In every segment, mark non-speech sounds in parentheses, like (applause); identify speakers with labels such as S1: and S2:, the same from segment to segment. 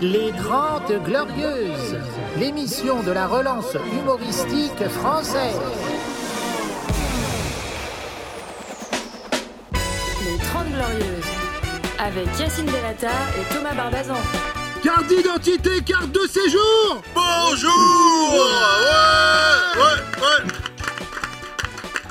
S1: Les Grandes Glorieuses, l'émission de la relance humoristique française.
S2: Les 30 Glorieuses, avec Yacine Delata et Thomas Barbazan.
S3: Carte d'identité, carte de séjour
S4: Bonjour Ouais Ouais Ouais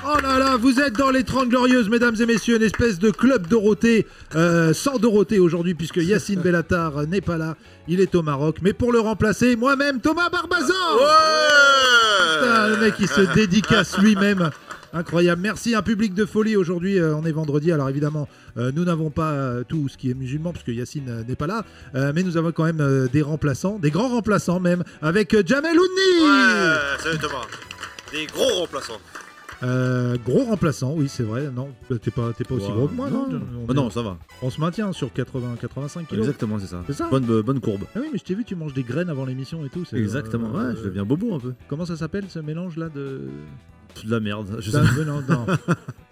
S3: Oh là là, vous êtes dans les 30 Glorieuses, mesdames et messieurs, une espèce de club Dorothée, euh, sans Dorothée aujourd'hui, puisque Yacine Bellatar n'est pas là, il est au Maroc. Mais pour le remplacer, moi-même, Thomas Barbazan Putain,
S4: Ouais
S3: Le mec, il se dédicace lui-même. Incroyable, merci, un public de folie aujourd'hui, euh, on est vendredi, alors évidemment, euh, nous n'avons pas euh, tout ce qui est musulman, puisque Yacine euh, n'est pas là, euh, mais nous avons quand même euh, des remplaçants, des grands remplaçants même, avec euh, Jamel Ouni
S4: Ouais Salut Thomas Des gros remplaçants
S3: Euh, gros remplaçant, oui, c'est vrai. Non, t'es pas, t'es pas aussi
S5: Ouais.
S3: gros que moi, non on,
S5: Ah
S3: est-
S5: non, ça va.
S3: on se maintient sur 80, 85 kilos.
S5: Exactement, c'est ça.
S3: C'est ça
S5: Bonne, euh, bonne courbe.
S3: Ah oui, mais je t'ai vu, tu manges des graines avant l'émission et tout. c'est-
S5: Exactement.
S3: euh,
S5: Ouais, je deviens bobo un peu.
S3: Comment ça s'appelle ce mélange-là de.
S5: Pff, de la merde. Je sais
S3: D'un-
S5: pas.
S3: non,
S5: (laughs)
S3: non.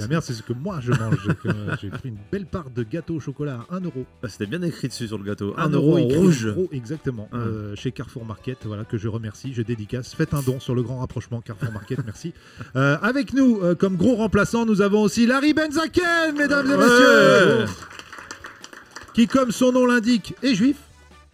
S3: La merde, c'est ce que moi je mange. J'ai- que- euh, J'ai pris une belle part de gâteau au chocolat à 1 euro.
S5: Ah, C'était bien écrit dessus sur le gâteau.
S3: Un
S5: 1 euro en
S3: écrit
S5: rouge.
S3: en gros, exactement.
S5: Ah.
S3: Euh, chez Carrefour Market, voilà, que je remercie, je dédicace. Faites un don sur le grand rapprochement Carrefour Market, (laughs) merci. Euh, avec nous, euh, comme gros remplaçant, nous avons aussi Larry Benzaken, mesdames et
S5: Ouais.
S3: messieurs, qui, comme son nom l'indique, est juif.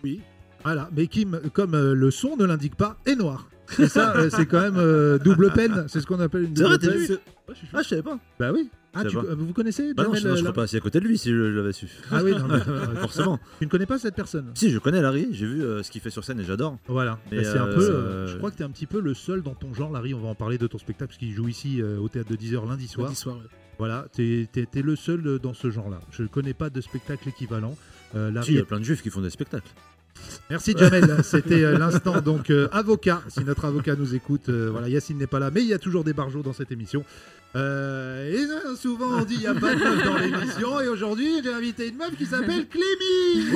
S6: Oui.
S3: Voilà, mais qui, m- comme euh, le son ne l'indique pas, est noir. Et ça, euh, c'est quand même euh, double peine. C'est ce qu'on appelle une
S5: C'est vrai,
S3: double
S5: t'es
S3: peine.
S5: juif
S6: juif.
S5: Ah, je savais pas.
S3: Bah oui. Ah,
S5: Ça
S3: tu-
S5: va.
S3: euh, vous connaissez
S5: Bah non,
S3: Jamel,
S5: sinon je
S3: euh,
S5: serais pas assis à côté de lui si je l'avais su.
S3: Ah oui, non, mais,
S5: (laughs)
S3: euh,
S5: Forcément.
S3: tu ne connais pas cette personne.
S5: Si, je connais Larry, j'ai vu euh, ce qu'il fait sur scène et j'adore.
S3: Voilà,
S5: Mais,
S3: Bah, c'est un
S5: euh,
S3: peu. euh,
S5: ça-
S3: je crois que t'es un petit peu le seul dans ton genre, Larry. On va en parler de ton spectacle parce qu'il joue ici euh, au théâtre de 10h lundi soir.
S6: Lundi soir, ouais.
S3: Voilà, t'es es, le seul euh, dans ce genre-là. Je connais pas de spectacle équivalent. Euh, Larry
S5: Si, il y a plein de juifs qui font des spectacles.
S3: Merci Jamel, c'était euh, l'instant donc euh, avocat, si notre avocat nous écoute, euh, voilà Yacine n'est pas là, mais il y a toujours des barjots dans cette émission. Euh, et euh, souvent on dit il n'y a pas de meuf dans l'émission, et aujourd'hui j'ai invité une meuf
S7: (laughs)
S3: qui s'appelle Clémy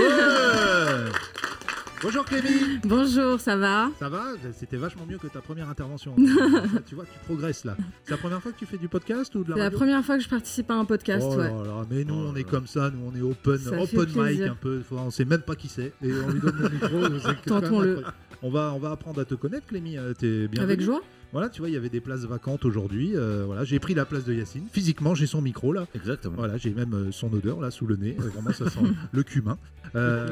S3: Bonjour Clémy
S8: Bonjour, ça va
S3: Ça va C'était vachement mieux que ta première
S8: (laughs)
S3: intervention. tu vois, tu progresses là. C'est la première fois que tu fais du podcast ou de la
S8: C'est la
S3: radio
S8: première fois que je participe à un podcast,
S3: Oh
S8: ouais.
S3: là là, mais nous
S5: Oh
S3: on
S5: là
S3: est
S5: là.
S3: comme ça, nous on est open,
S8: Ça fait
S3: open mic
S8: plaisir.
S3: un peu, Enfin, on sait même pas qui c'est et on lui donne
S8: (laughs)
S3: le micro. c'est quand même
S8: Tentons-le.
S3: incroyable. On va, on va apprendre à te connaître Clémy, euh, t'es bien
S8: Avec joie
S3: Voilà, tu vois, il y avait des places vacantes aujourd'hui, euh, voilà, j'ai pris la place de Yacine, physiquement j'ai son micro là,
S5: Exactement.
S3: voilà, j'ai même euh, son odeur là sous le nez, Euh, vraiment
S8: (laughs)
S3: ça sent le cumin. Euh,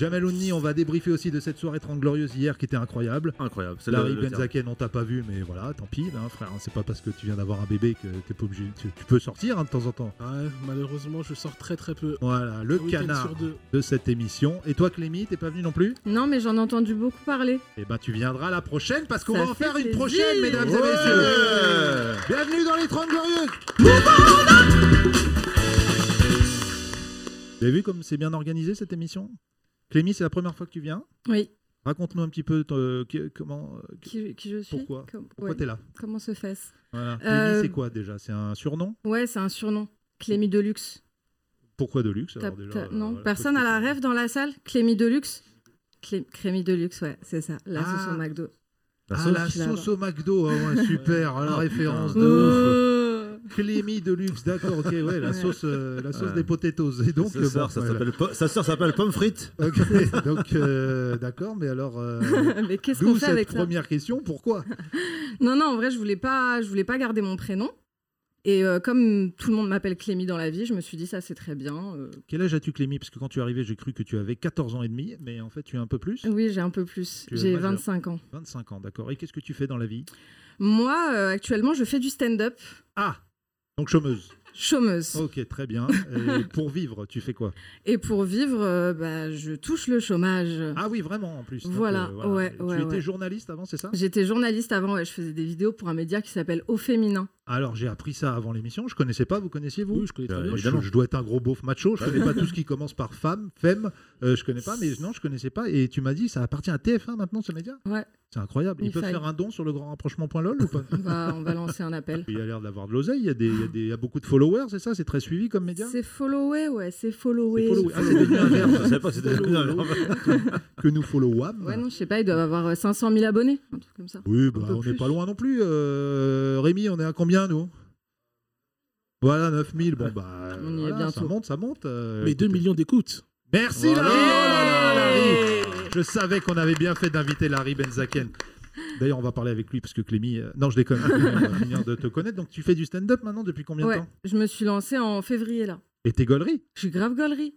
S3: Jamel Ouni, on va débriefer aussi de cette soirée 30 glorieuse hier qui était incroyable.
S5: Incroyable. C'est
S3: Larry
S5: le- le terme.
S3: Benzaken, on t'a pas vu, mais voilà, tant pis, ben, frère, hein, c'est pas parce que tu viens d'avoir un bébé que t'es pas obligé, tu, tu peux sortir hein, de temps en temps.
S6: Ah Ouais, malheureusement, je sors très très peu.
S3: Voilà, le
S6: Un week-end
S3: canard
S6: sur deux.
S3: de cette émission. Et toi, Clémy, t'es pas venu non plus
S8: Non, mais j'en ai entendu beaucoup parler.
S3: Eh ben, tu viendras la prochaine parce qu'on
S8: Ça
S3: va en
S8: fait
S3: faire une
S8: plaisir.
S3: prochaine, mesdames et
S5: Ouais.
S3: messieurs. Bienvenue dans les 30 Glorieuses. Vous avez vu comme c'est bien organisé cette émission Clémy, c'est la première fois que tu viens.
S8: Oui,
S3: Raconte-nous un petit peu euh, que- comment, euh, que-
S8: qui, qui je suis
S3: Pourquoi
S8: Com-
S3: pourquoi
S8: ouais,
S3: t'es là.
S8: Comment se fait-ce
S3: Voilà. Clémy,
S8: Euh,
S3: c'est quoi déjà C'est un surnom
S8: Ouais, c'est un surnom. Clémy Deluxe.
S3: Pourquoi de luxe
S8: T'as-
S3: alors, déjà,
S8: t'as-
S3: euh,
S8: non,
S3: voilà,
S8: personne à
S3: faut
S8: la
S3: expliquer.
S8: rêve dans la salle Clémy Deluxe Clé- Clémy Deluxe, ouais, c'est ça. Là,
S3: Ah.
S8: c'est son McDo.
S5: La
S3: Ah,
S5: sauce.
S3: la
S8: tu l'as
S3: sauce au McDo, ah
S5: (laughs)
S3: ouais, super, la
S5: Ah,
S3: référence
S5: putain.
S3: de ouf.
S8: Oh.
S3: Clémy de luxe, d'accord, ok, ouais, la
S8: Ouais.
S3: sauce, euh, la sauce
S5: Ouais.
S3: des potatoes. Et donc,
S5: Sa
S3: euh, bon,
S5: sœur, ça
S3: voilà.
S5: s'appelle po- sa sœur s'appelle Pomme Frite.
S3: (laughs) Ok, donc, euh, d'accord, mais alors,
S8: mais
S3: euh,
S8: (laughs) qu'est-ce qu'on
S3: d'où
S8: fait
S3: cette
S8: avec ça
S3: première question, pourquoi
S8: Non, non, en vrai, je voulais pas, je voulais pas garder mon prénom. Et euh, comme tout le monde m'appelle Clémy dans la vie, je me suis dit ça, c'est très bien. euh,
S3: Quel âge as-tu, Clémy Parce que quand tu es arrivé, j'ai cru que tu avais 14 ans et demi, mais en fait, tu as un peu plus.
S8: Oui, j'ai un peu plus.
S3: Tu es
S8: J'ai
S3: majeure.
S8: 25 ans.
S3: 25 ans, d'accord. Et qu'est-ce que tu fais dans la vie
S8: Moi, euh, actuellement, je fais du stand-up,
S3: Ah Oh. Donc, chômeuse.
S8: chômeuse.
S3: Ok, très bien. Et pour vivre, tu fais quoi
S8: Et pour vivre, euh, bah, je touche le chômage.
S3: Ah oui, vraiment, en plus. Donc,
S8: Euh.
S3: euh,
S8: Voilà, ouais,
S3: tu
S8: ouais,
S3: étais
S8: ouais.
S3: journaliste avant, c'est ça
S8: J'étais journaliste avant, ouais, je faisais des vidéos pour un média qui s'appelle Au Féminin.
S3: Alors, j'ai appris ça avant l'émission. Je connaissais pas, vous connaissiez, vous
S6: Oui, je connais très
S5: Euh,
S6: bien.
S3: Moi, je,
S5: Évidemment.
S3: je dois être un gros beauf macho. Je connais pas tout ce qui commence par femme, femme. euh, je connais pas, mais non, je connaissais pas. Et tu m'as dit, ça appartient à TF1 maintenant, ce média
S8: Ouais.
S3: C'est incroyable. Ils
S8: Il
S3: peuvent
S8: faille.
S3: faire un don sur le grand rapprochement.lol ou
S8: (laughs)
S3: pas
S8: On
S3: (laughs)
S8: va, Bah, Ah, on va lancer un appel.
S3: Il y a l'air d'avoir de l'oseille. Il y, a des- il y a des- il y a beaucoup de followers, c'est ça C'est très suivi comme média
S8: C'est followé, ouais, c'est
S3: C'est
S8: followé.
S3: follow- Ah, c'est devenu un verbe.
S5: Je
S3: (laughs)
S5: savais pas que c'était devenu un
S3: Follow-
S5: verbe.
S3: Que nous followam.
S8: Ouais, non, je sais pas, ils doivent avoir euh, 500 000 abonnés, un truc comme ça.
S3: Oui, bah,
S8: peu
S3: on n'est
S8: plus.
S3: pas loin non plus. euh, Rémi, on est à combien, nous Voilà, 9000. Bon, bah.
S8: On y est
S3: voilà, Ça
S8: bientôt.
S3: monte, ça monte. euh,
S6: Mais 2
S3: écoutez.
S6: millions d'écoutes.
S3: Merci, Larry
S5: Voilà.
S3: Oh là là, Larry
S8: Hey
S3: Je savais qu'on avait bien fait d'inviter Larry Benzaken. D'ailleurs, on va parler avec lui parce que Clémy. euh, Non, je déconne. Clémy, on va finir de te connaître. Donc, tu fais du stand-up maintenant depuis combien de
S8: Ouais,
S3: temps
S8: je me suis lancée en février là.
S3: Et tes gauleries
S8: Je suis grave gaulerie.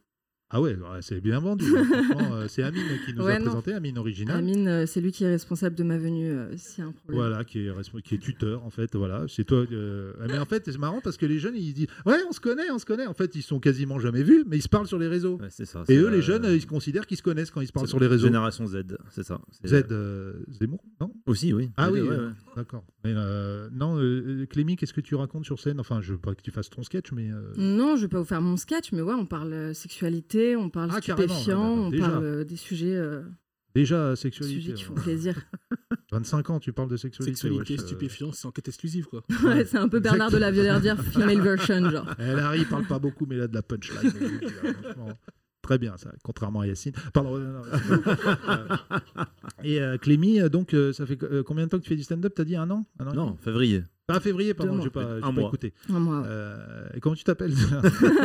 S3: Ah ouais, ouais, c'est bien vendu. Franchement, euh, c'est Amine qui nous
S8: Ouais,
S3: a
S8: non.
S3: présenté, Amine original.
S8: Amine, euh, c'est lui qui est responsable de ma venue euh, s'il y a un problème.
S3: Voilà, qui est, respo- qui est tuteur en fait. Voilà, c'est toi. euh, Mais en fait, c'est marrant parce que les jeunes, ils disent ouais, on se connaît, on se connaît. En fait, ils se sont quasiment jamais vus, mais ils se parlent sur les réseaux.
S5: Ouais, c'est ça.
S3: Et
S5: c'est,
S3: eux, les
S5: euh,
S3: jeunes, ils se considèrent qu'ils se connaissent quand ils se parlent
S5: c'est
S3: sur les réseaux.
S5: Génération Z, c'est ça. C'est-
S3: Z euh, Zemmour, non
S5: Aussi, oui.
S3: Ah
S5: Les
S3: oui,
S5: deux, ouais,
S3: euh,
S5: ouais.
S3: d'accord. Mais, euh, non, euh, Clémy, qu'est-ce que tu racontes sur scène Enfin, je veux pas que tu fasses ton sketch, mais euh,
S8: Non, je vais pas vous faire mon sketch, mais ouais, on parle euh, sexualité, on parle
S3: Ah, carrément,
S8: stupéfiant,
S3: ah bah,
S8: on
S3: déjà.
S8: parle euh, des sujets, euh,
S3: déjà sexualité.
S8: sujets qui font
S3: euh,
S8: plaisir.
S3: (laughs) 25 ans, tu parles de sexualité.
S6: Sexualité,
S3: wesh, euh,
S6: stupéfiant, c'est enquête exclusive
S3: (laughs)
S6: quoi.
S8: Ouais, c'est un peu Bernard de la Villardière, female version, genre.
S3: Eh, Larry, il parle pas beaucoup, mais il a de la punchline. Je vous le dis, hein, franchement. Très bien, ça, contrairement à Yacine. Pardon. euh, non, euh, et euh, Clémy, euh, donc, euh, ça fait euh, combien de temps que tu fais du stand-up T'as dit un an Un an et demi
S5: Non, février.
S3: Ah, février,
S5: Deux
S3: pardon,
S5: mois.
S3: j'ai pas, j'ai
S5: Un
S3: pas
S5: mois.
S3: écouté.
S8: Ah, moi, ouais.
S3: Euh, et comment tu t'appelles
S8: (laughs)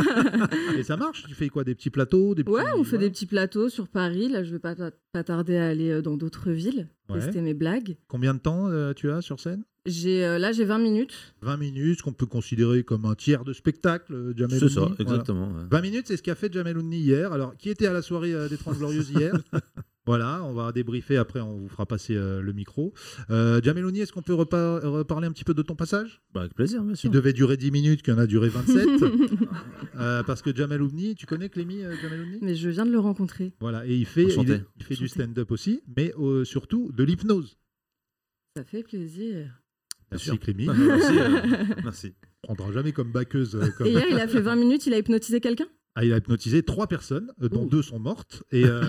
S3: Et ça marche Tu fais quoi Des petits plateaux des petits-
S8: Ouais, on fait
S3: voilà.
S8: des petits plateaux sur Paris. Là, je vais pas, pas tarder à aller euh, dans d'autres villes,
S3: Ouais.
S8: tester mes blagues.
S3: Combien de temps euh, tu as sur scène
S8: J'ai euh, là, j'ai 20 minutes.
S3: 20 minutes, qu'on peut considérer comme un tiers de spectacle, euh, Jamel
S5: C'est ça,
S3: Oudni, voilà.
S5: exactement. ouais.
S3: 20 minutes, c'est ce qu'a fait Jamel Oudni hier. Alors, qui était à la soirée euh, des 30 Glorieuses
S5: (laughs)
S3: hier Voilà, on va débriefer, après on vous fera passer euh, le micro. Euh, Jamel Oudni, est-ce qu'on peut repa- reparler un petit peu de ton passage
S5: Bah, avec plaisir, bien
S3: Qui
S5: sûr.
S3: devait durer 10 minutes, qui en a duré 27.
S5: (laughs)
S3: Euh, parce que Jamel Oudni, tu connais Clémy euh, Jamel Oudni
S8: (laughs) Mais je viens de le rencontrer.
S3: Voilà, et il fait, il,
S5: Enchanté.
S3: est- il fait du
S8: Enchanté.
S3: stand-up aussi, mais euh, surtout de l'hypnose.
S8: Ça fait plaisir.
S3: Merci
S5: sûr.
S3: Clémy,
S5: Ah,
S3: on
S5: (laughs)
S3: (laughs)
S5: Merci. euh, merci.
S3: ne prendra jamais comme baqueuse. euh, comme-
S8: Et
S3: (laughs)
S8: hier, il a fait 20 minutes, il a hypnotisé quelqu'un
S3: Ah, il a hypnotisé trois personnes, euh, dont
S8: Ouh.
S3: deux sont mortes et euh,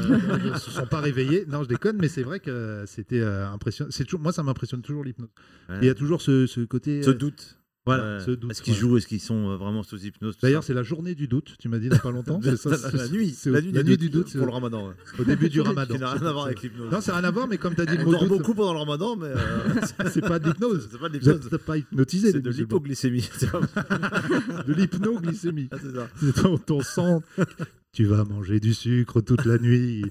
S3: ne se sont pas réveillées. Non, je déconne, mais c'est vrai que euh, c'était euh, impressionnant. C'est toujours, moi, ça m'impressionne toujours l'hypnose.
S5: Ouais.
S3: Il y a toujours ce, ce côté.
S5: Ce
S3: euh,
S5: doute.
S3: Voilà,
S5: Ouais.
S3: ce doute.
S5: Est-ce qu'ils
S3: voilà.
S5: jouent Est-ce qu'ils sont euh, vraiment sous hypnose tout
S3: D'ailleurs,
S5: ça
S3: c'est la journée du doute. Tu m'as dit il n'y a pas
S5: (laughs)
S3: longtemps. c'est ça,
S5: la,
S3: c'est-
S5: la nuit,
S3: c'est au-
S5: la nuit,
S3: la nuit du doute, c'est
S5: pour le ramadan. ouais.
S3: au début
S5: (laughs)
S3: du ramadan.
S5: Qui n'a rien à voir avec l'hypnose.
S3: Non, ça n'a rien à voir, mais comme tu as dit le
S5: On
S3: mot
S5: dort
S3: doute,
S5: beaucoup pendant le ramadan, mais euh,
S3: (laughs) c'est pas de l'hypnose.
S5: (laughs) c'est pas de
S3: Vous
S5: l'hypnose.
S3: n'êtes pas hypnotisé,
S5: C'est de l'hypoglycémie. c'est pas-
S3: de
S5: (laughs)
S3: l'hypnoglycémie.
S5: Ah, c'est ça.
S3: C'est ton, ton sang. Tu vas manger du sucre toute la nuit.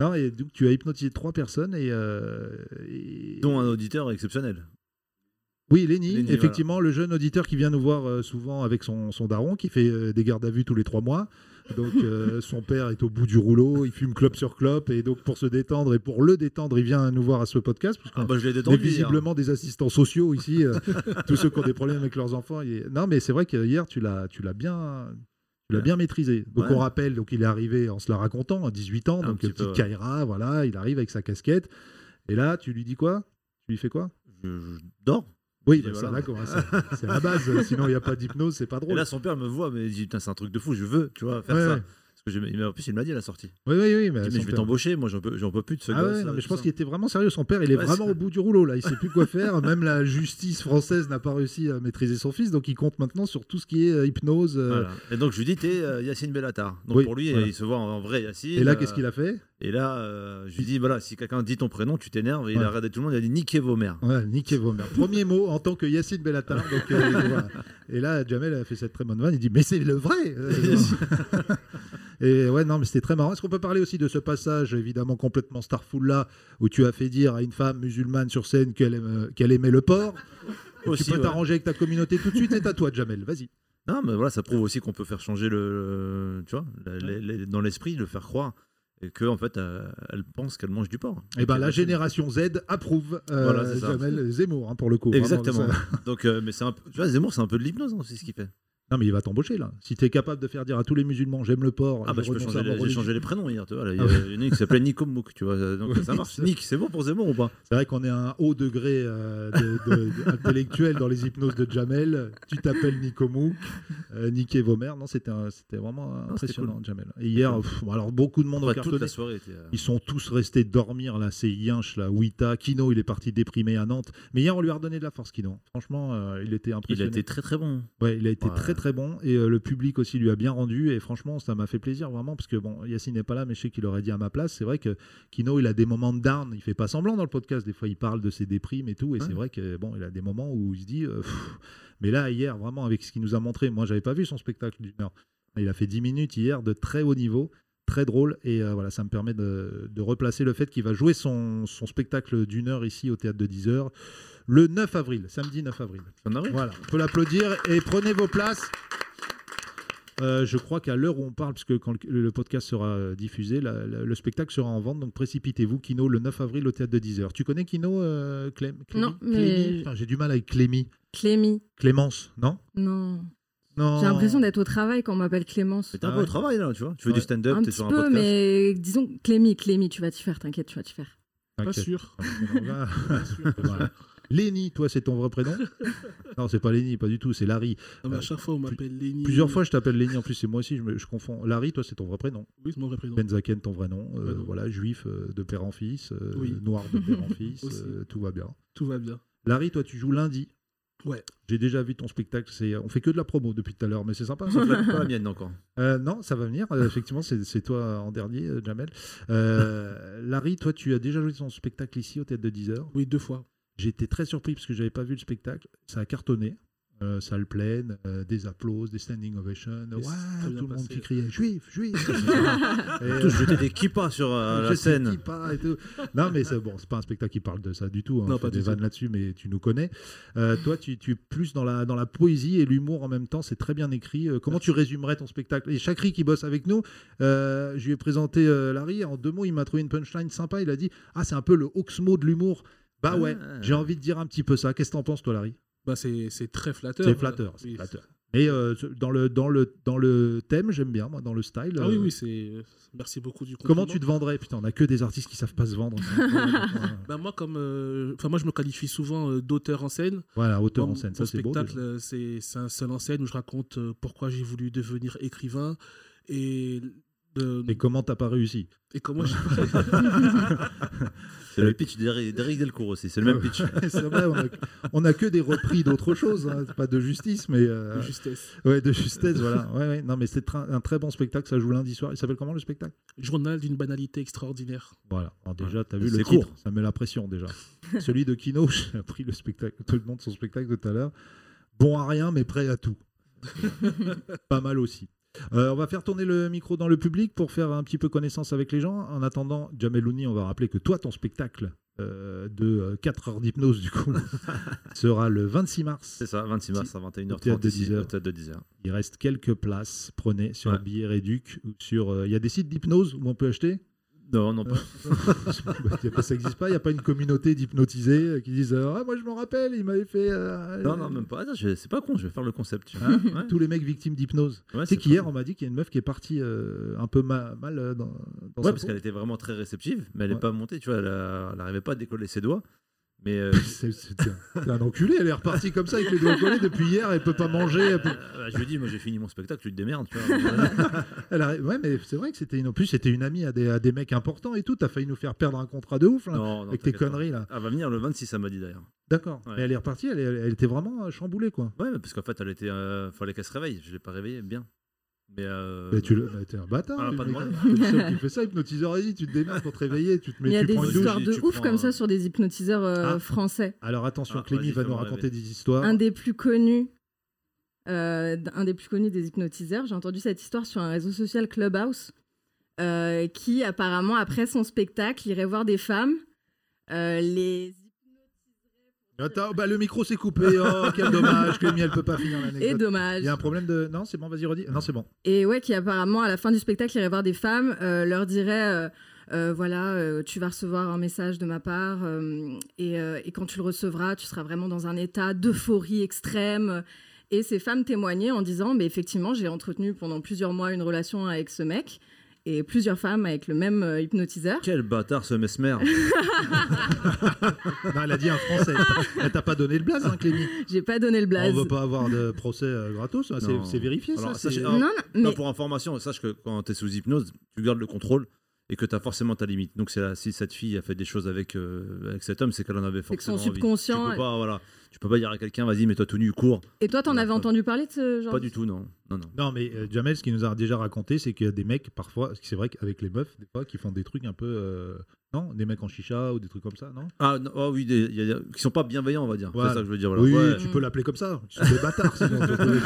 S3: Non, et donc tu as hypnotisé trois personnes et. euh, et-
S5: Dont un auditeur exceptionnel.
S3: Oui, Lenny,
S5: Lenny,
S3: effectivement, le jeune auditeur qui vient nous voir euh, souvent avec son, son daron, qui fait euh, des gardes à vue tous les trois mois. Donc,
S5: (laughs)
S3: euh, son père est au bout du rouleau, il fume clope sur clope, et donc pour se détendre et pour le détendre, il vient nous voir à ce podcast. Parce qu'on
S5: Ah bah je l'ai
S3: est
S5: détendu. hier.
S3: visiblement des assistants sociaux ici,
S5: (laughs)
S3: euh, tous ceux qui ont des problèmes avec leurs enfants. Et- Non, mais c'est vrai que hier, tu l'as, tu l'as bien. Tu l'as bien maîtrisé. Donc
S5: Ouais.
S3: on rappelle, donc il est arrivé en se la racontant à 18 ans,
S5: Un
S3: donc
S5: petit
S3: petite
S5: peu, ouais.
S3: Kaira, voilà, il arrive avec sa casquette. Et là, tu lui dis quoi Tu lui fais quoi
S5: Je, je dors.
S3: oui,
S5: Et
S3: bah, ça,
S5: voilà.
S3: d'accord,
S5: (laughs)
S3: hein, c'est- c'est la base. Sinon, il n'y a pas d'hypnose, c'est pas
S5: Et
S3: drôle.
S5: là, son père me voit, mais il dit Putain, c'est un truc de fou, je veux, tu vois, faire
S3: Ouais,
S5: ça.
S3: ouais.
S5: Parce que j'ai- mais en plus, il me l'a dit à la sortie.
S3: Oui, oui, oui.
S5: Il
S3: Mais
S5: dit, mais je vais
S3: son père-
S5: t'embaucher, moi, j'en peux, j'en peux plus de ce
S3: Ah
S5: gosse.
S3: ouais, non,
S5: euh,
S3: mais je
S5: tout
S3: pense
S5: ça.
S3: qu'il était vraiment sérieux. Son père, il est
S5: Ouais,
S3: vraiment
S5: c'est-
S3: au bout du rouleau là. Il sait plus quoi faire. Même la justice française n'a pas réussi à maîtriser son fils, donc il compte maintenant sur tout ce qui est euh, hypnose. euh,
S5: Voilà. Et donc, je lui dis T'es euh, Yacine Bellatar. Donc,
S3: Oui,
S5: pour lui,
S3: voilà.
S5: il se voit en, en vrai Yacine. euh,
S3: Et là, qu'est-ce qu'il a fait
S5: Et là, euh, je lui dis Voilà, si quelqu'un dit ton prénom, tu t'énerves. Et il
S3: Ouais.
S5: a regardé tout le monde, il a dit Niquez vos mères.
S3: Ouais, niquez vos mères. Premier mot en tant que Yacine Bellatar. donc, euh, voilà. Et là, Jamel a fait cette très bonne vanne. Il dit Mais c'est le vrai euh, Et ouais, non, mais c'était très marrant. Est-ce qu'on peut parler aussi de ce passage, évidemment complètement starful là, où tu as fait dire à une femme musulmane sur scène qu'elle aime- euh, qu'elle aimait le porc Et
S5: Aussi,
S3: Tu peux
S5: ouais.
S3: t'arranger avec ta communauté tout de suite, c'est à toi, Jamel. Vas-y.
S5: Non, mais voilà, ça prouve aussi qu'on peut faire changer le, le- tu vois, la- la- la- dans l'esprit, le faire croire et que en fait, euh, elle pense qu'elle mange du porc. bah,
S3: Et ben la
S5: qu'elle-
S3: génération Z approuve euh,
S5: Voilà, c'est ça.
S3: Jamel Zemmour, hein, pour le coup. Vraiment,
S5: Exactement.
S3: ça-
S5: (laughs) Donc, euh, mais c'est un peu, tu vois, Zemmour, c'est un peu de l'hypnose, hein, c'est ce qu'il fait.
S3: Non, mais il va t'embaucher là. Si tu es capable de faire dire à tous les musulmans j'aime le porc,
S5: Ah bah, je peux
S3: renonce à
S5: changer,
S3: ma
S5: les, j'ai
S3: religion.
S5: changé les prénoms hier, tu vois. là, Il y
S3: Ah
S5: a une qui s'appelait Nico Mouk, tu vois. euh,
S3: (laughs)
S5: Donc
S3: Oui,
S5: ça marche.
S3: c'est-
S5: Nick, c'est bon pour Zemmour ou pas
S3: C'est vrai qu'on est à un haut degré euh, de- de- de- intellectuel dans les hypnoses de Jamel. Tu t'appelles Nico Mouk, euh, niquez vos mères. Non, c'était un- c'était vraiment impressionnant, Jamel. Et hier, pff, alors beaucoup de monde
S5: Enfin,
S3: en
S5: Toute
S3: cartonné.
S5: la soirée était. euh,
S3: Ils sont tous restés dormir là, c'est Yinch, là, Wita, Kino, il est parti déprimé à Nantes. Mais hier, on lui a redonné de la force, Kino. Franchement, euh, il était
S5: Il a
S3: impressionné.
S5: été très très bon.
S3: Ouais, il a été
S5: Ouais.
S3: très très bon et euh, le public aussi lui a bien rendu et franchement ça m'a fait plaisir vraiment parce que bon Yacine n'est pas là mais je sais qu'il aurait dit à ma place c'est vrai que Kino il a des moments de down il fait pas semblant dans le podcast des fois il parle de ses déprimes et tout et
S5: Ouais.
S3: c'est vrai que bon il a des moments où il se dit euh, pff. mais là hier vraiment avec ce qu'il nous a montré moi j'avais pas vu son spectacle d'une heure il a fait 10 minutes hier de très haut niveau très drôle. Et euh, voilà, ça me permet de, de replacer le fait qu'il va jouer son, son spectacle d'une heure ici au théâtre de 10 heures le 9 avril, samedi 9 avril.
S5: J'en arrive.
S3: Voilà, on peut l'applaudir et prenez vos places. Euh, je crois qu'à l'heure où on parle, puisque quand le, le podcast sera euh, diffusé, la- la- le spectacle sera en vente, donc précipitez-vous. Kino, le 9 avril au théâtre de 10h. Tu connais Kino, euh, Clém Clémy
S8: Non, mais-
S3: Clémy Putain, J'ai du mal avec Clémy.
S8: Clémy.
S3: Clémence, non
S8: Non.
S3: Non.
S8: J'ai l'impression d'être au travail quand on m'appelle Clémence.
S5: Mais t'es un
S3: Ah
S5: peu
S3: ouais.
S5: au travail là, tu vois. Tu fais
S3: Ouais.
S5: du stand-up,
S8: un
S5: t'es
S8: petit
S5: sur un
S8: peu,
S5: podcast.
S8: mais disons Clémy, Clémy, tu vas t'y faire, t'inquiète, tu vas t'y faire.
S6: Pas
S3: T'inquiète.
S6: sûr.
S5: Ah
S3: (laughs)
S8: (laughs)
S3: Voilà. Voilà. (laughs) Lenny, toi, c'est ton vrai
S6: (laughs)
S3: prénom Non, c'est pas Lenny, pas du tout, c'est Larry. Euh,
S6: Non, mais à chaque fois, on m'appelle Lenny.
S3: Plusieurs fois, je t'appelle Lenny, en plus, c'est moi aussi, je, me- je confonds. Larry, toi, c'est ton vrai prénom.
S6: Oui, c'est mon vrai prénom.
S3: Benzaken, ton vrai nom. Euh,
S6: Ouais, non.
S3: voilà, juif euh, de père en fils, euh,
S6: Oui.
S3: noir de
S6: (laughs)
S3: père en fils,
S6: Aussi.
S3: euh, tout va bien.
S6: Tout va bien.
S3: Larry, toi, tu joues lundi.
S6: Ouais.
S3: J'ai déjà vu ton spectacle. C'est, euh, on fait que de la promo depuis tout à l'heure, mais c'est sympa. ça.
S5: Sauf
S6: (laughs)
S5: la- pas la mienne encore.
S3: Euh, non, ça va venir. Euh, effectivement, c'est, c'est toi en dernier, euh, Jamel. Euh, Larry, toi, tu as déjà joué ton spectacle ici au Théâtre de 10 heures.
S6: Oui, deux fois.
S3: J'ai été très surpris parce que j'avais pas vu le spectacle. Ça a cartonné. Euh, salle pleine, euh, des applauses, des standing ovations,
S6: Et c'est
S3: Ouais,
S6: très bien
S3: tout le monde
S6: passé.
S3: qui criait juif, (laughs)
S5: (laughs)
S3: juif.
S6: (laughs)
S3: Et,
S5: Tous
S3: euh,
S5: jeter des kippas sur euh,
S3: je sais
S5: la scène.
S3: qui part et
S6: (laughs)
S3: tout. Non, mais c'est bon, c'est pas un spectacle qui parle de ça du tout. hein.
S6: Non,
S3: On fait
S6: pas
S3: des
S6: du tout.
S3: vannes là-dessus, mais tu nous connais. Euh, toi, tu, tu es plus dans la, dans la poésie et l'humour en même temps. C'est très bien écrit. Euh, comment tu résumerais ton spectacle Et Chakri qui bosse avec nous, euh, je lui ai présenté euh, Larry. En deux mots, il m'a trouvé une punchline sympa. Il a dit Ah, c'est un peu le Oxmo de l'humour. Bah
S5: Ah.
S3: ouais, j'ai envie de dire un petit peu ça. Qu'est-ce que t'en penses, toi, Larry
S6: Bah, c'est c'est très flatteur.
S3: C'est flatteur. c'est
S6: Oui,
S3: flatteur. Et euh, ce- dans, le, dans, le, dans le thème, j'aime bien, moi, dans le style.
S6: Ah oui,
S3: euh,
S6: oui, c'est. Merci beaucoup du compliment.
S3: Comment tu te hein vendrais Putain, on a que des artistes qui savent pas se vendre.
S6: (laughs) Bah, moi, comme. euh, Enfin, moi, je me qualifie souvent euh, d'auteur en scène.
S3: Voilà, auteur
S6: Mon-
S3: en scène,
S6: mon
S3: ça c'est beau.
S6: spectacle,
S3: déjà.
S6: euh, c'est c'est un seul en scène où je raconte euh, pourquoi j'ai voulu devenir écrivain et. de-
S3: Et comment t'as pas réussi
S6: et comment j'ai-
S3: (laughs)
S5: C'est le pitch d'Eric d'Eric Delcourt aussi. C'est le même pitch.
S3: C'est vrai, on a, on a que des repris d'autres choses, hein. C'est pas de justice, mais euh,
S6: de justesse.
S3: ouais, de justesse, voilà. Ouais, ouais. Non, mais c'est tr- un très bon spectacle, ça joue lundi soir. Il s'appelle comment le spectacle
S6: (laughs) Journal d'une banalité extraordinaire.
S3: Voilà. Alors, Ah, déjà, t'as vu
S5: C'est
S3: le
S5: court.
S3: titre, ça met la pression
S5: (laughs)
S3: déjà. Celui de Kino, (laughs) j'ai appris le spectacle, tout le monde son spectacle tout à l'heure. Bon à rien, mais prêt à
S5: (laughs)
S3: tout. pas mal aussi. Euh, on va faire tourner le micro dans le public pour faire un petit peu connaissance avec les gens. En attendant, Jamelouni, on va rappeler que toi, ton spectacle euh, de 4 heures d'hypnose, du
S5: (laughs)
S3: coup, sera le 26 mars.
S5: C'est ça, 26 mars à 21h30.
S3: Au théâtre de
S5: ici,
S3: 10 heures.
S5: au théâtre de 10 heures.
S3: Il reste quelques places. Prenez sur
S5: Ouais.
S3: Billet Réduc. ou sur, euh, il y a des sites d'hypnose où on peut acheter Euh,
S5: Non, non, pas.
S3: (laughs) Il y a pas- Ça n'existe pas. Il n'y a pas une communauté d'hypnotisés euh, qui disent euh, Ah, moi, je me rappelle, il m'avait fait. euh,
S5: Non, non, même pas. Attends, je- C'est pas con, je vais faire le concept. tu vois.
S3: Hein
S5: Ouais.
S3: Tous les mecs victimes d'hypnose. Tu
S5: Ouais,
S3: sais
S5: c'est
S3: qu'hier,
S5: pas-
S3: on m'a dit qu'il y a une meuf qui est partie euh, un peu ma- mal euh, dans, dans sa
S5: Ouais, parce
S3: peau.
S5: qu'elle était vraiment très réceptive, mais elle n'est
S3: Ouais.
S5: pas montée, tu vois, elle a- elle n'arrivait pas à décoller ses doigts. Mais euh,
S3: (laughs) C'est c'est- c'est un, c'est un enculé, elle est repartie comme ça avec les doigts collés depuis hier, elle peut pas manger. Elle, peut-
S5: (laughs) euh, je lui ai dit, moi j'ai fini mon spectacle, tu te démerdes, tu vois.
S3: elle arrive- Ouais, mais c'est vrai que c'était une. En plus, c'était une amie à des, à des mecs importants et tout. T'as failli nous faire perdre un contrat de ouf là,
S5: Non, non,
S3: avec tes
S5: t'inquiète pas.
S3: conneries là.
S5: Elle va venir le 26, ça m'a dit d'ailleurs.
S3: D'accord.
S5: Ouais.
S3: Mais elle est repartie, elle, est- elle était vraiment euh, chamboulée quoi.
S5: Ouais, bah, mais parce qu'en fait, elle était. euh, fallait qu'elle se réveille, je l'ai pas réveillée bien. Mais. euh,
S3: Mais tu le- mais t'es un bâtard.
S5: Ah,
S3: le
S5: pas de
S3: mec.
S5: moi.
S3: T'es le seul qui fait ça, hypnotiseur, vas-y, tu te démerdes pour te réveiller, tu te mets,
S8: il y a
S3: tu
S8: des
S3: prends une douche.
S8: histoires
S5: et
S8: de
S5: tu
S8: ouf
S5: prends
S8: comme
S5: un-
S8: ça sur des hypnotiseurs euh,
S3: Ah.
S8: français.
S3: Alors attention,
S5: Ah,
S3: Clémy
S5: vas-y,
S3: va nous
S5: fais-moi
S3: raconter
S5: rêver.
S3: des histoires.
S8: Un des plus connus. euh, d- un des plus connus des hypnotiseurs. J'ai entendu cette histoire sur un réseau social Clubhouse, euh, qui apparemment, après son spectacle, irait voir des femmes. euh, les...
S3: Attends, bah, le micro s'est coupé, oh, quel dommage, Clémy, elle peut pas finir
S8: Et
S3: l'anecdote.
S8: dommage.
S3: Il y a un problème de. Non, c'est bon, vas-y, redis. Non, c'est bon.
S8: Et ouais, qui apparemment, à la fin du spectacle, irait voir des femmes, euh, leur dirait euh, euh, voilà, euh, tu vas recevoir un message de ma part, euh, et, euh, et quand tu le recevras, tu seras vraiment dans un état d'euphorie extrême. Et ces femmes témoignaient en disant mais effectivement, j'ai entretenu pendant plusieurs mois une relation avec ce mec, et plusieurs femmes avec le même euh, hypnotiseur.
S5: Quel bâtard ce
S3: (laughs)
S5: mesmer
S3: Non, elle a dit un français. (laughs) Elle t'a pas donné le blaze, hein, Clémy.
S8: J'ai pas donné le blaze.
S3: On veut pas avoir de procès euh, gratos, hein, c'est
S5: Non.
S3: c'est vérifié
S5: Alors,
S3: ça. c'est-
S5: sachez-
S8: Non, non,
S5: Non,
S8: mais
S5: pour information, sache que quand tu es sous hypnose, tu gardes le contrôle et que tu as forcément ta limite. Donc c'est là, si cette fille a fait des choses avec, euh, avec cet homme, c'est qu'elle en avait
S8: c'est que son
S5: forcément envie. Tu
S8: subconscient.
S5: peux pas, voilà. Tu peux pas dire à quelqu'un, vas-y, mets-toi tout nu, cours.
S8: Et toi, t'en
S5: Non,
S8: avais
S5: pas-
S8: entendu parler de ce genre
S5: ah, Pas du tout, non. Non, non.
S3: Non, mais euh, Jamel, ce qu'il nous a déjà raconté, c'est qu'il y a des mecs, parfois, c'est vrai qu'avec les meufs, des fois, qui font des trucs un peu. euh, non Des mecs en chicha ou des trucs comme ça, non
S5: Ah non, oh oui, des- il y a- qui sont pas bienveillants, on va dire.
S3: Ouais.
S5: C'est ça que je veux dire. Voilà.
S3: Oui,
S5: Ouais.
S3: tu peux l'appeler comme ça. Ils sont des bâtards, sinon. on peut-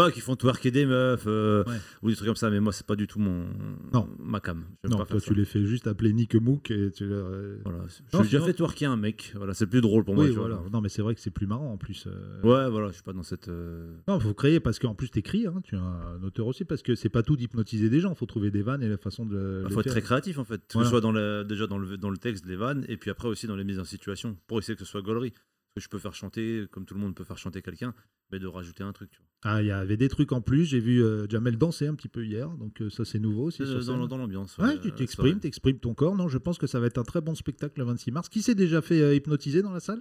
S5: Ouais, qui font twerker des meufs euh,
S3: Ouais.
S5: ou des trucs comme ça. Mais moi, c'est pas du tout mon
S3: Non.
S5: ma cam. J'aime
S3: Non,
S5: pas
S3: toi,
S5: faire
S3: tu
S5: ça.
S3: les fais juste appeler Nick Mook et tu leur. euh,
S5: Voilà.
S3: Non,
S5: J'ai déjà
S3: sinon-
S5: fait twerker un mec. Voilà, c'est plus drôle pour moi.
S3: Oui,
S5: tu vois.
S3: voilà. Non, mais c'est vrai que c'est plus marrant en plus. euh.
S5: Ouais, voilà, je suis pas dans cette. euh,
S3: Non, faut créer parce qu'en plus t'écris, hein, tu es un auteur aussi parce que c'est pas tout d'hypnotiser des gens, faut trouver des vannes et la façon de.
S5: Il
S3: les
S5: Bah, faut être
S3: faire.
S5: très créatif en fait, que
S3: Euh, Voilà.
S5: ce soit dans la- déjà dans le, dans le texte, les vannes, et puis après aussi dans les mises en situation, pour essayer que ce soit gaulerie. Parce que je peux faire chanter, comme tout le monde peut faire chanter quelqu'un, mais de rajouter un truc. Tu vois.
S3: Ah, il y avait des trucs en plus. J'ai vu euh, Jamel danser un petit peu hier, donc euh, ça c'est nouveau aussi.
S5: C'est
S3: sur
S5: dans,
S3: scène.
S5: dans l'ambiance.
S3: Ouais,
S5: ouais,
S3: tu
S5: euh,
S3: t'exprimes, t'exprimes ton corps. Non, je pense que ça va être un très bon spectacle le 26 mars. Qui s'est déjà fait euh, hypnotiser dans la salle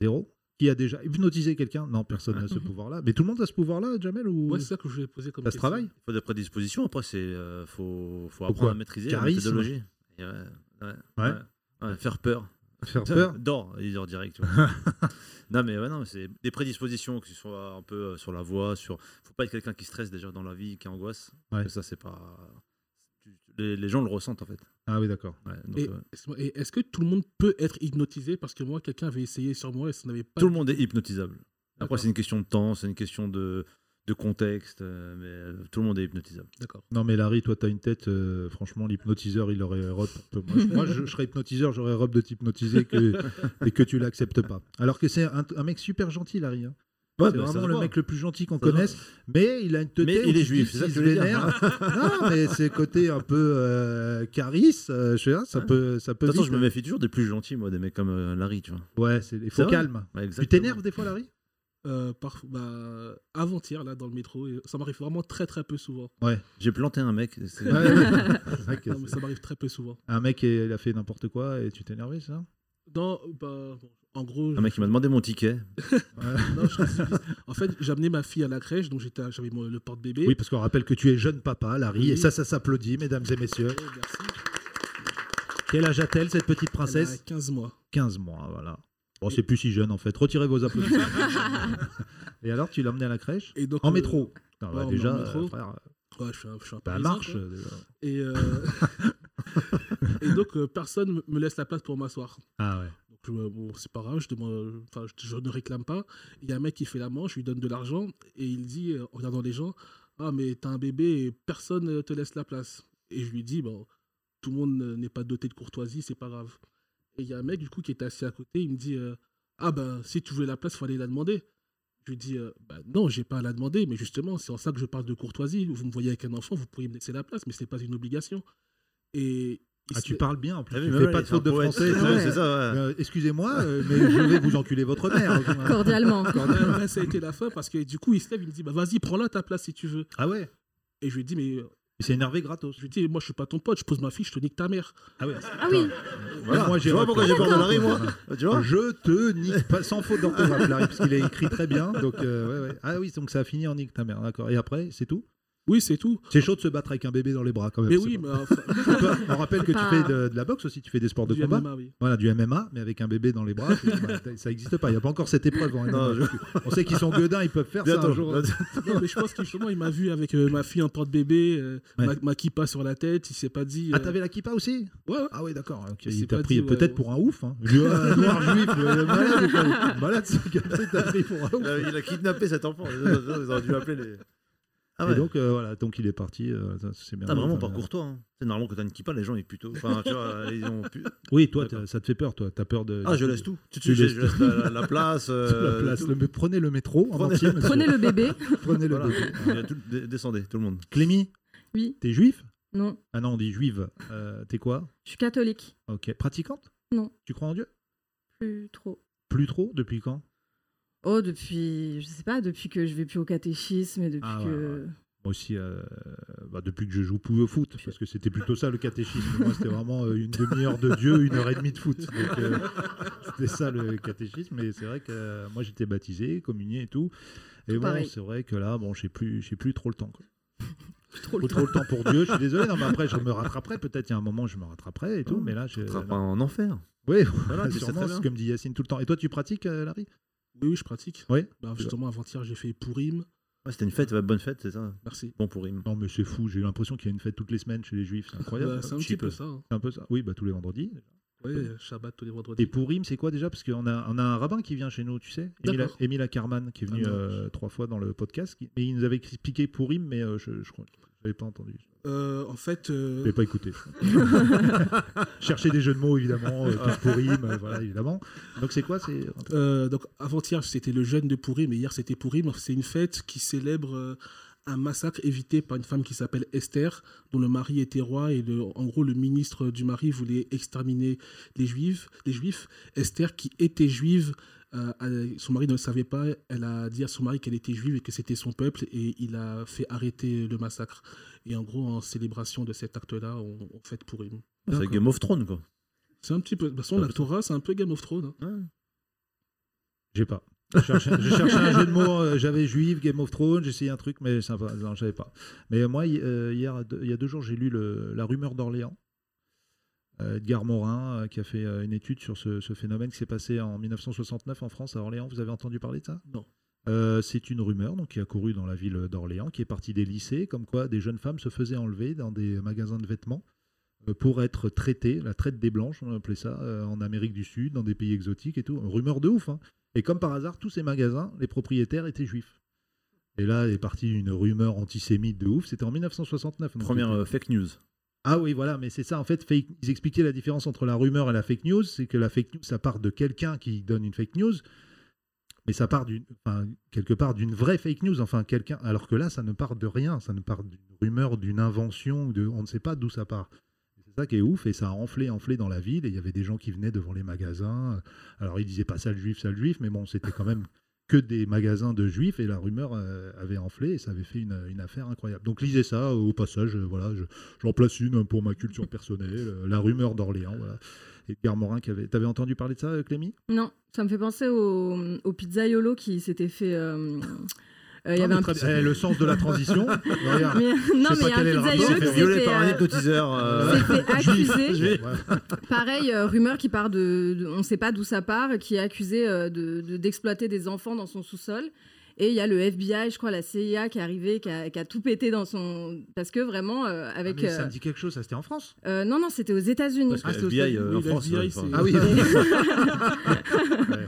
S3: Zéro. Qui a déjà hypnotisé quelqu'un Non,
S6: (laughs)
S3: personne n'a ce pouvoir-là. Mais tout le monde a ce pouvoir-là, Jamel ou
S6: Ouais, c'est ça que je voulais poser comme
S3: ça se
S6: question.
S3: travaille
S5: Faut des prédispositions, après, c'est euh, faut, faut
S3: Pourquoi
S5: apprendre à maîtriser la
S3: Charisme.
S5: méthodologie. Et ouais, ouais,
S3: Ouais.
S5: ouais, ouais, faire peur. (laughs)
S3: Faire peur
S5: Dors, il dort direct. tu
S3: (laughs)
S5: vois. non, mais ouais, non, mais c'est des prédispositions, que ce soit un peu euh, sur la voix, sur. Faut pas être quelqu'un qui stresse déjà dans la vie, qui angoisse.
S3: Ouais.
S5: Parce que Ça, c'est pas. tu- Les, les gens le ressentent en fait.
S3: Ah oui, d'accord.
S5: Ouais, donc,
S6: Et,
S5: euh,
S6: excuse-moi, et est-ce que tout le monde peut être hypnotisé Parce que moi, quelqu'un avait essayé sur moi et ça n'avait pas.
S5: tout le monde est hypnotisable. Après,
S6: D'accord.
S5: c'est une question de temps, c'est une question de, de contexte, euh, mais euh, tout le monde est hypnotisable.
S6: D'accord.
S3: Non mais Larry, toi t'as une tête, euh, franchement l'hypnotiseur il aurait robe. Moi, je- moi, je, je serais hypnotiseur, j'aurais robe de t'hypnotiser que, et que tu l'acceptes pas. Alors que c'est un, un mec super gentil Larry. hein. c'est
S5: bah, ça
S3: vraiment
S5: se
S3: le
S5: voit.
S3: mec le plus gentil qu'on
S5: Ça se
S3: connaisse, mais il a une tête.
S5: Mais il est juif, c'est ça que tu veux dire
S3: non mais c'est côté un peu euh, charis, euh, je sais pas, ça
S5: Ouais.
S3: peut, ça peut.
S5: De toute façon,
S3: vite. hein.
S5: je me méfie toujours des plus gentils, moi, des mecs comme euh, Larry, tu vois.
S3: Ouais, c'est il
S5: C'est
S3: faut
S5: vrai.
S3: calme.
S5: Ouais,
S3: Tu
S5: exactement.
S3: t'énerves des fois Larry
S6: Euh, par- bah, Avant-hier, là, dans le métro, et ça m'arrive vraiment très très peu souvent.
S5: J'ai planté un mec. c'est-
S3: Ouais, ouais. C'est vrai que
S6: Non, mais
S3: c'est-
S6: ça m'arrive très peu souvent.
S3: Un mec il a fait n'importe quoi et tu t'es énervé, c'est ça
S6: Non, bah, bon, en gros,
S5: Un mec qui m'a demandé mon ticket.
S6: (laughs) non, je serais stupide. en fait, j'ai amené ma fille à la crèche, donc j'étais, à- j'avais mon- le porte-bébé.
S3: Oui, parce qu'on rappelle que tu es jeune papa, Larry,
S6: Oui.
S3: et ça, ça s'applaudit, mesdames et messieurs.
S6: Ouais, merci.
S3: Quel âge a-t-elle, cette petite
S6: Elle a
S3: princesse
S6: 15 mois.
S3: 15 mois, voilà. Bon, c'est plus si jeune, en fait. Retirez vos
S6: (laughs)
S3: applaudissements. et alors, tu l'as emmenée à la crèche
S6: Et donc,
S3: En
S6: euh,
S3: métro Non, bah,
S6: ouais,
S3: déjà,
S6: en métro.
S3: euh, frère,
S6: ouais, je suis un, je suis un
S3: bah,
S6: Parisien,
S3: marche.
S6: quoi.
S3: euh, déjà.
S6: Et, euh,
S3: (laughs)
S6: et donc, euh, personne me- me laisse la place pour m'asseoir.
S3: Ah ouais.
S6: Donc, je me- bon, c'est pas grave, je, demande, enfin, je, je ne réclame pas. Il y a un mec qui fait la manche, je lui donne de l'argent et il dit, euh, en regardant les gens, Ah, mais t'as un bébé et personne ne te laisse la place. Et je lui dis, bon, tout le monde euh, n'est pas doté de courtoisie, c'est pas grave. Et il y a un mec, du coup, qui était assis à côté, il me dit, euh, Ah, ben, si tu voulais la place, fallait la demander. Je lui dis, euh, bah non, j'ai pas à la demander, mais justement, c'est en ça que je parle de courtoisie. Vous me voyez avec un enfant, vous pourriez me laisser la place, mais c'est pas une obligation. Et il
S3: Ah,
S6: se-
S3: tu parles bien, en plus.
S5: T'as vu,
S3: Tu
S5: mais
S3: fais
S5: ouais,
S3: pas de
S5: c'est un
S3: faute de
S5: poète. Ah
S3: français.
S5: Ouais,
S8: Ouais.
S5: C'est ça, ouais.
S3: Euh, Excusez-moi, euh, mais je vais vous enculer votre mère.
S8: Cordialement.
S6: Ouais, ouais, ça a été la fin parce que du coup, il se lève, il me dit bah, Vas-y, prends-la ta place si tu veux.
S3: Ah ouais
S6: Et je lui dis Mais euh,
S3: Il s'est énervé gratos.
S6: je lui dis, moi, je suis pas ton pote, je pose ma fille, je te nique ta mère.
S3: Ah ouais.
S8: Ah oui,
S5: Voilà.
S3: Moi, j'ai
S5: tu vois pourquoi j'ai peur de Larry, moi (laughs) Tu vois
S3: Je te nique pas sans faute d'orthographe, Larry, parce qu'il a écrit très bien. Donc, euh, ouais, ouais. Ah oui, donc ça a fini en nique ta mère, d'accord. Et après, c'est tout
S6: Oui, c'est tout.
S3: C'est chaud de se battre avec un bébé dans les bras quand même.
S6: mais
S3: c'est
S6: oui,
S3: pas- (laughs)
S6: mais enfin,
S3: c'est pas- On rappelle que tu
S8: Pas-
S3: fais de, de la boxe aussi, tu fais des sports de
S6: du
S3: combat.
S6: MMA, oui.
S3: Voilà, du MMA, mais avec un bébé dans les bras, c'est- bah, t'as- ça n'existe pas. Il n'y a pas encore cette épreuve. en MMA.
S5: Non, je-
S3: On sait qu'ils sont gueudins, ils peuvent faire ça un
S5: Bientôt.
S3: jour.
S6: (laughs) Non, mais je pense que justement, il m'a vu avec euh, ma fille en porte-bébé, euh,
S3: Ouais.
S6: ma, ma kippa sur la tête, il s'est pas dit.
S3: Ah,
S6: euh,
S3: t'avais la kippa aussi
S6: ouais, ouais.
S3: Ah oui, d'accord. ok.
S6: Il
S3: Il
S6: s'est
S3: t'a
S6: pas
S3: pris
S6: dit, ouais,
S3: peut-être
S6: ouais.
S3: pour un ouf. Hein. Je dis, ah, noir juif, euh, malade, ou quoi malade, ce gars, il t'a pris pour un ouf.
S5: (laughs) Il a- il a kidnappé cet enfant. Ils auraient dû appeler les. Ah
S3: Et
S5: ouais.
S3: donc euh, voilà, donc il est parti. euh, ça, c'est bien.
S5: T'as vraiment
S3: Enfin,
S5: pas courtois. Hein. C'est normalement quand t'as une kippa, les gens ils plutôt. Enfin, tu vois, euh, ils ont pu... (laughs)
S3: Oui, toi,
S5: D'accord.
S3: t'as- ça te fait peur, toi. T'as peur de.
S5: Ah, je laisse tout. Tu,
S3: Tu
S5: tu, je,
S3: laisses
S5: je laisse la,
S3: (laughs)
S5: la place.
S3: La
S5: euh,
S3: place,
S5: tout.
S3: le- prenez le métro en
S5: Prenez-
S3: entier, monsieur.
S8: prenez le bébé.
S3: (laughs) Prenez le
S5: Voilà.
S3: bébé.
S5: Euh, tout- dé- Descendez, tout le monde.
S3: Clémy,
S8: Oui,
S3: t'es juif
S8: non,
S3: Ah non, on dit juive. Euh, t'es quoi
S8: je suis catholique.
S3: Ok. Pratiquante
S8: Non.
S3: Tu crois en Dieu
S8: Plus trop.
S3: Plus trop Depuis quand
S8: Oh, depuis, je sais pas, depuis que je vais plus au catéchisme et depuis
S3: Ah ouais,
S8: que.
S3: Moi aussi, euh, bah, depuis que je joue plus au foot, parce que c'était plutôt ça le (laughs) catéchisme. Moi, c'était vraiment euh, une demi-heure de Dieu, une heure et demie de foot. Donc, euh, c'était ça le catéchisme. Et c'est vrai que euh, moi, j'étais baptisé, communié et tout. Et
S8: Tout
S3: bon,
S8: pareil.
S3: c'est vrai que là, bon, j'ai plus, j'ai plus trop le temps. quoi.
S8: plus trop
S3: Faut
S8: le temps.
S3: trop le temps pour Dieu, je suis désolé. Non, mais après, je me rattraperai. Peut-être il y a un moment, je me rattraperai et tout. Mais là, je.
S5: Ça sera pas en enfer.
S3: Oui, (laughs)
S5: Voilà, tu sais
S3: sûrement,
S5: très
S3: c'est
S5: bien.
S3: ce que me dit Yacine tout le temps. Et toi, tu pratiques, euh, Larry
S6: Oui, oui, je pratique.
S3: Oui.
S6: Bah, justement, avant-hier, j'ai fait Pourim.
S5: Ouais, c'était une fête, ouais, bonne fête, c'est ça.
S6: Merci.
S5: Bon pour Rim.
S3: Non, mais c'est fou. J'ai l'impression qu'il y a une fête toutes les semaines chez les Juifs. C'est incroyable.
S6: Bah, c'est un petit
S5: cheap.
S6: peu ça. hein.
S3: C'est un peu ça. Oui, bah tous les vendredis.
S6: Ouais, Shabbat tous les vendredis.
S3: Et pour Rim, c'est quoi déjà Parce qu'on a, on a un rabbin qui vient chez nous, tu sais, Emila,
S6: D'accord.
S3: Emila Carman, qui est venue
S6: Ah,
S3: euh, trois fois dans le podcast. qui- Et il nous avait expliqué pour Rim, mais euh, je, je crois. Je l'avais pas entendu.
S6: Euh, en fait, euh,
S3: Je l'avais pas
S6: (laughs)
S3: écouté. Chercher des jeux de mots, évidemment. euh,
S6: (laughs)
S3: tous pour Rim, euh, voilà, évidemment. Donc c'est quoi C'est
S6: euh, donc avant-hier, c'était le jeûne de Pourim, mais hier, c'était Pourim. C'est une fête qui célèbre euh, un massacre évité par une femme qui s'appelle Esther, dont le mari était roi et le- en gros, le ministre du mari voulait exterminer les juifs. Les juifs. Esther, qui était juive, euh, elle- son mari ne le savait pas. Elle a dit à son mari qu'elle était juive et que c'était son peuple, et il a fait arrêter le massacre. Et en gros, en célébration de cet acte-là, on, on fête Pourim.
S5: C'est Game of Thrones, quoi.
S6: C'est un petit peu. De toute façon, la Torah, c'est un peu Game of Thrones. hein.
S3: J'ai pas. Je cherchais, je cherchais un jeu de mots. euh, j'avais juif, Game of Thrones, j'essayais un truc, mais ça, va, non, j'avais pas. Mais moi, hi- euh, hier, deux- il y a deux jours, j'ai lu le- La rumeur d'Orléans. euh, Edgar Morin, euh, qui a fait euh, une étude sur ce, ce phénomène qui s'est passé en 1969 en France à Orléans. Vous avez entendu parler de ça
S6: Non.
S3: Euh, c'est une rumeur donc, qui a couru dans la ville d'Orléans, qui est partie des lycées, comme quoi des jeunes femmes se faisaient enlever dans des magasins de vêtements euh, pour être traitées, la traite des blanches, on appelait ça, euh, en Amérique du Sud, dans des pays exotiques et tout. Rumeur de ouf. hein. Et comme par hasard, tous ces magasins, les propriétaires étaient juifs. Et là est partie une rumeur antisémite de ouf. C'était en 1969. donc
S5: Première
S3: c'était-
S5: euh, fake news.
S3: ah oui, voilà, mais c'est ça, en fait, fake- ils expliquaient la différence entre la rumeur et la fake news, c'est que la fake news, ça part de quelqu'un qui donne une fake news, mais ça part d'une, enfin, quelque part d'une vraie fake news, enfin, quelqu'un, alors que là, ça ne part de rien, ça ne part d'une rumeur, d'une invention, de, on ne sait pas d'où ça part. C'est ça qui est ouf, et ça a enflé, enflé dans la ville, et il y avait des gens qui venaient devant les magasins, alors ils disaient pas ça le juif, ça le juif, mais bon, c'était quand même (laughs) que des magasins de juifs, et la rumeur euh, avait enflé, et ça avait fait une, une affaire incroyable. Donc lisez ça, au passage, euh, voilà, je, J'en place une hein, pour ma culture personnelle, euh, la rumeur d'Orléans. Voilà. Edgar Morin, qui avait... t'avais entendu parler de ça, euh, Clémy
S8: Non, ça me fait penser au, au pizzaiolo qui s'était fait. euh, euh, Il y avait un petit-
S3: Eh, Le sens de
S8: (laughs)
S3: la transition. regarde.
S8: Mais, non,
S3: pas
S8: mais il y a
S3: quel est le
S8: un
S3: rapport,
S8: pizzaiolo
S3: mais
S8: qui
S5: Violé
S8: s'était,
S5: par un
S8: euh, (laughs)
S5: hypnotiseur. euh,
S8: s'était
S3: (laughs)
S8: accusé.
S5: juif.
S3: Ouais.
S8: Pareil, euh, rumeur qui part de, de- On ne sait pas d'où ça part, qui est accusé euh, de- de- d'exploiter des enfants dans son sous-sol. Et il y a le FBI, je crois, la CIA qui est arrivée, qui a, qui a tout pété dans son. Parce que vraiment, euh,
S3: Ah,
S8: avec.
S3: mais ça
S8: euh,
S3: me dit quelque chose, ça c'était en France
S8: euh, non, non, c'était aux États-Unis.
S5: Parce que
S6: Ah, c'est au
S5: FBI
S6: stade-
S5: euh,
S6: oui,
S5: en
S6: le
S5: France.
S6: FBI,
S5: euh,
S6: c'est-
S5: enfin,
S3: Ah oui (laughs) Ouais.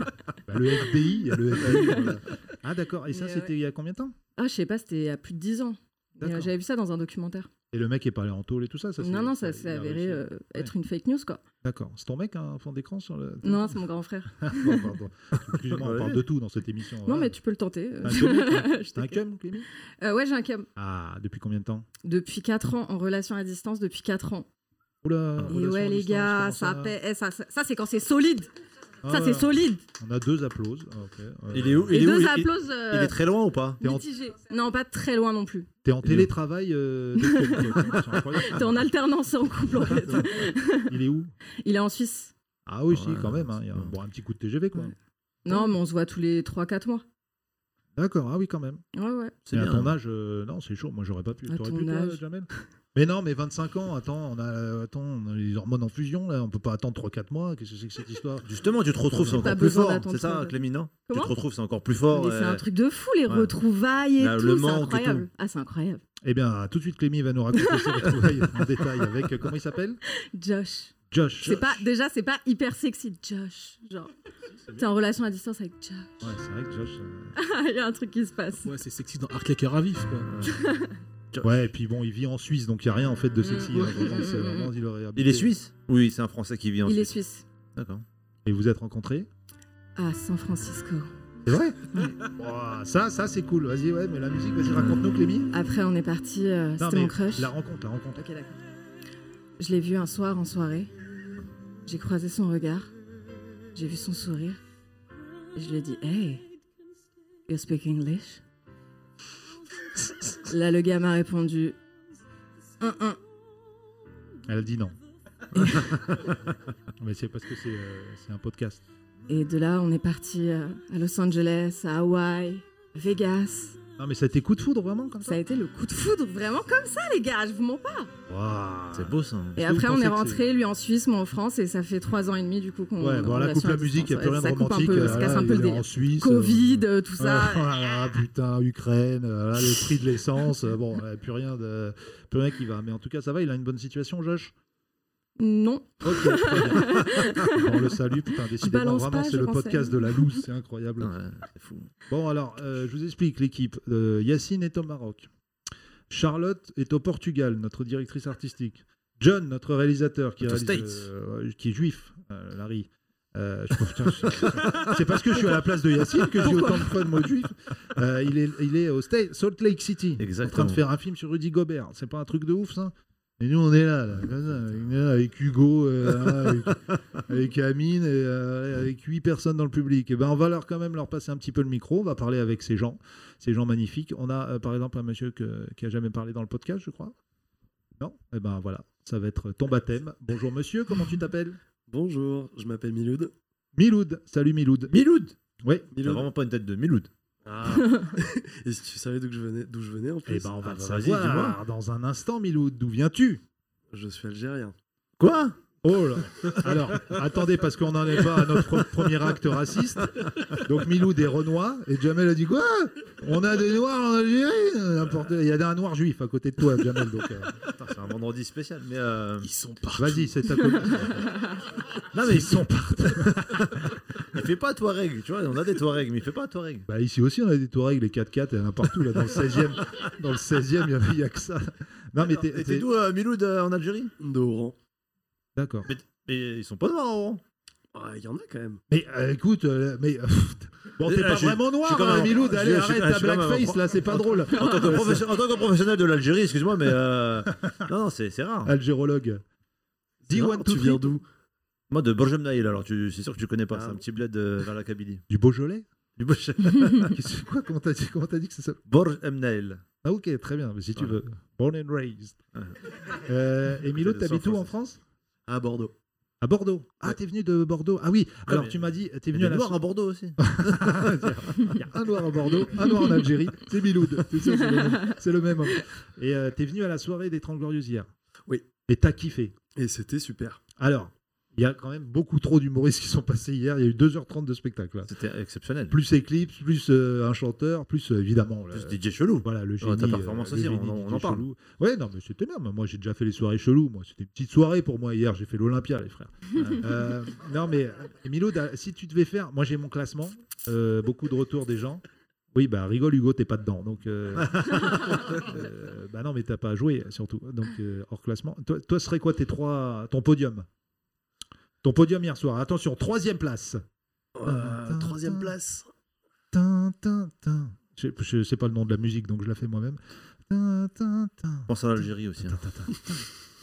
S3: Bah, Le FBI, il y a le FBI. voilà. Ah d'accord, et ça
S8: Mais,
S3: c'était il y a combien de temps
S8: Ah, je sais pas, c'était il y a plus de 10 ans. Mais, euh,
S3: D'accord.
S8: J'avais vu ça dans un documentaire.
S3: Et le mec est parlé en tôle et tout ça, ça c'est-
S8: non, non, ça
S3: il
S8: s'est
S3: a
S8: avéré
S3: réussi.
S8: euh, être une fake news, quoi.
S3: D'accord, c'est ton mec un fond d'écran sur le.
S8: Non, c'est mon grand
S3: (laughs)
S8: frère.
S3: Bon,
S8: (laughs)
S3: pardon. Excusez-moi, on
S5: Ouais.
S3: parle de tout dans cette émission.
S8: Non,
S3: voilà.
S8: mais tu peux le tenter. euh. (laughs)
S3: Un cum,
S8: Je
S3: T'as un
S8: t'ai-
S3: cum, Clémy
S8: Euh, ouais, j'ai un cum.
S3: Ah, depuis combien de temps
S8: Depuis 4 ans, en relation à distance, depuis 4 ans.
S3: Oula,
S8: Et
S3: relation à
S8: ouais, les
S3: distance,
S8: gars,
S3: comment
S8: ça,
S3: ça
S8: paie- eh, ça, ça- ça, c'est quand c'est solide.
S3: Ah
S8: ça,
S3: ouais.
S8: c'est solide.
S3: On a deux applauses. Ah, ok. Euh,
S5: Il est où
S8: Les
S5: Il est où
S8: deux
S5: Il- il-
S8: applauses euh,
S5: il est très loin ou pas
S3: T'es en-
S8: mitigées. Non, pas très loin non
S3: (laughs)
S8: plus.
S3: T'es en
S8: (laughs)
S3: télétravail euh, de Clémy, toi. C'est incroyable.
S8: T'es en alternance et en couple, en fait.
S3: Il est où
S8: Il est en Suisse.
S3: Ah oui, si,
S5: Ouais,
S3: quand même. hein. Il y a un,
S5: ouais.
S3: bon, un petit coup de TGV, quoi.
S8: Ouais.
S3: Ah.
S8: Non, mais on se voit tous les 3-4 mois.
S3: D'accord, ah oui, quand même.
S8: Ouais, ouais.
S5: C'est
S3: Mais
S5: bien.
S3: à ton âge, euh, non, c'est chaud. Moi, j'aurais pas pu.
S8: À
S3: T'aurais
S8: ton
S3: pu, toi,
S8: âge.
S3: Jamel Mais non, mais 25 ans, attends, on a, euh, attends, on a les hormones en fusion, là. On peut pas attendre 3-4 mois. Qu'est-ce que c'est que cette histoire
S5: Justement, tu te retrouves, c'est
S8: T'as
S5: encore plus
S8: besoin
S5: fort.
S8: d'attendre
S5: C'est ça,
S8: trop.
S5: Clémy, non Tu
S8: Comment
S5: te retrouves, c'est encore plus fort.
S8: Mais c'est
S5: euh,
S8: un truc de fou, les
S5: ouais.
S8: retrouvailles et
S5: Là,
S8: tout.
S5: le
S8: c'est
S5: manque et
S8: incroyable.
S5: tout.
S8: Ah, c'est incroyable.
S3: Eh bien, tout de suite, Clémy va nous raconter
S5: (laughs)
S3: ses retrouvailles en détail avec. euh, Comment il s'appelle
S8: Josh.
S3: Josh.
S8: C'est pas, déjà, c'est pas hyper sexy, Josh. Genre, t'es en relation à distance avec Josh. (laughs)
S3: Ouais, c'est vrai que Josh. euh,
S8: Il y a un truc qui se passe.
S6: Ouais, c'est sexy dans Arc (laughs) Cœur à vif, quoi.
S5: (laughs)
S3: Ouais, et puis bon, il vit en Suisse, donc il n'y a rien en fait de sexy.
S8: Mmh.
S3: hein. Vraiment, c'est
S8: Mmh.
S3: vraiment, il aurait habité.
S5: Il est suisse Oui, c'est un Français qui vit en
S8: Il est
S5: Suisse.
S8: suisse.
S5: D'accord.
S3: Et vous êtes rencontrés
S8: À San Francisco.
S3: C'est vrai Ouah, Ça, ça c'est cool. Vas-y, ouais, mais la musique, vas-y, raconte-nous, Clémy.
S8: Après, on est parti. euh,
S3: Non,
S8: C'était
S3: mais
S8: mon crush.
S3: La rencontre, la rencontre.
S8: Ok, d'accord. Je l'ai vu un soir en soirée. J'ai croisé son regard. J'ai vu son sourire. Et je lui ai dit Hey, you speak
S3: (laughs)
S8: English Là, le gars m'a répondu Hum, hum.
S3: Elle a
S8: (laughs)
S3: dit non. mais c'est parce que c'est euh, c'est un podcast.
S8: Et de là, on est parti euh, à Los Angeles, à Hawaï, Vegas,
S3: Non, mais ça a été coup de foudre vraiment comme ça.
S8: Ça a été le coup de foudre, vraiment comme ça, les gars, je vous mens pas.
S3: Waouh.
S5: C'est beau ça. hein.
S8: Et
S3: que vous
S8: après, on
S3: pensez
S8: est
S3: que
S8: rentré, lui en Suisse, moi en France, et ça fait trois ans et demi du coup qu'on.
S3: Ouais,
S8: on
S3: bon, là,
S8: relation
S3: coupe
S8: à
S3: la musique, il n'y a
S8: distance.
S3: plus rien de
S8: Ça coupe un
S3: romantique.
S8: peu,
S3: euh,
S8: ça
S3: là,
S8: casse un
S3: il
S8: peu le
S3: est
S8: délire.
S3: En Suisse. euh,
S8: Covid, euh, tout ça.
S3: (laughs) Ah, ah, putain, Ukraine, euh, là, le prix de l'essence, euh, bon, euh, plus rien, de, plus rien qui va. Mais en tout cas, ça va, il a une bonne situation, Josh.
S8: Non,
S3: Ok, très bien.
S8: (laughs)
S3: On le salue, putain, décidément,
S8: balance
S3: vraiment,
S8: pas,
S3: c'est
S8: je
S3: le
S8: pensais.
S3: podcast de la loose, c'est incroyable.
S5: Putain, ouais, C'est fou.
S3: Bon, alors, euh, je vous explique l'équipe. Euh, Yacine est au Maroc. Charlotte est au Portugal, notre directrice artistique. John, notre réalisateur, qui,
S5: Aux
S3: réalise,
S5: States.
S3: euh, ouais, qui est juif, euh, Larry. Euh, je- putain, je- c'est parce que je suis à la place de Yacine que j'ai autant de fun, moi, juif. Euh, il, est, il est au Sta- Salt Lake City, en train
S5: Exactement.
S3: de faire un film sur Rudy Gobert. C'est pas un truc de ouf, ça et nous, on est là, là, comme ça, on est là avec Hugo, euh, avec, avec Amine, et, euh, avec huit personnes dans le public. Et ben, on va leur quand même leur passer un petit peu le micro. On va parler avec ces gens, ces gens magnifiques. On a euh, par exemple un monsieur que- qui a jamais parlé dans le podcast, je crois. Non Et ben voilà, ça va être ton baptême. Bonjour monsieur, comment tu
S5: (laughs)
S3: t'appelles
S9: Bonjour, je m'appelle Miloud.
S3: Miloud. Salut Miloud.
S5: Miloud
S3: Oui.
S5: T'as
S9: Miloud.
S5: vraiment pas une tête de Miloud.
S9: (laughs)
S5: (laughs)
S9: Et si tu savais d'où que je venais, d'où je venais en
S3: Et
S9: plus
S3: ben on va
S5: Ah,
S3: le
S5: bah, vas-y,
S3: savoir dans un instant, Miloud. D'où viens-tu
S9: Je suis algérien.
S3: Quoi Oh là Alors, attendez, parce qu'on n'en est pas à notre premier acte raciste. Donc Miloud est Renoir, et Jamel a dit quoi On a des Noirs en Algérie n'importe- Il y a un Noir juif à côté de toi, Jamel. Donc, euh,
S5: Putain, C'est un vendredi spécial. Mais euh,
S6: Ils sont partout.
S3: vas-y, (laughs) c'est ta
S5: (laughs)
S3: copine.
S5: non mais ils sont partout. (laughs) il fait pas Touareg, tu vois. On a des Touareg, mais il fait pas Touareg.
S3: (laughs) Bah, ici aussi, on a des Touaregs, les 4x4, il y en a partout. Là, dans le 16e, dans le 16e il y en a- il n'y a que ça. Non, mais t'es...
S5: Et
S3: t'es-
S5: t'es d'où euh, Miloud euh, en Algérie
S9: De Oran.
S3: D'accord.
S5: Mais ils sont pas noirs en
S9: Ah, il y en a quand même.
S3: Mais euh, écoute, euh, mais... euh, bon, t'es
S5: Là,
S3: pas
S5: je-
S3: vraiment
S5: je
S3: noir,
S5: suis quand même-
S3: hein, Miloud.
S5: je-
S3: Allez,
S5: je-
S3: arrête
S5: je- je
S3: ta
S5: suis quand même-
S3: blackface, là, c'est pas drôle.
S5: En
S3: (laughs)
S5: tant que, professe- en tant que professionnel de l'Algérie, excuse-moi, mais euh, non, non, c'est c'est rare.
S3: Algérologue. Dis
S9: Non,
S3: one, two,
S9: tu
S3: three.
S9: viens d'où
S5: Moi, de Borjemnaïl, alors, tu, c'est sûr que tu connais pas.
S9: Ah.
S5: C'est un petit bled euh, vers la Kabylie.
S3: Du Beaujolais
S5: Du (laughs) Borj-
S3: Qu'est-ce- quoi Comment t'as dit, comment t'as dit que ça s'appelle
S5: Borjemnaïl.
S3: Ah ok, très bien, mais si tu
S5: Voilà.
S3: veux. Born and raised.
S5: Ouais.
S3: Euh, et Milo,
S5: de
S3: t'habites
S5: San
S3: où en France
S9: À Bordeaux.
S3: À Bordeaux. Ah,
S9: Ouais.
S3: t'es venu de Bordeaux. Ah oui,
S5: Ouais,
S3: alors
S5: mais-
S3: tu m'as dit, t'es
S5: Il
S3: venu
S5: y a
S3: à
S5: des
S3: la...
S5: noirs à Bordeaux aussi.
S3: (laughs) Il y a un noir à Bordeaux, un noir en Algérie, c'est Miloud. Tout ça, c'est le même- c'est le même. homme. Et euh, t'es venu à la soirée des 30 Glorieuses hier.
S9: Oui.
S3: Et t'as kiffé.
S9: Et c'était super.
S3: Alors, il y a quand même beaucoup trop d'humoristes qui sont passés hier. Il y a eu 2h30 de spectacle. là.
S5: C'était exceptionnel.
S3: Plus Eclipse, plus euh, un chanteur, plus euh, évidemment... le-
S5: Plus DJ chelou.
S3: Voilà, le génie.
S5: ta performance
S3: euh, le
S5: aussi, on-
S3: génie
S5: on
S3: DJ
S5: en parle.
S3: Chelou. Ouais, non, mais c'était bien. mais Moi, j'ai déjà fait les soirées cheloues. Moi, c'était une petite soirée pour moi hier. J'ai fait l'Olympia, les
S5: (laughs)
S3: frères. (laughs) Euh, non, mais euh, Milo, t'as- si tu devais faire, moi, j'ai mon classement. euh, beaucoup de retours des gens. Oui, bah rigole Hugo, t'es pas dedans. Donc,
S5: (laughs)
S3: euh, euh, bah non, mais t'as pas à jouer surtout. Donc euh, hors classement. Toi, toi, ce serait quoi tes trois, ton podium Ton podium hier soir. Attention, troisième place.
S9: Euh,
S3: Tintin.
S9: troisième place.
S3: Tin, tin, tin. Je, je sais pas le nom de la musique, donc je la fais moi-même. Tin, tin, tin.
S5: Pense à l'Algérie aussi.
S3: Tin,
S5: hein.
S3: tin, tin, tin,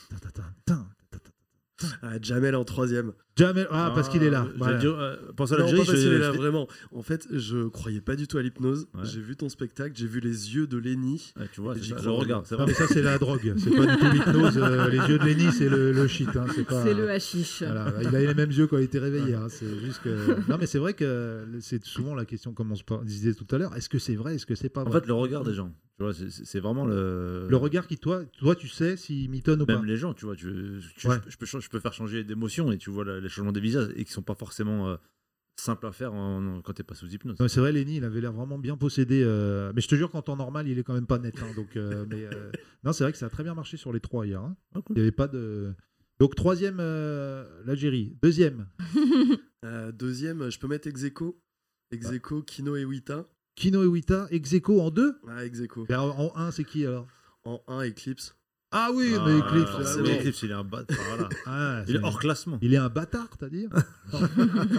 S3: tin, tin, tin, tin, tin.
S9: Ah, Jamel en troisième.
S3: Jamel, ah, parce qu'il est là.
S5: j'allais
S3: voilà.
S5: dire, euh, pense à
S9: Non,
S5: l'Algérie.
S9: pas parce
S5: je-
S9: qu'il est là,
S5: je-
S9: vraiment. En fait, je croyais pas du tout à l'hypnose.
S5: Ouais.
S9: J'ai vu ton spectacle, j'ai vu les yeux de Lenny.
S5: Ouais, tu vois,
S9: J'y
S5: c'est ça, je
S9: crois.
S5: regarde. C'est
S3: Non, mais
S5: vrai.
S3: ça, c'est la drogue. C'est pas du tout l'hypnose. euh, les yeux de Lenny, c'est le, le shit. hein, C'est pas.
S8: c'est le hashish.
S3: Voilà, il avait les mêmes yeux quand il était réveillé. hein, C'est juste que. Non, mais c'est vrai que c'est souvent la question, comme on se par- disait tout à l'heure. Est-ce que c'est vrai Est-ce que c'est pas
S5: En
S3: vrai
S5: fait, le regard des gens. Tu vois, c'est- c'est c'est vraiment le.
S3: Le regard qui toi, toi, tu sais s'il mitonne ou pas.
S5: Même les gens, tu vois, tu, tu-
S3: Ouais.
S5: je, peux, chan- je peux faire changer d'émotion et tu vois la- les changements des visages et qui sont pas forcément euh, simples à faire en- quand t'es pas sous hypnose.
S3: Non, c'est vrai, Lenny, il avait l'air vraiment bien possédé. euh, Mais je te jure qu'en temps normal, il est quand même pas net. hein, donc, euh, mais, euh, Non, c'est vrai que ça a très bien marché sur les trois hier. hein.
S5: Ah, cool.
S3: Il n'y avait pas de. Donc, troisième, euh, l'Algérie.
S6: (laughs)
S3: Deuxième,
S9: Euh, deuxième, je peux mettre Execo. Execo, Kino et Wita.
S3: Ah. Kino et Wita, Execo en deux.
S9: Ah, Execo.
S3: Et en, en un, c'est qui alors
S9: En un, Eclipse.
S3: Ah oui,
S5: Ah,
S3: mais Eclipse. ah
S5: forcément.
S3: oui.
S5: Eclipse, il est un bad- enfin, voilà.
S3: (laughs) Ah,
S5: Il est
S3: c'est-
S5: hors classement.
S3: il est un bâtard, t'as
S5: (laughs)
S3: dit Non,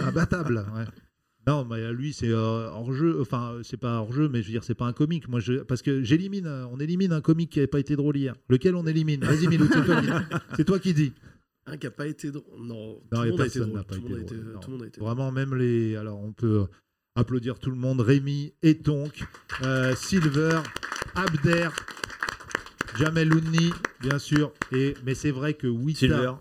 S3: Imbattable, ouais. Non, mais lui, c'est euh, hors jeu. Enfin, euh, c'est pas hors jeu, mais je veux dire, c'est pas un comique. Moi, je... Parce que j'élimine, euh, on élimine un comique qui n'avait pas été drôle hier. Lequel on élimine Vas-y, Milou, c'est toi, qui...
S5: (laughs)
S3: c'est toi qui dis.
S9: Un qui a pas été drôle. Non, tout
S3: Non,
S9: le
S3: et
S9: monde a été
S3: personne
S9: drôle.
S3: n'a pas
S9: Tout le
S3: été
S9: monde a été- euh,
S3: drôle, non.
S9: tout le monde a été
S3: Vraiment, même les. Alors, on peut euh, applaudir tout le monde. Rémi, Etonk, euh, Silver, Abder, Jamel Ouni, bien sûr. Et... Mais c'est vrai que Wita.
S5: Silver,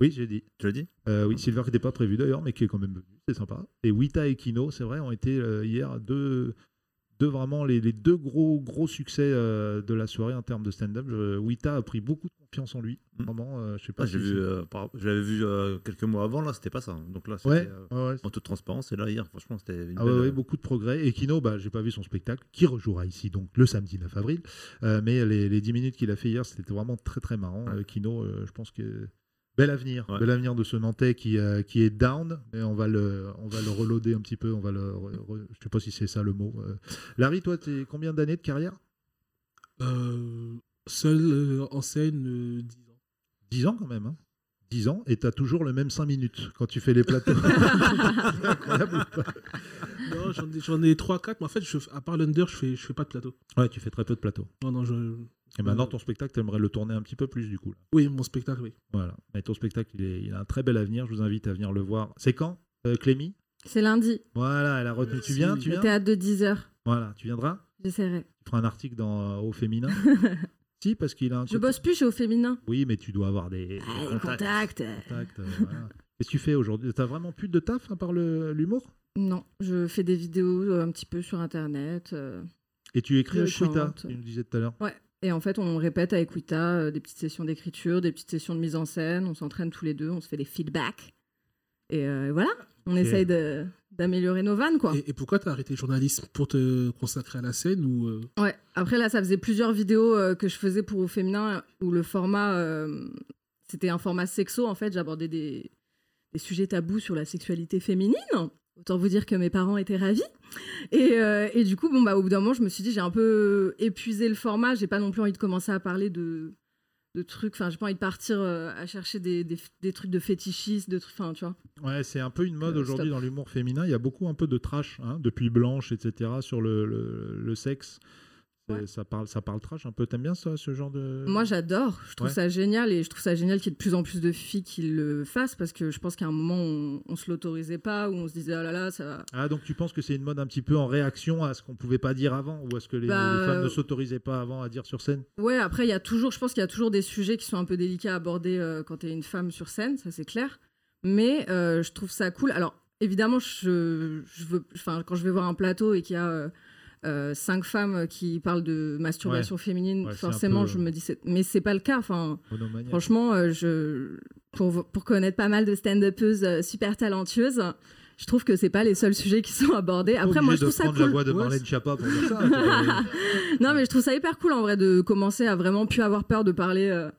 S3: Oui, j'ai dit.
S5: tu l'as dit
S3: Euh, oui, Silver qui n'était pas prévu d'ailleurs, mais qui est quand même venu. C'est sympa. Et Wita et Kino, c'est vrai, ont été euh, hier deux, deux deux vraiment les, les deux gros gros succès euh, de la soirée en termes de stand-up. Je- Wita a pris beaucoup de confiance en lui.
S5: Mm.
S3: Vraiment, euh, je sais pas.
S5: Ah, j'ai
S3: si
S5: vu,
S3: c'est-
S5: euh, par- je l'avais vu euh, quelques mois avant, là, c'était pas ça. Donc là, c'était
S3: Ouais,
S5: euh,
S3: ouais, ouais.
S5: en toute transparence. Et là, hier, franchement, c'était une
S3: Ah
S5: belle,
S3: ouais, ouais,
S5: euh,
S3: beaucoup de progrès. Et Kino, bah, j'ai pas vu son spectacle, qui rejouera ici donc le samedi 9 avril. Euh, mais les, les 10 minutes qu'il a fait hier, c'était vraiment très très marrant.
S5: Ouais.
S3: Euh, Kino, euh, je pense que bel avenir,
S5: Ouais.
S3: bel avenir de ce Nantais qui, euh, qui est down. Et on va le, on va le reloader un petit peu. On va le, re- re- je sais pas si c'est ça le mot. Euh, Larry, toi, t'es combien d'années de carrière
S6: Euh, seul euh, en scène, euh, 10 ans.
S3: 10 ans quand même. Hein 10 ans et t'as toujours le même 5 minutes quand tu fais les
S6: (laughs)
S3: plateaux. (laughs) C'est incroyable ou pas
S6: Non, j'en ai, j'en ai 3-4, mais en fait, je, à part l'Under, je fais, je fais pas de plateau.
S3: ouais, Eh ben, tu fais très peu de plateaux.
S6: Non, non, je.
S3: Et maintenant, ton spectacle, t'aimerais le tourner un petit peu plus du coup. là.
S6: Oui, mon spectacle, oui.
S3: Voilà. Mais ton spectacle, il, est- il a un très bel avenir. Je vous invite à venir le voir. C'est quand, euh, Clémy
S8: C'est lundi,
S3: Voilà,
S6: Euh,
S3: elle a retenu. Oh, Tu viens, tu
S8: au
S3: viens
S8: théâtre de 10h.
S3: Voilà, tu viendras.
S8: J'essaierai.
S3: Tu feras un article dans euh, Au Féminin.
S8: (laughs)
S3: si, parce qu'il a un.
S8: Je
S3: côté-
S8: bosse plus chez Au Féminin.
S3: Oui, mais tu dois avoir des, des
S8: Ah, les contacts.
S3: contacts. contacts, euh, voilà. Qu'est-ce que tu fais aujourd'hui T'as vraiment plus de taf à part le- l'humour
S8: Non, je fais des vidéos euh, un petit peu sur Internet. euh,
S3: Et tu écris
S8: Je
S3: avec Wita,
S8: chante.
S3: tu nous disais tout à l'heure.
S8: Et en fait, on répète avec Wita euh, des petites sessions d'écriture, des petites sessions de mise en scène. On s'entraîne tous les deux, on se fait des feedbacks. Et euh, voilà, on essaye de- d'améliorer nos vannes, quoi.
S6: Et, et pourquoi t'as arrêté le journalisme Pour te consacrer à la scène ou euh,
S8: Ouais. Après, là, ça faisait plusieurs vidéos euh, que je faisais pour Au Féminin où le format, euh, c'était un format sexo, en fait. J'abordais des, des sujets tabous sur la sexualité féminine. Autant vous dire que mes parents étaient ravis. Et, euh, et du coup, bon, bah, au bout d'un moment, je me suis dit, j'ai un peu épuisé le format. J'ai pas non plus envie de commencer à parler de, de trucs. Enfin, j'ai pas envie de partir euh, à chercher des, des- des trucs de fétichistes, de trucs. Enfin, tu vois.
S3: Ouais, c'est un peu une mode
S8: Euh,
S3: aujourd'hui
S8: stop.
S3: dans l'humour féminin. Il y a beaucoup un peu de trash, hein, depuis Blanche, etc., sur le, le- le sexe. C'est-
S8: Ouais.
S3: Ça, parle, ça parle trash un peu. T'aimes bien ça, ce genre de.
S8: Moi, j'adore. Je trouve
S3: Euh, ouais.
S8: ça génial et je trouve ça génial qu'il y ait de plus en plus de filles qui le fassent parce que je pense qu'à un moment, on, on se l'autorisait pas ou on se disait ah là là, ça va.
S3: Ah, donc tu penses que c'est une mode un petit peu en réaction à ce qu'on pouvait pas dire avant ou à ce que les,
S8: Bah,
S3: les femmes ne
S8: euh,
S3: s'autorisaient pas avant à dire sur scène
S8: Ouais, après, il y a toujours, je pense qu'il y a toujours des sujets qui sont un peu délicats à aborder euh, quand tu es une femme sur scène, ça c'est clair. Mais euh, je trouve ça cool. Alors, évidemment, je, je veux, enfin, quand je vais voir un plateau et qu'il y a. euh, euh, cinq femmes qui parlent de masturbation féminine,
S3: Ouais, c'est un
S8: forcément,
S3: peu, euh,
S8: je me dis, c'est- mais c'est pas le cas. Enfin,
S3: Monomaniaque.
S8: Franchement, euh, je, pour, pour connaître pas mal de stand-upeuses euh, super talentueuses, je trouve que c'est pas les seuls sujets qui sont abordés.
S3: Pas
S8: Après, moi,
S3: obligé
S8: je trouve
S3: de
S8: ça
S3: prendre la
S8: cool.
S3: voix de
S6: Ouais,
S3: Marlène
S6: c'est-
S3: Schiappa pour dire ça. toi.
S8: (laughs) Non, mais je trouve ça hyper cool en vrai de commencer à vraiment plus avoir peur de parler euh,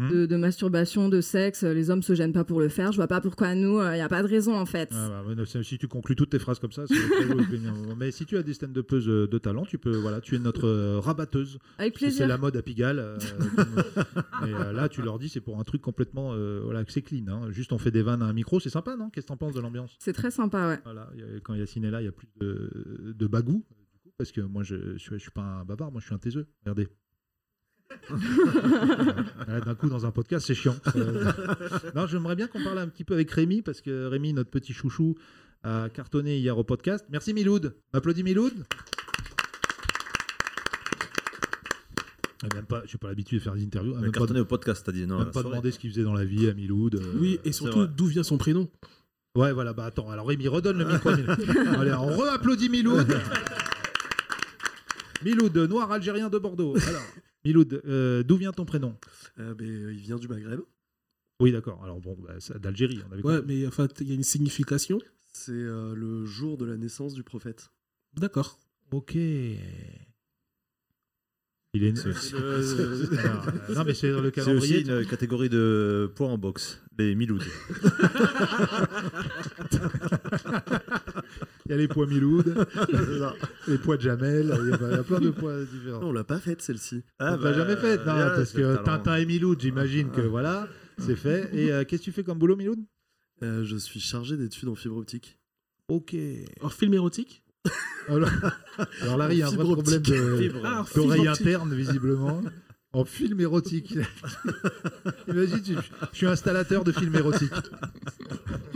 S3: Hmm.
S8: de, de masturbation, de sexe. Les hommes se gênent pas pour le faire. Je vois pas pourquoi nous, il n'y a pas de raison en fait.
S3: Ah, bah, mais non, c'est- si tu conclus toutes tes phrases comme ça, c'est très beau, Clémy. Mais si tu as des stand-upeuses euh, de talent, tu peux, voilà, tu es notre euh, rabatteuse.
S8: Avec
S3: Parce que C'est
S8: plaisir.
S3: la mode à Pigalle. euh, (laughs) mais euh, là, tu leur dis, c'est pour un truc complètement. euh, voilà, que c'est clean. hein. Juste, on fait des vannes à un micro, c'est sympa, non Qu'est-ce que t'en penses de l'ambiance
S8: C'est très sympa, ouais.
S3: voilà, y a- Quand Yacine est là, il n'y a plus de, de bagou. du coup, Parce que moi, je ne suis, je suis pas un bavard, moi, je suis un taiseux. Regardez. Là, D'un coup, dans un podcast, c'est chiant. Euh, non, j'aimerais bien qu'on parle un petit peu avec Rémi, parce que Rémi, notre petit chouchou, a cartonné hier au podcast. Merci Miloud. On Applaudit Miloud. Ah, Même pas, je n'ai pas l'habitude de faire des interviews. Ah,
S5: Mais
S3: Même pas,
S5: cartonné au podcast, t'as dit. Non, à
S3: même
S5: la
S3: pas
S5: soirée.
S3: demandé ce qu'il faisait dans la vie à Miloud. euh,
S6: Oui, et
S5: vrai.
S6: surtout, d'où vient son prénom
S3: Ouais, voilà, bah attends, alors Rémi, redonne le micro. à
S6: (laughs)
S3: Miloud. Allez, on re-applaudit Miloud. Miloud, noir algérien de Bordeaux. Alors, Miloud, euh, d'où vient ton prénom
S9: Euh, ben, euh, il vient du Maghreb.
S3: Oui, d'accord. Alors, bon, bah, c'est d'Algérie, on avait
S6: Ouais,
S3: compris.
S6: mais enfin, t- il y a une signification.
S9: C'est euh, le jour de la naissance du prophète.
S6: D'accord.
S3: Ok. Il est.
S5: C'est aussi-
S3: Alors, euh, non, mais c'est dans le
S5: C'est aussi
S3: calendrier.
S5: une catégorie de poids en boxe,
S3: (laughs)
S5: les Miloud.
S3: Il y a les poids
S9: (laughs)
S3: Miloud, les poids de Jamel, il y a- Eh ben, il y a plein de poids différents.
S9: Non, on l'a pas faite celle-ci. bah,
S5: Ah,
S3: on l'a jamais faite, non, parce que Tintin et Miloud, j'imagine
S9: Ah.
S3: que voilà, c'est fait. Et euh, qu'est-ce que tu fais comme boulot, Miloud
S9: Euh, je suis chargé d'études en fibre optique.
S3: Ok.
S6: Alors, film érotique
S3: Alors,
S9: (laughs)
S3: (laughs) alors Larry, il y a un vrai
S9: Fibre
S3: problème
S9: optique.
S3: de-
S6: Ah, film
S3: d'oreille
S6: érotique.
S3: interne, visiblement. En film érotique. (laughs) Imagine, tu- je suis installateur de films érotiques.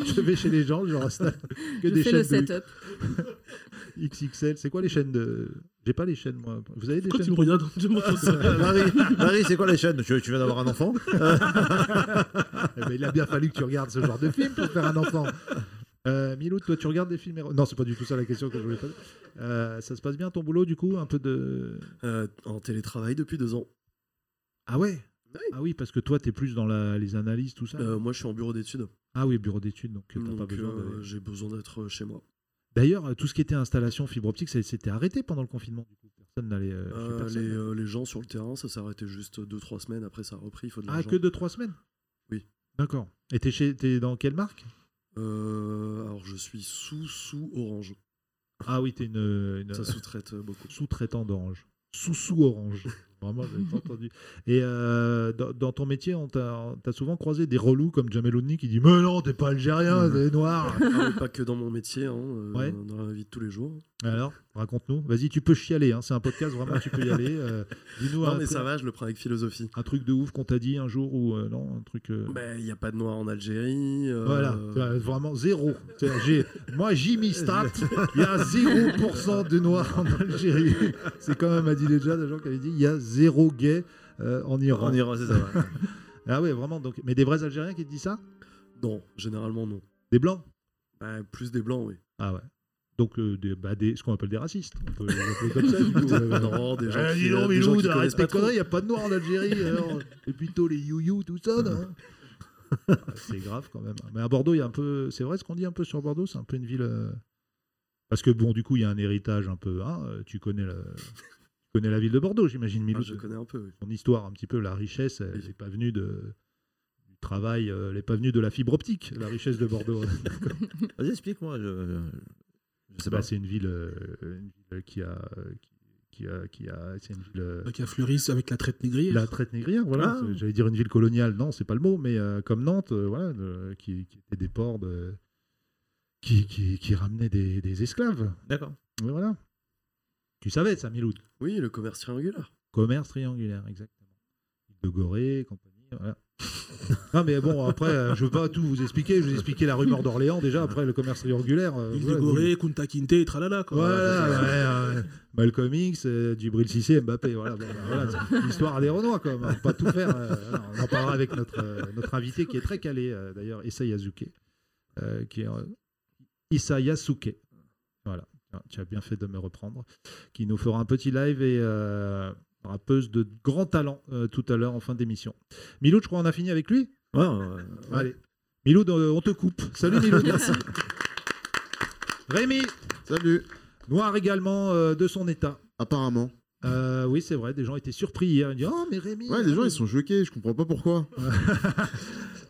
S3: Je vais chez les gens, je leur installe que
S8: Je
S3: des
S8: fais le
S3: chaînes (laughs)
S8: setup.
S3: de XXL. C'est quoi les chaînes de. J'ai pas les chaînes, moi. Vous avez des
S6: Pourquoi tu
S3: chaînes
S6: me regardes Je
S3: (laughs)
S6: m'en fous.
S5: Larry,
S6: (laughs)
S5: Larry, c'est quoi les chaînes tu, tu viens d'avoir un enfant
S3: Eh ben, Il a bien fallu que tu regardes ce genre de film pour faire un enfant. (laughs) Euh, Milou, toi, tu regardes des films érotiques Non, c'est pas du tout ça la question que je voulais poser. Euh, ça se passe bien ton boulot, du coup Un peu de.
S9: Euh, en télétravail depuis deux ans.
S3: Ah ouais
S9: Oui.
S3: Ah oui, parce que toi, t'es plus dans la- les analyses, tout ça.
S9: Euh, moi, je suis en bureau d'études.
S3: Ah oui, bureau d'études, donc t'as pas
S9: Donc,
S3: besoin
S9: euh,
S3: d'aller-
S9: j'ai besoin d'être chez moi.
S3: D'ailleurs, euh, tout ce qui était installation fibre optique, ça- c'était arrêté pendant le confinement. Du coup, personne n'allait. euh, chez
S9: Euh,
S3: personne.
S9: les, euh, les gens sur le terrain, ça s'est arrêté juste 2-3 semaines. Après, ça a repris. Il faut de
S3: Ah,
S9: l'argent.
S3: que deux, trois semaines
S9: Oui.
S3: D'accord. Et t'es chez- t'es dans quelle marque
S9: Euh, alors, je suis sous sous Orange.
S3: Ah oui, t'es une, une-
S9: Ça sous-traite euh, beaucoup.
S3: sous-traitant d'Orange.
S9: (laughs)
S3: Sous-sous-Orange. Vraiment, j'avais pas entendu. Et euh, dans, dans ton métier, on t'a on t'a souvent croisé des relous comme Jamel Oudni qui dit Mais non, t'es pas algérien,
S9: Mhm.
S3: t'es
S9: (laughs)
S3: noir.
S9: Ah, (laughs) mais pas que dans mon métier, hein, euh,
S3: Ouais.
S9: dans la vie de tous les jours.
S3: Alors, raconte-nous. Vas-y, tu peux chialer. hein, C'est un podcast, vraiment, tu peux y aller. euh, Dis-nous un,
S9: Non, mais
S3: truc-
S9: ça va, je le prends avec philosophie. Ben,
S3: un truc de ouf qu'on t'a dit un jour ou euh, non, un truc. euh,
S9: Il n'y a pas de noir en Algérie. euh,
S3: Voilà, tu vois, vraiment zéro. Tu vois, j'ai- Moi, Jimmy Stat, il y a 0% de noirs en Algérie. C'est quand même Adi déjà des gens qui avaient dit il y a zéro gay euh, en Iran.
S5: On ira, c'est ça. ouais.
S3: (laughs) Ah ouais, vraiment. Donc, mais des vrais Algériens qui te disent ça
S9: Non, généralement non.
S3: Des blancs
S9: Bah, plus des blancs, oui.
S3: Ah ouais. Donc, euh, des, bah, des- ce qu'on appelle des racistes. On peut les appeler comme ça, du coup. Euh,
S9: (laughs) non, des gens
S3: Eh,
S9: qui,
S3: dis donc,
S9: des gens
S3: Miloud,
S9: qui connaissent
S3: arrête
S9: pas
S3: tes
S9: trop.
S3: conneries, il n'y a pas de noirs en Algérie. alors. Et plutôt les you-you, tout ça, non
S5: (laughs)
S3: Ah, C'est grave quand
S5: hein.
S3: même. Mais à Bordeaux, il y a un peu. C'est vrai ce qu'on dit un peu sur Bordeaux, c'est un peu une ville. euh, Parce que bon, du coup, il y a un héritage un peu. hein, euh, tu connais la... tu connais la ville de Bordeaux, j'imagine,
S9: Ah,
S3: Miloud.
S9: je connais un peu, oui.
S3: Son histoire, un petit peu, la richesse, elle
S9: Oui.
S3: n'est pas venue de du travail, euh, elle n'est pas venue de la fibre optique, la richesse de
S5: (laughs)
S3: Bordeaux.
S5: Vas-y, explique-moi. Je, je- je sais
S3: Bah,
S5: pas.
S3: c'est une ville, euh, une ville qui a, qui, qui a, qui a, c'est une ville euh,
S6: Qui a fleuri avec la traite négrière.
S3: La traite négrière, voilà.
S5: Ah.
S3: C'est- J'allais dire une ville coloniale, non, c'est pas le mot, mais euh, comme Nantes, euh, voilà, euh, qui, qui était des ports de- qui, qui, qui ramenaient des, des esclaves.
S5: D'accord.
S3: Et voilà. Tu savais ça, Miloud.
S9: Oui, le commerce triangulaire.
S3: Commerce triangulaire, exactement. De Gorée, et compagnie, voilà. (laughs) non, mais bon, après, euh, je veux pas tout vous expliquer. Je vous expliquer la rumeur d'Orléans déjà. Après, le commerce triangulaire. euh,
S6: Île
S3: voilà,
S6: de Gorée, Kunta Kinte, tralala. Quoi.
S3: Voilà, ouais, ouais. Malcolm X, euh, Djibril Cissé, Mbappé. Voilà, bon, bah, voilà, c'est l'histoire des Renois, quand même. On peut pas tout faire. euh, voilà, on en parlera avec notre, euh, notre invité qui est très calé, euh, d'ailleurs, Issa Yasuke. euh, qui est, euh, Issa Yasuke. Voilà, Ah, tu as bien fait de me reprendre. Qui nous fera un petit live et. euh, rappeuse de grand talent euh, tout à l'heure en fin d'émission. Milou, je crois qu'on a fini avec lui
S5: Ouais, ouais, ouais.
S3: Allez. Miloud, euh, on te coupe. Salut
S5: (laughs)
S3: Miloud. Rémi,
S7: Salut.
S3: noir également euh, de son état.
S7: Apparemment.
S3: Euh, oui, c'est vrai, des gens étaient surpris hier. Ils disent Oh, mais Rémi
S7: Ouais, les gens ils sont choqués, je comprends pas
S3: (laughs)
S7: pourquoi.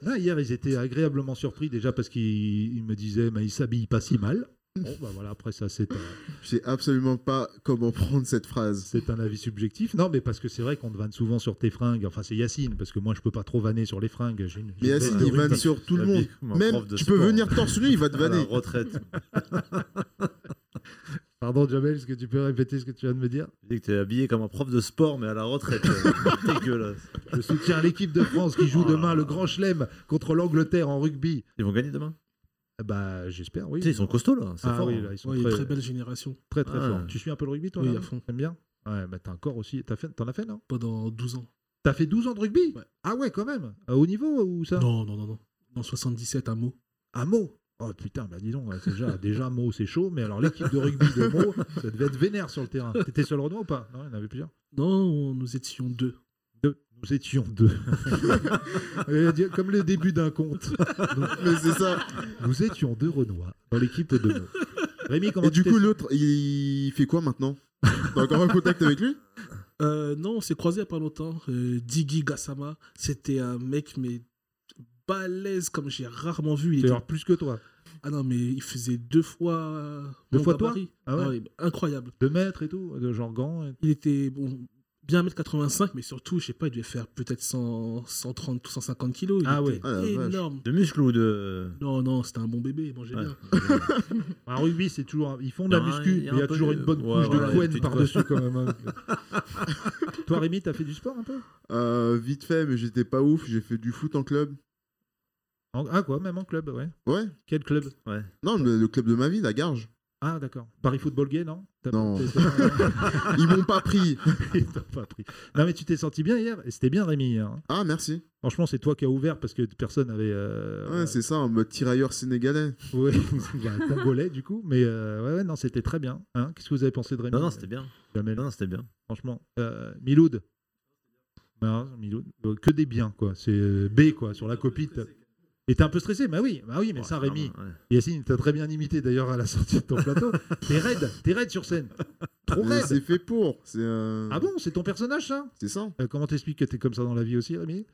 S3: Là, hier, ils étaient agréablement surpris, déjà parce qu'ils ils me disaient Mais il s'habille pas si mal. Bon, bah voilà, après ça, c'est un,
S7: Je sais absolument pas comment prendre cette phrase.
S3: c'est un avis subjectif. Non, mais parce que c'est vrai qu'on te vanne souvent sur tes fringues. Enfin, c'est Yacine, parce que moi, je peux pas trop vanner sur les fringues. J'ai une-
S7: Mais
S3: j'ai une
S7: Yacine,
S3: vanne de
S7: il
S3: rue.
S7: vanne sur tout le
S5: Habillé
S7: monde.
S5: comme un
S7: Même,
S5: prof de
S7: tu peux
S5: sport.
S7: venir torse nu, il va te
S5: À la
S7: vanner.
S5: retraite.
S3: (laughs) Pardon, Jamel, est-ce que tu peux répéter ce que tu viens de me dire
S5: Tu dis que t'es habillé comme un prof de sport, mais à
S3: (laughs)
S5: la retraite. euh, Dégueulasse.
S3: Je soutiens l'équipe de France qui joue demain le grand chelem contre l'Angleterre en rugby.
S5: Ils vont gagner demain.
S3: Bah, j'espère, oui.
S5: Tu sais, ils sont costauds là. C'est
S3: Ah
S5: fort.
S3: oui,
S5: hein.
S3: là, ils sont
S6: Ouais, il y a
S3: très,
S6: une très belle génération.
S3: très, très
S5: Ah.
S3: forts. Tu suis un peu le rugby, toi
S6: Oui,
S3: là,
S6: à fond.
S3: T'aimes bien Ouais, bah t'as un corps aussi. T'as fait- T'en as fait, non
S6: Pendant 12 ans.
S3: T'as fait 12 ans de rugby
S6: Ouais.
S3: Ah ouais, quand même À haut niveau euh, ou ça
S6: Non, non, non, non. En 77, à Meaux.
S3: À Meaux Oh putain, bah dis donc, ouais, c'est déjà, (laughs) déjà Meaux c'est chaud, mais alors l'équipe de rugby de Meaux, ça devait être vénère sur le terrain. T'étais seul Renoir ou pas Non, il y en avait plusieurs.
S6: Non, nous étions deux.
S3: Deux. Nous étions deux. Et Comme le début d'un conte.
S5: (laughs)
S7: Mais c'est ça.
S3: Nous étions deux Renois dans l'équipe de Meaux. Rémi, comment
S7: Et
S3: tu
S7: du
S3: t'es-
S7: coup, l'autre, il fait quoi maintenant T'as encore un contact avec lui
S6: Euh, non, on s'est croisés il n'y a pas longtemps. Euh, Diggy Gassama, c'était un mec, mais balèze comme j'ai rarement vu.
S3: Tu
S6: Il
S3: vas
S6: était...
S3: avoir plus que toi.
S6: Ah non, mais il faisait deux fois.
S3: Deux
S6: mon
S3: fois toi
S6: gabarit.
S3: Ah ouais
S6: Ah ouais, incroyable.
S3: De maître et tout, euh, de genre gants. et-
S6: Il était bon, bien 1m85, mais surtout, je sais pas, il devait faire peut-être 100, 130 ou 150 kilos. Il
S3: Ah
S6: était
S3: ouais.
S7: Ah la vache.
S6: énorme.
S5: De muscles ou de.
S6: Non, non, c'était un bon bébé, il mangeait
S5: Ouais.
S6: bien.
S3: (laughs) Un rugby, c'est toujours. un- Ils font de la
S5: Non,
S3: muscu,
S5: Ah, il y
S3: mais
S5: a
S3: il y
S5: un
S3: a
S5: peu
S3: toujours
S5: de-
S3: une bonne
S5: ouais,
S3: couche
S5: voilà,
S3: de
S5: une
S3: couenne
S5: petite
S3: par-dessus quand même. hein. Toi, Rémi, t'as fait du sport un peu
S7: Euh, Vite fait, mais j'étais pas ouf, j'ai fait du foot en club.
S3: En- Ah, quoi, même en club, ouais.
S7: Ouais
S3: Quel club
S7: Non, le, le club de ma vie, la Garge.
S3: Ah, d'accord. Paris Football Gay, non T'as-
S7: Non.
S3: t'es- t'es-
S7: Ils m'ont pas
S3: (laughs)
S7: pris.
S3: t'as pas pris. Non, mais tu t'es senti bien hier. Et c'était bien, Rémi, hier. hein.
S7: Ah, merci.
S3: Franchement, c'est toi qui as ouvert parce que personne n'avait. euh,
S7: Ouais, c'est ça, en mode tirailleur sénégalais.
S3: Ouais, (laughs) il y a un Congolais du coup, mais euh, ouais, ouais, non, c'était très bien. Hein Qu'est-ce que vous avez pensé de Rémi
S5: Non, non, c'était bien.
S3: Jamel,
S5: Non, non, c'était bien.
S3: franchement. Euh, Miloud Non, Miloud, euh, que des biens, quoi. C'est euh, B, quoi, sur la copie. t'as- Et t'es un peu stressé Bah oui, bah oui, mais
S5: Ouais,
S3: ça, Rémi.
S5: vraiment, ouais.
S3: Yacine, t'as très bien imité d'ailleurs à la sortie de ton plateau.
S5: (laughs)
S3: t'es raide, t'es raide sur scène. Trop
S7: Mais
S3: raide.
S7: Euh, C'est fait pour. (laughs) C'est euh,
S3: Ah bon, c'est ton personnage, ça
S7: C'est ça.
S3: Euh, Comment t'expliques que t'es comme ça dans la vie aussi, Rémi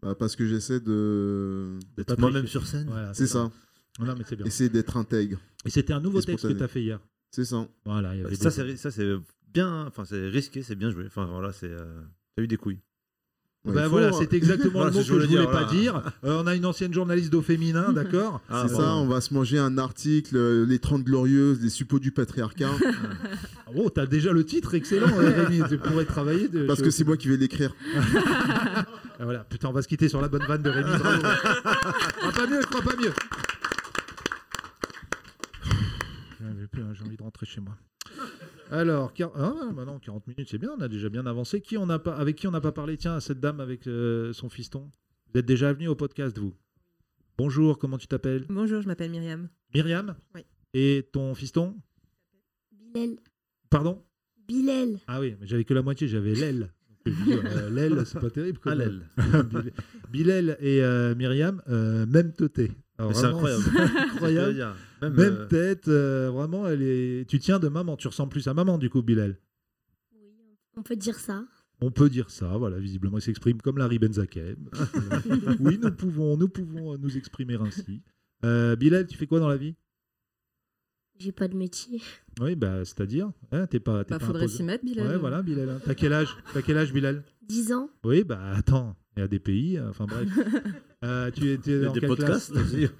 S7: Bah, parce que j'essaie de.
S3: pas
S5: D'être moi-même
S3: triché.
S5: sur scène.
S3: Voilà,
S7: C'est ça.
S3: Non, mais c'est bien.
S7: Essayer d'être intègre.
S3: Et c'était un nouveau
S7: Et
S3: texte que
S7: spontané.
S3: t'as fait hier.
S7: C'est ça.
S3: Voilà, il y avait
S5: Ça,
S3: des-
S5: c'est ri- ça, c'est bien. Enfin, c'est risqué, c'est bien joué. Enfin, voilà, c'est. euh, T'as eu des couilles.
S7: Ouais,
S3: Ben
S7: il faut,
S3: voilà,
S7: hein.
S3: c'est exactement le mot
S5: Voilà,
S3: que
S5: c'est ce
S3: je
S5: que
S3: voulais
S5: je voulais
S3: pas
S5: dire,
S3: dire. Euh, on a une ancienne journaliste d'eau féminin, d'accord
S5: Ah,
S7: (laughs) c'est
S5: bon.
S7: ça, on va se manger un article, euh, les 30 glorieuses, les suppôts du
S10: (laughs)
S7: patriarcat,
S3: Oh, t'as déjà le titre, excellent,
S7: (laughs)
S3: euh, Rémi. Tu pourrais travailler. De,
S7: parce
S3: je-
S7: que c'est moi qui vais l'écrire.
S3: Ah, voilà, putain, on va se quitter sur la bonne vanne de Rémi. bravo. Ah, pas mieux, je crois pas mieux. J'en ai plus, hein, J'ai envie de rentrer chez moi. Alors, quar- ah, bah non, 40 minutes, c'est bien, on a déjà bien avancé. Qui on a pas, avec qui on n'a pas parlé Tiens, cette dame avec euh, son fiston. Vous êtes déjà venu au podcast, vous Bonjour, comment tu t'appelles
S10: Bonjour, je m'appelle Myriam.
S3: Myriam
S10: Oui.
S3: Et ton fiston
S11: Bilal.
S3: Pardon
S11: Bilal.
S3: Ah oui, mais j'avais que la moitié, j'avais l'aile. Donc, je me dis, euh, l'aile, c'est pas terrible.
S5: Ah,
S3: comme-
S5: l'aile.
S3: Bil- (laughs) Bilal et euh, Myriam, euh, même teuté. Alors,
S5: Mais (laughs) C'est
S3: vraiment,
S5: incroyable.
S3: c'est incroyable.
S5: Même,
S3: Même
S5: euh,
S3: tête, euh, vraiment, elle est... tu tiens de maman, tu ressembles plus à maman du coup, Bilal.
S11: Oui, on peut dire ça.
S3: On peut dire ça, voilà, visiblement, il s'exprime comme Larry
S5: (laughs)
S3: Benzakem. oui, nous pouvons, nous pouvons nous exprimer ainsi. Euh, Bilal, tu fais quoi dans la vie
S11: J'ai pas de métier.
S3: Oui, bah, c'est-à-dire, hein, t'es pas, t'es
S8: Bah,
S3: pas
S8: faudrait
S3: imposé-
S8: s'y mettre, Bilal.
S3: Ouais, voilà, Bilal. hein. T'as quel âge T'as quel âge, Bilal
S11: 10 ans.
S3: Oui, bah attends, il y a des pays, euh, enfin
S5: (laughs)
S3: bref. Euh, tu es, tu es
S5: il y a
S3: dans
S5: des
S3: quelle
S5: podcasts
S3: classe
S5: aussi.
S3: (laughs)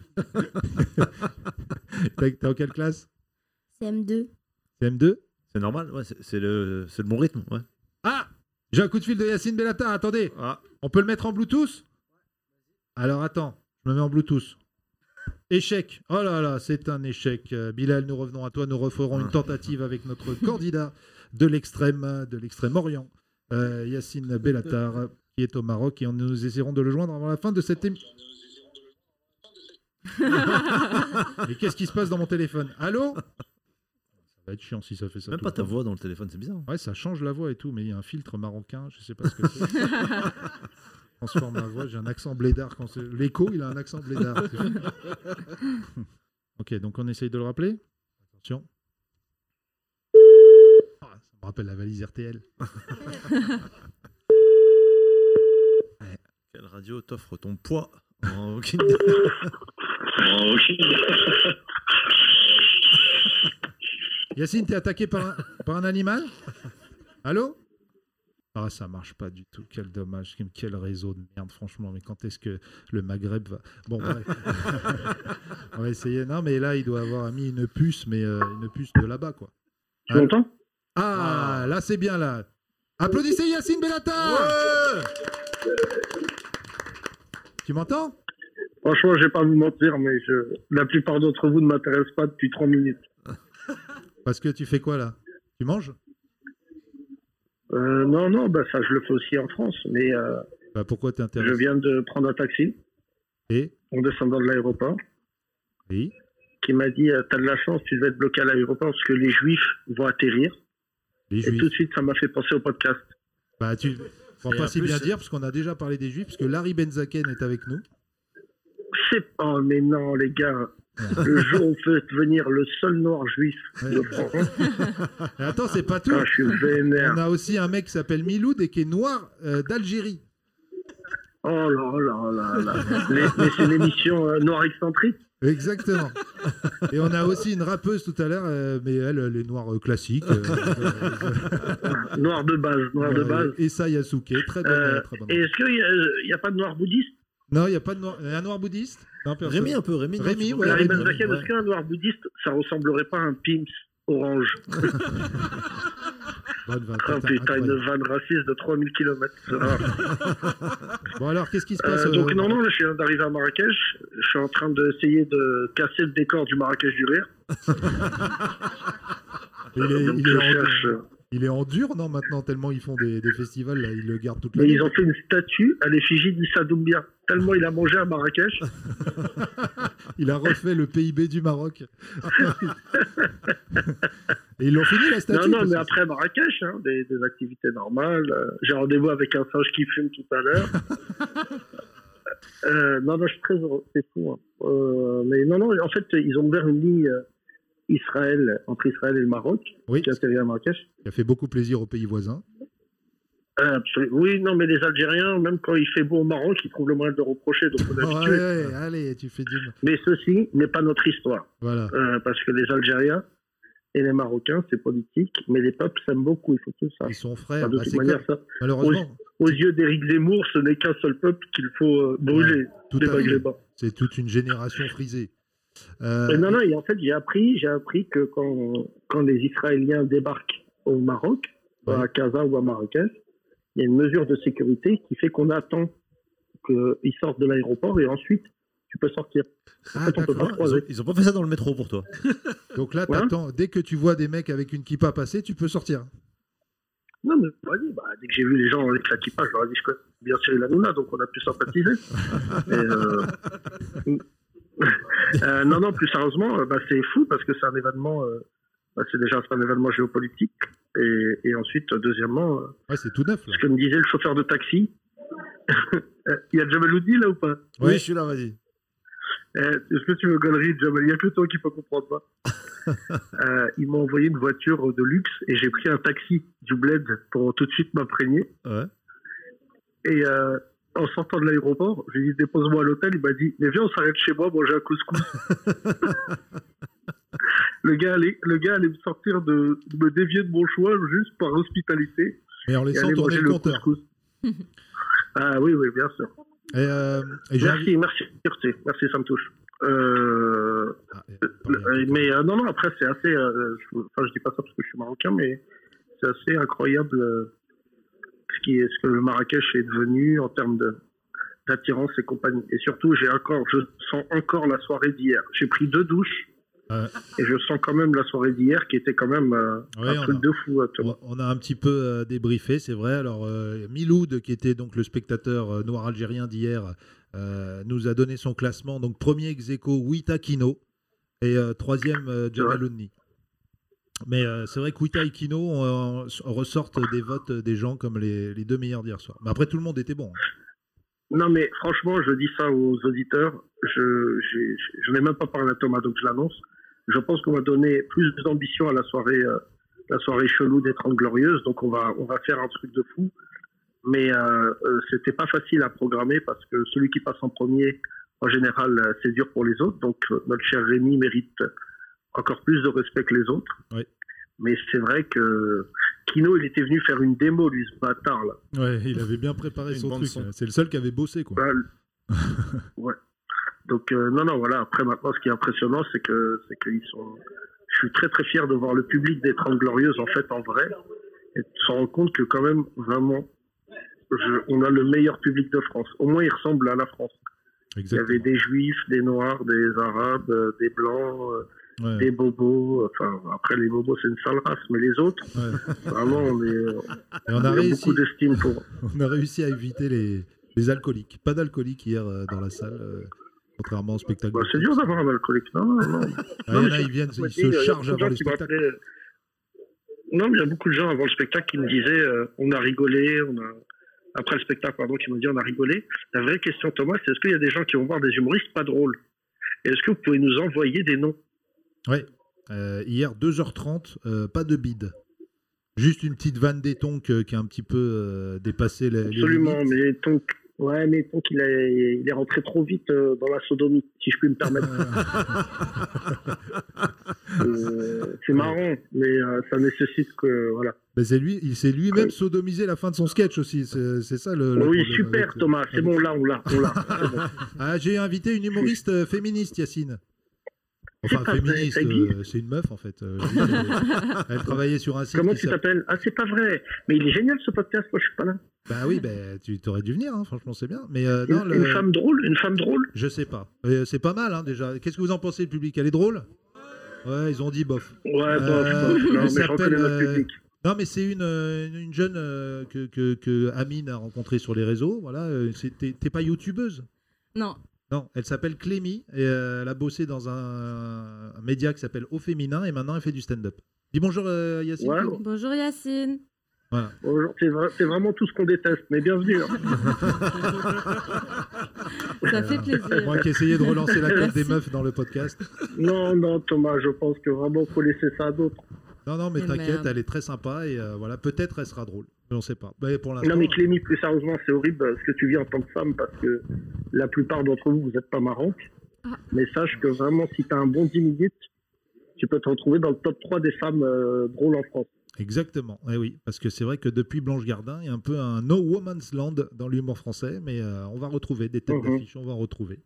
S3: T'es t'es en quelle classe
S11: CM2.
S3: CM2
S5: C'est normal, ouais, c'est c'est le, c'est le bon rythme. Ouais.
S3: Ah J'ai un coup de fil de Yacine Bellata, attendez,
S5: Ah,
S3: on peut le mettre en Bluetooth Alors attends, je me mets en Bluetooth. Échec. Oh là là, c'est un échec. Euh, Bilal, nous revenons à toi, nous referons une tentative avec notre candidat de l'extrême, de l'extrême-orient, euh, Yacine Bellatar, qui est au Maroc, et on- nous essaierons de le joindre avant la fin de cette émission. Mais qu'est-ce qui se passe dans mon téléphone Allô Ça va être chiant si ça fait ça.
S5: même
S3: tout
S5: pas
S3: le
S5: ta
S3: temps.
S5: voix dans le téléphone, c'est bizarre.
S3: Ouais, ça change la voix et tout, mais il y a un filtre marocain, je sais pas ce que c'est. Transforme la voix, j'ai un accent blédard. Quand c'est- L'écho, il a un accent blédard. c'est fou. ok, donc on essaye de le rappeler. Attention. Ah, ça me rappelle la valise RTL.
S5: Quelle radio t'offre ton poids en aucune-
S3: Yacine, t'es attaqué par un, par un animal Allô Ah, ça marche pas du tout. Quel dommage. Quel réseau de merde, franchement. Mais quand est-ce que le Maghreb va. Bon,
S5: (laughs)
S3: bref. On va essayer. Non, mais là, il doit avoir mis une puce, mais euh, une puce de là-bas, quoi.
S12: Tu m'entends
S3: Ah, là, c'est bien, là. Applaudissez Yacine Bellata Tu m'entends
S12: Franchement, je vais pas vous mentir, mais je... la plupart d'entre vous ne m'intéressent pas depuis 3 minutes.
S3: Parce que tu fais quoi, là Tu manges
S12: Euh, non, non, bah ça, je le fais aussi en France, mais euh,
S3: Bah, pourquoi t'es
S12: je
S3: intéressé
S12: viens de prendre un taxi
S3: Et
S12: en descendant de l'aéroport
S3: Oui.
S12: qui m'a dit euh, T'as de la chance, tu devais être bloqué à l'aéroport parce que les juifs vont atterrir.
S3: Les
S12: Et
S3: juifs.
S12: tout de suite, ça m'a fait penser au podcast.
S3: Bah, tu faut
S5: Et
S3: pas
S5: en
S3: si
S5: plus,
S3: bien
S5: c'est-
S3: dire, parce qu'on a déjà parlé des Juifs, parce que Larry Benzaken est avec nous.
S12: C'est oh, mais non, les gars. Le
S3: (laughs)
S12: jour où on peut devenir le seul noir juif de France,
S3: Et (laughs) attends, c'est pas tout.
S12: putain, je suis vénère.
S3: On a aussi un mec qui s'appelle Miloud et qui est noir euh, d'Algérie.
S12: Oh là là là là. Mais, mais c'est l'émission euh, Noir Excentrique.
S3: Exactement. Et on a aussi une rappeuse tout à l'heure, euh, mais elle, elle est noire euh, classique.
S12: (laughs)
S3: euh,
S12: Noir de base, noir de
S3: euh,
S12: base.
S3: Essa Yasuke, très bonne.
S12: Euh,
S3: très bonne.
S12: et est-ce qu'il n'y a, pas de noir bouddhiste
S3: Non, il n'y a pas de noir. euh, Un noir bouddhiste Non, personne.
S5: Rémi, un peu, Rémi. non,
S3: Rémi,
S5: tu
S3: ouais,
S5: vois,
S12: Larry
S3: Rémi,
S12: Ben
S3: (laughs)
S12: Zaken, est-ce qu'un noir bouddhiste, ça ressemblerait pas à un pimps orange
S3: Bonne vanne,
S12: Ah
S3: putain,
S12: putain,
S3: incroyable.
S12: une vanne raciste de 3000
S3: (laughs)
S12: km.
S3: Bon, alors, qu'est-ce qui se passe euh,
S12: donc non, non, là, je viens d'arriver à Marrakech. Je suis en train d'essayer de casser le décor du Marrakech du rire.
S3: Il est,
S12: Donc,
S3: il est
S12: je
S3: en,
S12: cherche, euh,
S3: il est en dur, non, maintenant, tellement ils font des, des festivals, là, ils le gardent toute
S12: Mais
S3: l'année.
S12: ils ont fait une statue à l'effigie d'Issa Doumbia. Tellement il a mangé à Marrakech.
S3: (laughs) Il a refait le PIB du Maroc. (laughs) Et ils l'ont fini, la statue
S12: non, non,
S3: parce
S12: mais
S3: que-
S12: après Marrakech, hein, des, des activités normales. Euh, J'ai rendez-vous avec un singe qui fume tout
S3: (laughs)
S12: à l'heure. Euh, non, non, je suis très heureux, c'est fou. hein. Euh, mais non, non, en fait, ils ont ouvert une ligne euh, Israël, entre Israël et le Maroc, qui atterrit à Marrakech.
S3: Il a fait beaucoup plaisir aux pays voisins.
S12: Euh, absolu- Oui, non, mais les Algériens, même quand il fait beau au Maroc, ils trouvent le moyen de le reprocher, donc on est
S3: Ouais,
S12: habitué.
S3: ouais, allez, tu fais du...
S12: Mais ceci n'est pas notre histoire.
S3: Voilà.
S12: Euh, parce que les Algériens et les Marocains, c'est politique, mais les peuples s'aiment beaucoup, il faut tout ça. Ils
S3: sont frères,
S12: de
S3: bah,
S12: toute
S3: c'est
S12: manière,
S3: comme-
S12: ça-
S3: malheureusement.
S12: Aux, aux yeux d'Éric Zemmour, ce n'est qu'un seul peuple qu'il faut euh, brûler,
S3: Tout à
S12: dévaguer
S3: fait.
S12: bas.
S3: C'est toute une génération frisée. Euh,
S12: Et non, non, et en fait, j'ai appris, j'ai appris que quand, quand les Israéliens débarquent au Maroc, à Casa ou à Marrakech, il y a une mesure de sécurité qui fait qu'on attend qu'ils sortent de l'aéroport et ensuite tu peux sortir. En
S3: Ah,
S12: fait, on peut pas
S5: Ils ont,
S12: croiser.
S5: ils ont pas fait ça dans le métro pour toi.
S3: Donc là,
S12: Ouais.
S3: t'attends, dès que tu vois des mecs avec une kippa passer, tu peux sortir.
S12: Non, mais vas-y, bah, dès que j'ai vu les gens avec la kippa, je leur ai dit je connais bien Cyril Hanouna, donc on a pu sympathiser. Et, euh, (laughs) euh, non, non, plus sérieusement, euh, bah, c'est fou parce que c'est un événement, euh, bah, c'est déjà un événement géopolitique. Et, et ensuite, euh, deuxièmement, euh,
S3: c'est tout neuf.
S12: ce que me disait le chauffeur de taxi, (laughs) Euh, il y a Jameloudi là ou pas
S5: Oui, je suis là, vas-y.
S12: Euh, Est-ce que tu veux galerie, Jamal Il n'y a que toi qui peux comprendre
S5: (laughs)
S12: ça. Euh, ils m'ont envoyé une voiture de luxe et j'ai pris un taxi du bled pour tout de suite m'imprégner. Et euh, en sortant de l'aéroport, j'ai dit dépose-moi à l'hôtel. Il m'a dit mais viens, on s'arrête chez moi, manger
S5: (laughs)
S12: un couscous. le, gars allait, le gars allait me sortir de me dévier de mon choix juste par hospitalité.
S3: Mais en
S12: Et
S3: laissant
S12: aller
S3: tourner
S12: manger
S3: le compteur.
S12: couscous. (laughs) ah oui, oui, bien sûr.
S3: Et, euh, et j'ai envie-
S12: Merci, merci, merci, merci, ça me touche. Euh,
S3: Ah,
S12: euh, mais euh, non, non, après, c'est assez. euh, je, enfin, je dis pas ça parce que je suis marocain, mais c'est assez incroyable euh, ce, qui est, ce que le Marrakech est devenu en termes de d'attirance et compagnie. Et surtout, j'ai encore, je sens encore la soirée d'hier. J'ai pris deux douches
S3: Ouais.
S12: et je sens quand même la soirée d'hier qui était quand même euh,
S3: Ouais,
S12: un
S3: on
S12: truc
S3: a-
S12: de fou. euh, Thomas.
S3: On a un petit peu euh, débriefé, c'est vrai. Alors, euh, Miloud, qui était donc le spectateur euh, noir algérien d'hier, euh, nous a donné son classement. Donc, premier ex aequo, Wita Kino. Et euh, troisième, euh, Jabalouni. Mais euh, c'est vrai que Wita et Kino euh, ressortent des votes des gens comme les, les deux meilleurs d'hier soir. Mais après, tout le monde était bon. hein.
S12: Non, mais franchement, je dis ça aux auditeurs. Je, j'ai- je, je n'ai même pas parlé à Thomas, donc je l'annonce. Je pense qu'on va donner plus d'ambition à la soirée, euh, la soirée chelou des 30 Glorieuses. Donc on va, on va faire un truc de fou. Mais euh, euh, c'était pas facile à programmer parce que celui qui passe en premier, en général, euh, c'est dur pour les autres. Donc euh, notre cher Rémi mérite encore plus de respect que les autres.
S3: Oui.
S12: Mais c'est vrai que Kino, il était venu faire une démo, lui, ce bâtard là.
S3: Ouais, (laughs) il avait bien préparé
S12: Une
S3: son
S12: bande
S3: truc.
S12: son.
S3: C'est le seul qui avait bossé, quoi.
S12: Bah, le- ouais. Donc euh, non, non, voilà. Après maintenant, ce qui est impressionnant, c'est que c'est qu'ils sont. Je suis très très fier de voir le public des 30 Glorieuses en fait en vrai et de se rendre compte que quand même vraiment, je- on a le meilleur public de France. Au moins, il ressemble à la France. Il y avait des juifs, des noirs, des arabes, euh, des blancs, euh,
S3: Ouais.
S12: des (laughs) bobos. Enfin, après les bobos, c'est une sale race, mais les autres, (laughs) vraiment, on est.
S3: Et on a réussi.
S12: beaucoup d'estime pour.
S3: (laughs) On a réussi à éviter les, les alcooliques. Pas d'alcooliques hier euh, dans la salle, euh, contrairement au spectacle.
S12: Bah, c'est dur d'avoir un alcoolique.
S3: (laughs)
S12: Non, non, non.
S3: Ah,
S12: Non,
S3: il y en
S12: mais
S3: a,
S12: je-
S3: ils viennent,
S12: moi,
S3: ils
S12: je
S3: se
S12: dis, il y a
S3: chargent
S12: beaucoup
S3: avant
S12: de gens
S3: les
S12: euh, qui m'appelaient, euh, Non, mais il y a beaucoup de gens avant le spectacle qui me disaient euh, on a rigolé, on a... après le spectacle, pardon, qui m'ont dit on a rigolé. La vraie question, Thomas, c'est est-ce qu'il y a des gens qui vont voir des humoristes pas drôles Et est-ce que vous pouvez nous envoyer des noms
S3: Ouais. Euh, hier, 2h30, euh, pas de bide. Juste une petite vanne des tongs euh, qui a un petit peu euh, dépassé les, les
S12: Absolument,
S3: limites.
S12: mais donc, ouais, mais donc il est, il est rentré trop vite euh, dans la sodomie, si je puis
S3: (laughs)
S12: me permettre. Euh, c'est marrant, mais euh, ça nécessite que voilà.
S3: Mais Bah, c'est lui, il s'est lui-même sodomisé la fin de son sketch aussi. C'est c'est ça le. le
S12: oui,
S3: problème
S12: super
S3: avec-
S12: Thomas, c'est
S3: avec-
S12: bon là, on l'a, on l'a. C'est bon.
S3: Ah, j'ai invité une humoriste euh, féministe, Yacine. Enfin,
S12: pas vrai,
S3: féministe,
S12: t'as dit.
S3: euh, c'est une meuf en fait. euh, Julie, (laughs) elle- elle travaillait sur un site.
S12: Comment
S3: qui
S12: tu
S3: s'appelle-
S12: t'appelles Ah, c'est pas vrai. Mais il est génial ce podcast, moi je suis pas là.
S3: Bah oui, bah, tu t'aurais dû venir, hein, franchement, c'est bien. Mais euh,
S12: Une-
S3: non, le-
S12: Une femme drôle Une femme drôle
S3: Je sais pas. Euh, c'est pas mal hein, déjà. Qu'est-ce que vous en pensez, le public Elle est drôle Ouais, ils ont dit bof. Euh,
S12: Ouais, bof, bof. Non,
S3: elle
S12: mais je
S3: s'appelle,
S12: reconnais notre
S3: euh,
S12: public.
S3: Non, mais c'est une, euh, une- une jeune euh, que, que, que Amine a rencontrée sur les réseaux. Voilà, euh, c'est- t'es t'es pas youtubeuse
S8: Non,
S3: Non, elle s'appelle Clémy et euh, elle a bossé dans un, un média qui s'appelle Au Féminin et maintenant elle fait du stand-up. Dis bonjour euh, Yacine.
S10: Bonjour Yacine.
S3: Voilà.
S12: Bonjour, c'est vra- c'est vraiment tout ce qu'on déteste, mais bienvenue.
S3: Ça fait plaisir. Moi qui essayais de relancer la cause des meufs dans le podcast.
S12: Non, non, Thomas, je pense que vraiment faut laisser ça à d'autres.
S3: Non, non, mais
S12: Eh
S3: t'inquiète,
S12: merde.
S3: elle est très sympa et euh, voilà, peut-être elle sera drôle. Mais on sait pas. Mais pour l'instant,
S12: Non, mais Clémy, plus sérieusement, c'est horrible euh, ce que tu vis en tant que femme parce que la plupart d'entre vous, vous n'êtes pas marrantes.
S3: Ah.
S12: Mais sache que vraiment, si tu as un bon 10 minutes, tu peux te retrouver dans le top 3 des femmes euh, drôles en France.
S3: Exactement, eh oui, parce que c'est vrai que depuis Blanche Gardin, il y a un peu un no woman's land dans l'humour français, mais euh, on va retrouver des têtes
S12: Mhm.
S3: d'affiche, on va en retrouver.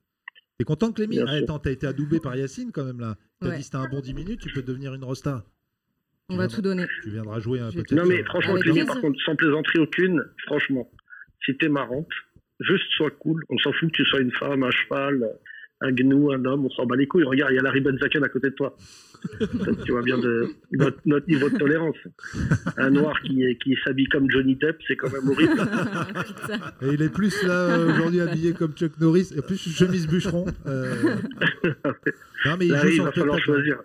S3: T'es content, Clémy
S12: Bien
S3: Ah,
S12: sûr.
S3: Attends, t'as été adoubé par Yacine quand même là. T'as
S8: Ouais.
S3: dit c'était un bon 10 minutes, tu peux devenir une rosta.
S8: on va tout donner.
S3: Tu viendras jouer hein, un peu.
S12: Non, mais franchement, Clémy,
S8: plaisir.
S12: par contre, sans plaisanterie aucune, franchement, si t'es marrante, juste sois cool. On s'en fout que tu sois une femme, un cheval, un gnou, un homme, on s'en bat les couilles. Regarde, il y a Larry Benzaken à côté de toi. Ça, tu vois bien de notre, notre niveau de tolérance. Un noir qui, qui s'habille comme Johnny Depp, c'est quand même horrible.
S3: Et il est plus là euh, aujourd'hui habillé comme Chuck Norris, et plus chemise bûcheron. euh. Non, mais il joue
S12: Larry, il
S3: son
S12: va falloir
S3: spectacle.
S12: choisir.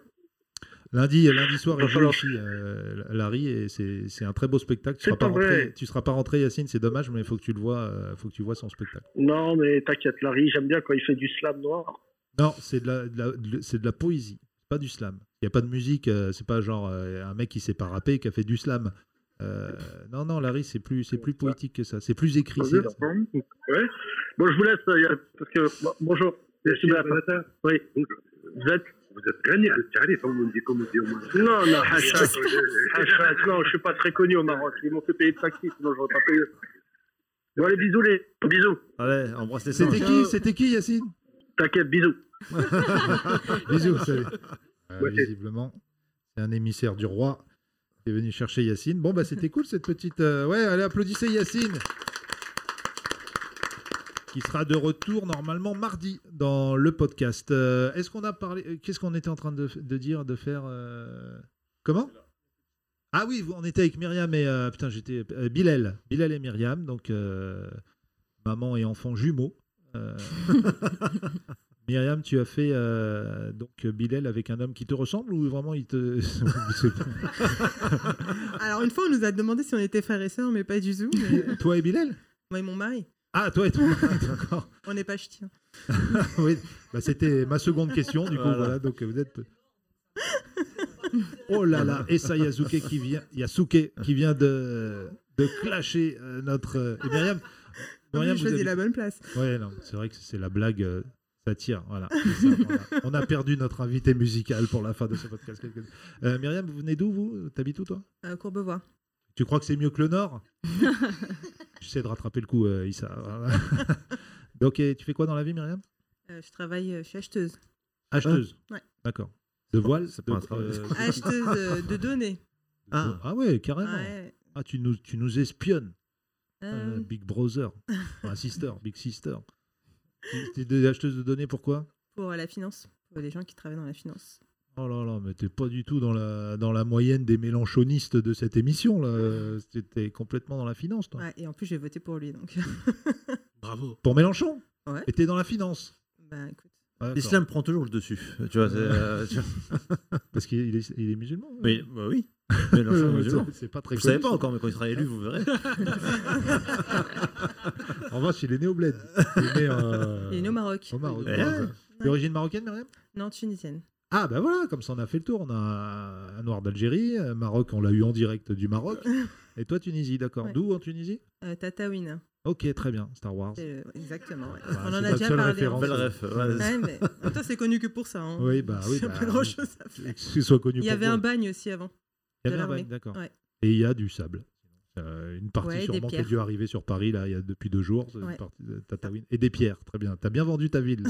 S3: Lundi, euh, lundi soir,
S12: Va
S3: il joue
S12: falloir-
S3: aussi, euh, Larry, et c'est c'est un très beau spectacle. Tu
S12: C'est
S3: seras pas,
S12: pas
S3: rentré,
S12: vrai.
S3: tu seras pas rentré, Yacine, c'est dommage, mais il faut que tu le vois, euh, faut que tu vois son spectacle.
S12: Non, mais t'inquiète, Larry, j'aime bien quand il fait du slam noir.
S3: Non, c'est de la, de la- de- c'est de la poésie, pas du slam. Il n'y a pas de musique, euh, c'est pas genre euh, un mec qui s'est pas rappé et qui a fait du slam. Euh, non, non, Larry, c'est plus, c'est plus poétique que ça, c'est plus
S12: Ah,
S3: écrit. c'est-
S12: Ouais. Bon, je vous laisse, euh, y a- parce que. bon, bonjour. Merci, Bonatha. Oui. Vous êtes
S13: Vous êtes gagné, vous êtes gagné, comme on dit, comme on dit au moins.
S12: Non, non,
S13: (laughs)
S12: hashtag. hashtag. Non, je suis pas très connu au Maroc. Ils m'ont fait payer de taxi, sinon j'aurais pas payé. Bon, allez, bisous, les. Bisous.
S5: Allez, embrasse les
S3: C'était qui, c'était qui, Yacine (laughs)
S12: T'inquiète, bisous.
S3: Bisous, salut. Euh,
S12: Ouais.
S3: visiblement, c'est un émissaire du roi qui est venu chercher Yacine. Bon, bah c'était cool cette petite. euh, Ouais, allez, applaudissez Yacine qui sera de retour normalement mardi dans le podcast. Euh, Est-ce qu'on a parlé euh, Qu'est-ce qu'on était en train de, de dire, de faire euh, Comment Ah oui, vous- on était avec Myriam et euh, putain, j'étais euh, Bilal, Bilal et Myriam, donc euh, maman et enfant jumeaux. Euh, Myriam, tu as fait euh, donc Bilal avec un homme qui te ressemble ou vraiment il te (laughs)
S14: Alors, une fois, on nous a demandé si on était frères et sœurs, mais pas du tout. mais- (laughs)
S3: Toi et Bilal
S14: Moi et mon mari.
S3: Ah toi et toi. (laughs) D'accord.
S14: On n'est pas ch'tiens.
S3: oui, bah, c'était ma seconde question. Du coup, voilà.
S5: Voilà.
S3: donc euh, vous êtes. Oh là là, et ça Yasuke qui vient, Yasuke qui vient de de clasher euh, notre euh, et
S14: (laughs)
S3: Myriam.
S14: Ah oui, j'ai
S3: vous
S14: choisi
S3: avez-
S14: la bonne place.
S3: Ouais, non, c'est vrai que c'est la blague. euh, Ça tire, voilà. C'est ça, voilà. On a perdu notre invité musical pour la fin de ce podcast. Euh, Myriam, vous venez d'où, vous T'habites où, toi
S14: Euh, Courbevoie.
S3: Tu crois que c'est mieux que le
S14: (laughs)
S3: Nord J'essaie de rattraper le coup, euh, Issa. Voilà. (laughs) Donc, et tu fais quoi dans la vie, Myriam
S14: Euh, je travaille, euh, je suis acheteuse.
S3: Acheteuse
S14: Euh, Ouais.
S3: D'accord. De voile
S5: pas
S3: de-
S5: un travail.
S3: euh,
S14: (laughs) Acheteuse euh, de données.
S3: Ah, ah ouais, carrément.
S14: Hein Ouais.
S3: Ah, tu nous, tu nous espionnes.
S14: Euh.
S3: Euh, Big
S14: (laughs)
S3: Brother. Enfin, sister, Big Sister. Tu- T'es des acheteuses de données, pourquoi
S14: Pour euh, la finance. Pour les gens qui travaillent dans la finance.
S3: Oh là là, mais t'es pas du tout dans la, dans la moyenne des mélanchonistes de cette émission, là. T'es- T'es complètement dans la finance, toi.
S14: Ouais, et en plus, j'ai voté pour
S3: (laughs)
S14: lui, donc.
S3: Bravo. Pour Mélenchon
S14: Ouais.
S3: Et t'es dans la finance
S14: bah, écoute.
S3: Ah,
S5: L'islam prend toujours le dessus. Tu vois, c'est, euh, tu vois.
S3: (laughs) Parce qu'il est, il est musulman.
S5: Mais bah oui. Mélenchon est
S3: Ouais,
S5: musulman.
S3: (laughs) c'est- c'est pas très
S5: Vous savez
S3: connu,
S5: pas
S3: ça.
S5: encore, mais quand il sera élu,
S3: (laughs)
S5: vous verrez.
S3: En revanche, il est né au bled. Il est né, euh,
S14: Il est né au Maroc.
S3: Au Maroc.
S14: Ouais.
S3: voilà. D'origine marocaine, Myriam
S14: Non, tunisienne.
S3: Ah ben voilà, comme ça on a fait le tour. On a un un noir d'Algérie, un Maroc, on l'a eu en direct du
S14: (laughs)
S3: Maroc. Et toi Tunisie, d'accord.
S14: Ouais.
S3: D'où en Tunisie
S14: Euh, Tataouine.
S3: Ok, très bien. Star Wars.
S14: C'est le- Exactement. ouais.
S3: Bah,
S14: On
S3: c'est
S14: en a
S3: notre
S14: déjà
S3: seule
S14: parlé. hein.
S3: référence. Belle ref, ouais.
S14: Ouais, mais en même temps, c'est connu que pour ça. hein.
S3: Oui, bah
S14: (laughs)
S3: oui.
S14: Il y a
S3: bah,
S14: pas grand chose à
S3: que
S14: faire.
S3: ce soit connu
S14: Il y
S3: pour
S14: avait
S3: toi.
S14: un bagne aussi avant.
S3: Il y
S14: de
S3: avait un
S14: l'armée.
S3: bagne, d'accord.
S14: Ouais.
S3: Et il y a du sable. Euh, une partie
S14: Ouais, des
S3: sûrement qui a
S14: pierres.
S3: dû arriver sur Paris là, il y a depuis deux jours. c'est une
S14: Ouais. (laughs)
S3: partie de Tataouine. Et des pierres, très bien. T'as bien vendu ta ville.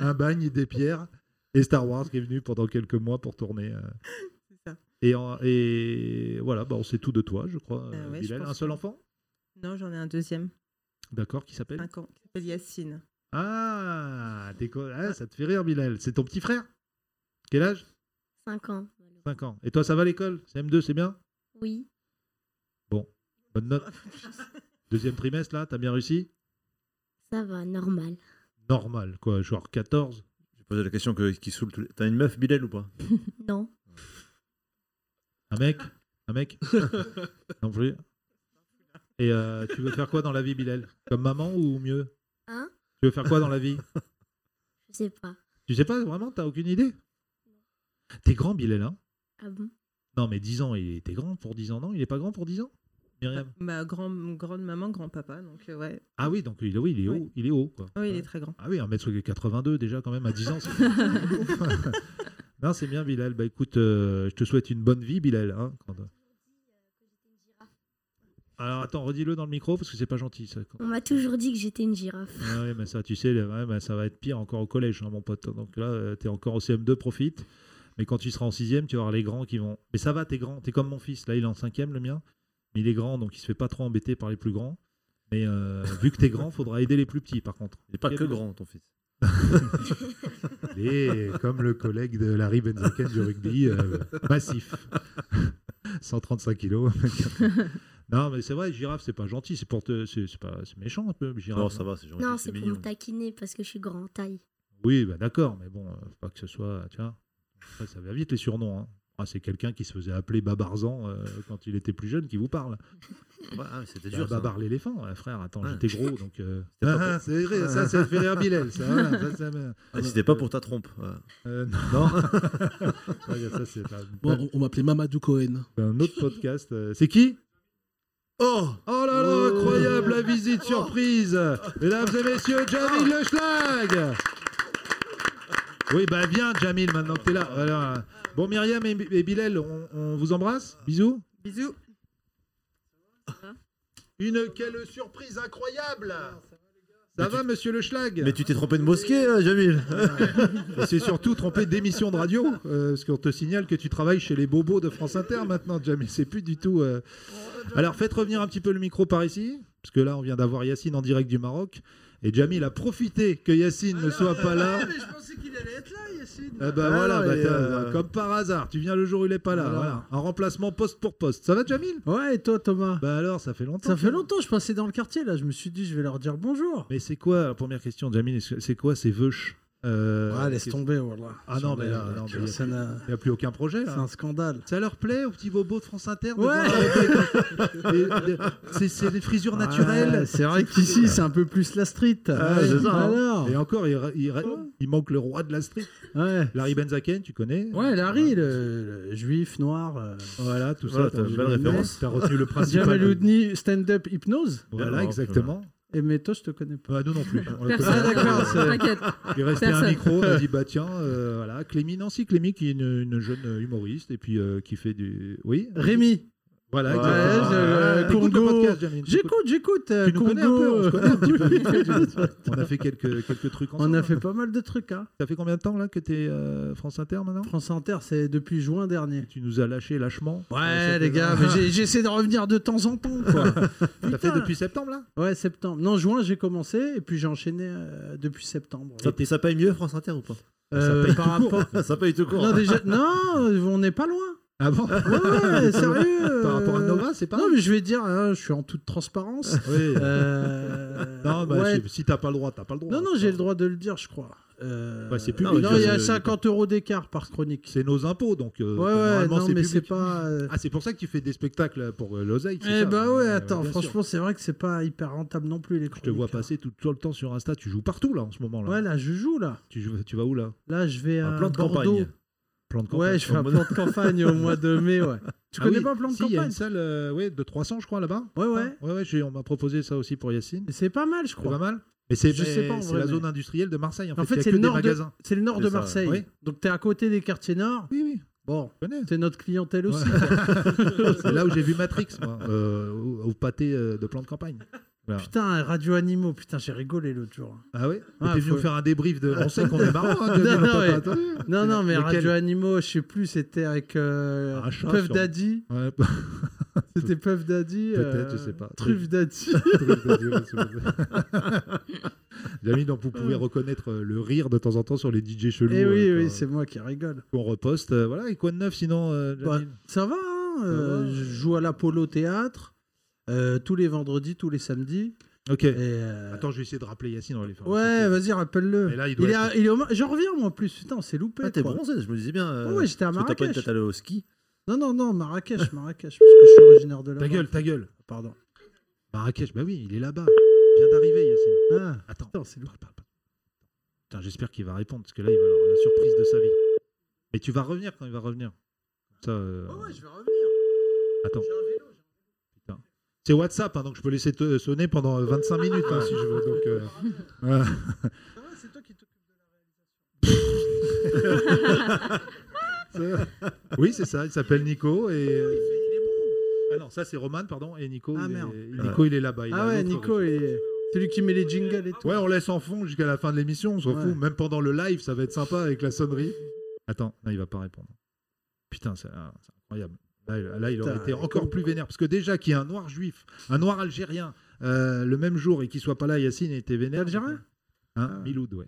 S3: un bagne, des pierres. Et et Star Wars qui est venu pendant quelques mois pour tourner. euh.
S14: ça.
S3: Et, en- et voilà, bah, on sait tout de toi, je crois.
S14: Euh,
S3: euh,
S14: ouais, je
S3: Bilal.
S14: pense
S3: un seul
S14: que-
S3: enfant
S14: Non, j'en ai un deuxième,
S3: D'accord, qui s'appelle
S14: 5 ans, qui s'appelle Yacine.
S3: Ah, t'es co- ah, ça te fait rire, Bilal. C'est ton petit frère Quel âge
S11: 5 ans.
S3: 5 ans. Et toi, ça va à l'école CM2, c'est bien
S11: Oui.
S3: Bonne
S14: (laughs)
S3: note. Deuxième trimestre, là, t'as bien réussi
S11: Ça va, normal.
S3: Normal, quoi, genre 14.
S5: J'ai posé la question que- qui saoule tous les... T'as une meuf, Bilal, ou pas
S11: non.
S3: Un mec Un mec Non plus. Et euh, tu veux faire quoi dans la vie, Bilal Comme maman ou mieux
S11: Hein
S3: Tu veux faire quoi dans la vie
S11: Je sais pas.
S3: Tu sais pas vraiment T'as aucune idée T'es grand, Bilal, hein
S11: Ah bon
S3: Non, mais 10 ans, il était grand pour 10 ans. Non, il est pas grand pour 10 ans Myriam
S14: Ma Bah, grand, grande maman, grand papa, donc euh, ouais.
S3: Ah oui, donc il, est- oui, il est haut.
S14: Oui.
S3: Il est haut quoi.
S14: Oui, il est très grand.
S3: Ah oui, 1m82 déjà quand même à 10 ans.
S14: (laughs)
S3: c'est ouf. non, c'est bien Bilal. Bah écoute, euh, je te souhaite une bonne vie Bilal. hein, quand- Alors attends, redis-le dans le micro parce que c'est pas gentil ça.
S11: On m'a toujours dit que j'étais une girafe.
S3: Ah ouais, mais ça, tu sais, ouais, mais ça va être pire encore au collège, hein, mon pote. Donc là, euh, t'es encore au CM2, profite. Mais quand tu seras en sixième, tu vas avoir les grands qui vont. Mais ça va, t'es grand. T'es comme mon fils. Là, il est en cinquième, le mien. Mais il est grand, donc il se fait pas trop embêter par les plus grands. Mais euh, (laughs) vu que t'es grand, faudra aider les plus petits, par contre.
S5: Il est pas que grand, ton fils.
S3: (laughs) Il est, comme le collègue de Larry Benzaken du rugby, euh, massif. (laughs) 135 kilos. (laughs) non, mais c'est vrai, girafe, c'est pas gentil. C'est pour te... c'est c'est pas... c'est méchant un peu, girafe.
S5: Non, ça va, c'est gentil,
S11: non, c'est pour me taquiner parce que je suis grand taille.
S3: Oui, bah d'accord, mais bon, euh, faut pas que ce soit, tu vois. Après, ça va vite les surnoms. hein. Ah, c'est quelqu'un qui se faisait appeler Babarzan euh, quand il était plus jeune qui vous parle.
S5: Ouais, ah, mais c'était
S3: Bah,
S5: dur. ça, hein.
S3: Babar l'éléphant, ouais, frère. Attends,
S5: Ouais.
S3: j'étais gros, donc. euh,
S5: (laughs) C'était pas
S3: ah,
S5: pour-
S3: ah, c'est vrai, ça, ça fait rire Bilal. Ça, voilà, ça, ça me-
S5: Ah, c'était pas pour ta trompe. ouais.
S3: Euh,
S5: Non
S3: non. (laughs) Ouais, ça, c'est pas-
S6: Moi, on, on m'appelait Mamadou Cohen.
S3: Un autre podcast. euh, c'est qui Oh Oh là là, incroyable la visite surprise Mesdames et messieurs, Jamil Le Schlag Oui, bah viens Jamil, maintenant que t'es là. Alors, euh, bon, Myriam et, et Bilal, on, on vous embrasse Bisous
S14: Bisous
S3: Une quelle surprise incroyable Ça va, monsieur Le Schlag
S5: Mais tu t'es trompé de mosquée, euh, Jamil
S3: Et c'est surtout trompé d'émission de radio, euh, parce qu'on te signale que tu travailles chez les bobos de France Inter maintenant, Jamil. C'est plus du tout. euh. Alors faites revenir un petit peu le micro par ici, parce que là, on vient d'avoir Yacine en direct du Maroc. Et Jamil a profité que Yacine ne soit pas là.
S10: Ah, mais je pensais qu'il allait être là, Yacine.
S3: Eh ben voilà, bah, t'as-
S10: euh,
S3: comme par hasard, tu viens le jour où il est pas là.
S10: Voilà.
S3: voilà. Un remplacement poste pour poste. Ça va, Jamil
S10: Ouais, et toi, Thomas
S3: Bah alors, ça fait longtemps.
S10: Ça fait
S11: euh,
S3: que-
S10: longtemps, je passais dans le quartier, là, je me suis dit, je vais leur dire bonjour.
S3: Mais c'est quoi, la première question, Jamil, est-ce que- c'est quoi ces veuches Euh,
S10: Ah, laisse
S3: qu'est-ce-
S10: tomber, voilà.
S3: Ah non, mais là, non, mais
S10: ça
S3: il n'y
S10: n'a-
S3: a, plus aucun projet. là.
S10: C'est un scandale.
S3: Ça leur plaît aux petits bobos de France Inter de
S10: Ouais.
S3: voir la- Et- et- c'est- C'est des frisures naturelles.
S10: Ouais, c'est vrai qu'ici, c'est un peu plus la street.
S3: Ah, c'est ça, hein.
S10: Alors.
S3: Et encore, il, il- il manque le roi de la street. Larry Benzaken, tu connais
S10: Ouais, Larry, le, le juif, noir. euh,
S3: Voilà, tout
S10: voilà,
S3: ça. t'as-
S10: je
S3: belle
S10: le connais.
S3: référence. T'as retenu le principal.
S10: Jamel Houdini, stand-up hypnose.
S3: Voilà, exactement.
S10: Et mais toi, je te connais pas.
S3: nous non plus. On le
S10: Personne.
S3: connaît.
S10: Ah, d'accord, c'est- T'inquiète.
S3: Il est resté un
S10: Personne.
S3: micro, on a dit bah tiens, euh, voilà, Clémy, Nancy Clémy qui est une, une jeune humoriste et puis euh, qui fait du. Oui
S10: Rémi.
S3: Voilà,
S10: Ouais,
S3: exactement.
S10: je- euh,
S3: Ah, t'écoutes le
S10: Congo.
S3: podcast, Jamil.
S10: J'écoute, j'écoute. euh,
S3: Tu nous connais un peu,
S10: Congo.
S3: on se connaît un petit peu vite
S10: (laughs)
S3: fait, Jamil. On a fait quelques, quelques trucs ensemble.
S10: On a fait pas mal de trucs. Hein.
S3: Ça fait combien de temps là que t'es euh, France Inter maintenant
S10: France Inter, c'est depuis juin dernier.
S3: Tu nous as lâché lâchement. Euh,
S10: Ouais, les gars, mais j'ai- j'essaie de revenir de temps en temps. Quoi.
S3: (laughs) Ça fait depuis septembre là
S10: Ouais, septembre. Non, juin, j'ai commencé et puis j'ai enchaîné euh, depuis septembre.
S5: Ça, ça paye mieux France Inter ou pas
S10: Euh,
S5: ça, paye
S10: par
S5: tout court.
S3: (laughs)
S10: rapport-
S5: (laughs) ça paye tout court.
S10: Non, déjà, non, on n'est pas loin.
S3: Ah bon (laughs)
S10: Ouais, sérieux.
S3: Par rapport à
S10: euh,
S3: Nova, c'est pas
S10: Non, mais je vais dire, hein, je suis en toute transparence.
S3: Oui.
S10: Euh,
S3: (laughs) Non, bah,
S10: ouais.
S3: si- si t'as pas le droit, t'as pas le droit.
S10: Non, non, j'ai le droit de le dire, je crois.
S3: Bah, c'est
S10: euh, non,
S3: public.
S10: non, il y a 50 euros d'écart par chronique.
S3: C'est nos impôts, donc euh,
S10: Ouais, ouais,
S3: normalement
S10: non,
S3: c'est
S10: mais
S3: public.
S10: c'est pas. euh,
S3: Ah, c'est pour ça que tu fais des spectacles pour euh, l'oseille. c'est
S10: Eh
S3: ça
S10: bah ouais, attends,
S3: bien sûr.
S10: franchement, c'est vrai que c'est pas hyper rentable non plus les hein.
S3: Je te vois passer tout, tout le temps sur Insta. Tu joues partout là en ce moment là.
S10: Ouais, là, je joue là.
S3: Tu, joues- tu vas où là
S10: Là, je vais à
S3: Un plan de
S10: Bordeaux.
S3: campagne. Plan de campagne.
S10: Ouais, je fais un
S3: Au mois
S10: plan de campagne au mois de mai,
S3: (laughs)
S10: ouais. Tu
S3: Ah
S10: connais
S3: oui,
S10: pas plan de
S3: si, Il y a
S10: campagne
S3: une salle euh, ouais, de 300, je crois, là-bas.
S10: Ouais, ouais.
S3: Ah, ouais, ouais j'ai- on m'a proposé ça aussi pour Yacine.
S10: C'est pas mal, je crois.
S3: pas mal Mais c'est
S10: Je sais pas, en
S3: c'est
S10: vrai,
S3: la
S10: mais-
S3: zone industrielle de Marseille. En fait,
S10: En
S3: il y
S10: fait,
S3: a
S10: c'est
S3: que
S10: le
S3: des
S10: nord de
S3: magasins.
S10: c'est le nord de
S3: ça,
S10: Marseille.
S3: oui. (laughs)
S10: Donc t'es à côté des quartiers nord.
S3: Oui, oui.
S10: Bon,
S3: connais.
S10: c'est notre clientèle
S3: (laughs)
S10: aussi. (laughs)
S3: Ouais. c'est là où j'ai vu Matrix, moi, euh, au, au pâté euh, de plan de campagne. Voilà.
S10: Putain, Radio Animaux, putain, j'ai rigolé l'autre jour.
S3: Ah oui
S10: Ouais,
S3: T'es venu
S10: faut-
S3: nous faire un débrief de.
S10: (laughs)
S3: On sait qu'on est marrant. hein,
S10: non,
S3: de- de-
S10: non,
S3: de-
S10: mais,
S3: de- de-
S10: non, non, mais
S3: Lequel
S10: Radio Animaux, je sais plus, c'était avec euh,
S3: Un chat,
S10: Puff
S3: sûrement.
S10: Daddy.
S3: Ouais.
S10: (laughs) C'était Puff Daddy.
S3: Peut-être,
S10: euh,
S3: je sais pas.
S10: Truff Daddy.
S3: Truff Daddy, ouais, c'est possible. (laughs)
S10: (laughs)
S3: Jamy, donc vous pouvez reconnaître euh, le rire de temps en temps sur les DJ chelous.
S10: Eh oui,
S3: euh,
S10: oui,
S3: quand-
S10: c'est moi qui rigole.
S3: Qu'on reposte. euh, voilà, et quoi de neuf sinon euh,
S10: Bah,
S3: Jamil
S10: ça va, hein,
S3: Ah
S10: euh, je joue à l'Apollo Théâtre euh, tous les vendredis, tous les samedis.
S3: Ok.
S10: euh,
S3: Attends, je vais essayer de rappeler Yacine. On va les faire.
S10: Ouais, vas-y, rappelle-le.
S3: Et là, il
S10: il
S3: doit
S10: est
S3: être-
S10: à- il est au Mar- J'en reviens, moi, en plus. Putain, on s'est loupé.
S5: Ah, t'es
S10: quoi.
S5: bronzé, je me disais bien. euh,
S10: Ouais, j'étais à
S5: parce que T'as pas une
S10: Marrakech.
S5: tête à aller au ski
S10: Non, non, non, Marrakech, Marrakech, parce que je suis originaire de là.
S3: Ta gueule, ta gueule.
S10: Pardon.
S3: Marrakech, bah oui, il est là-bas. Il vient d'arriver, Yacine.
S10: Ah,
S3: Attends.
S10: putain, c'est lourd.
S3: Putain, j'espère qu'il va répondre, parce que là, il va avoir la surprise de sa vie. Mais tu vas revenir quand il va revenir. Comme Ça, euh,
S10: Ouais, Ah, je vais revenir.
S3: Attends. Putain. C'est WhatsApp, hein, donc je peux laisser te sonner pendant euh, 25 minutes hein, si je veux. Donc, euh, voilà.
S10: Ah, C'est toi qui te.
S3: euh.
S10: (laughs)
S3: oui, c'est ça, il s'appelle Nico. Et... euh, Ah non, ça c'est Roman, pardon, et Nico.
S10: Ah,
S3: il est-
S10: merde.
S3: Nico, il est là-bas. il
S10: Ah
S3: a
S10: ouais,
S3: l'autre
S10: Nico, il est- c'est lui qui met les jingles et tout.
S3: Ouais, on laisse en fond jusqu'à la fin de l'émission, on s'en
S10: Ouais.
S3: fout. Même pendant le live, ça va être sympa avec la sonnerie. Attends, là, il va pas répondre. Putain, c'est ah, c'est incroyable. Là, il- là, il aurait
S10: Putain,
S3: été
S10: Nico.
S3: encore plus vénère. Parce que déjà, qu'il y ait un noir juif, un noir algérien, euh, le même jour, et qu'il soit pas là, Yacine était vénère. Algérien hein, Miloud, ouais.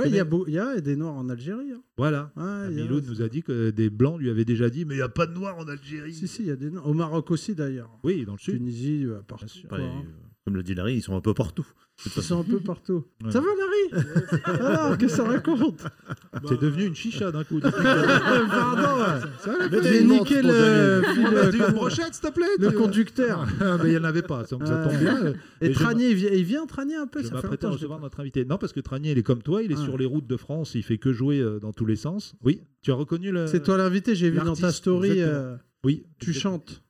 S10: Ah. Ouais, il y,
S3: connais
S10: a beau- il y a des noirs en Algérie. hein.
S3: Voilà.
S10: Ouais, il y a-
S3: Miloud nous a dit que des blancs lui avaient déjà dit Mais il n'y a pas de noirs en Algérie.
S10: Si, si, il y a des noirs. Au Maroc aussi, d'ailleurs.
S3: Oui, dans le sud.
S10: Tunisie, euh, partout. quoi,
S5: Ouais,
S10: hein.
S5: euh, Comme le dit Larry, ils sont un peu partout. De toute
S10: Ils
S5: façon.
S10: sont un peu partout.
S5: Ouais.
S10: Ça va, (laughs) Larry Ah, Alors, que ça raconte Ah, bah,
S3: C'est devenu
S10: euh, (laughs)
S3: une chicha d'un
S10: (laughs)
S3: coup.
S10: Pardon. J'ai
S3: une
S10: niqué le fil,
S7: Ah, bah,
S10: euh,
S3: une brochette, s'il te plaît.
S10: le
S3: tu-
S10: conducteur.
S3: (laughs) Ah, mais il n'y en avait pas, donc ça tombe bien. euh,
S10: Ah. Et
S3: mais je
S10: Tranier, il vient- il vient Tranier un peu,
S3: Je
S10: ça fait
S3: m'apprêtais à
S10: longtemps. je l'ai
S3: recevoir notre invité. Non, parce que Tranier, il est comme toi, il est
S10: Ah.
S3: sur les routes de France, il fait que jouer euh, dans tous les sens. Oui, tu as reconnu le.
S10: pas. C'est toi l'invité, j'ai vu dans ta
S3: l'artiste,
S10: story.
S3: exactement.
S10: euh,
S3: Oui.
S10: Tu chantes.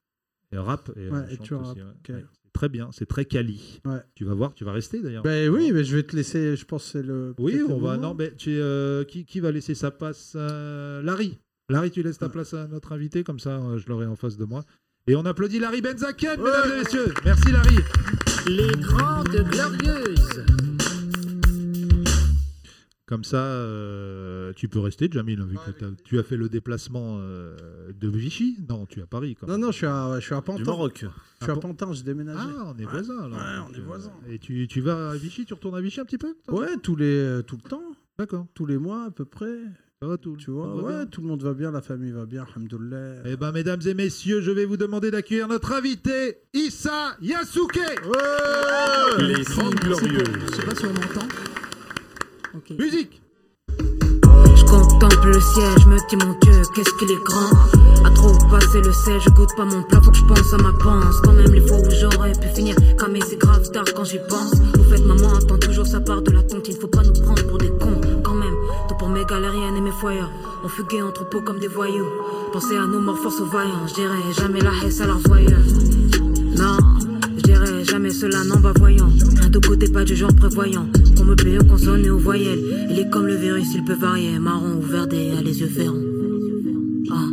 S3: Et rap. Et, euh,
S10: Ouais, et
S3: chante
S10: tu
S3: aussi,
S10: rappes,
S3: ouais.
S10: ok.
S3: Ouais. C'est Très bien, c'est très quali.
S10: Ouais.
S3: Tu vas voir, tu vas rester d'ailleurs.
S10: Ben oui, mais je vais te laisser, je pense que c'est le.
S3: oui,
S10: peut-être
S3: on
S10: le
S3: va.
S10: moment.
S3: Non, mais tu, euh, qui, qui va laisser sa place euh, Larry. Larry, tu
S10: Ah.
S3: laisses ta place à notre invité, comme ça euh, je l'aurai en face de moi. Et on applaudit Larry Benzaken, mesdames et messieurs. Merci Larry.
S15: Les Grandes Glorieuses.
S3: Comme ça, euh, tu peux rester, Jamil, vu que t'as- tu as fait le déplacement euh, de Vichy. Non, tu es à Paris. Quand
S10: Non, non, je suis à, je suis à Pantin.
S5: Maroc.
S10: Je suis
S3: Ah,
S10: à
S3: bon.
S10: Pantin, j'ai déménagé.
S3: Ah, on est voisins alors.
S10: Ouais, on
S3: Donc,
S10: est
S3: euh,
S10: voisins.
S3: Et tu, tu vas à Vichy, tu retournes à Vichy un petit peu toi
S10: Ouais, tous les, euh, tout le temps.
S3: D'accord.
S10: Tous les mois à peu près.
S3: Ça va, tout,
S10: Tu vois,
S3: monde va
S10: ouais,
S3: bien
S10: tout le monde va bien, la famille va bien, alhamdoulilah.
S3: Eh ben, mesdames et messieurs, je vais vous demander d'accueillir notre invité, Issa Yasuke.
S9: Les Grandes Glorieuses.
S16: Je sais pas si on m'entend.
S3: Musique
S16: Je contemple le ciel, je me dis mon Dieu, qu'est-ce qu'il est grand. À trop passer le sel, je goûte pas mon plat, faut que je pense à ma panse. Quand même les fois où j'aurais pu finir, comme mais c'est grave tard quand j'y pense. Au fait, maman attend toujours sa part de la tontine, faut pas nous prendre pour des cons. Quand même, tout pour mes galériennes et mes foyers, on fuguait en troupeau comme des voyous. Pensez à nos morts, force aux vaillants, je dirais jamais la haisse à leurs voyeurs. Non, je dirais jamais cela, non, bah voyons. Un de côté, pas du genre prévoyant. On me plaît aux consonnes et aux voyelles. Il est comme le virus, il peut varier. Marron ou verdé, à les yeux ferrants. Ah.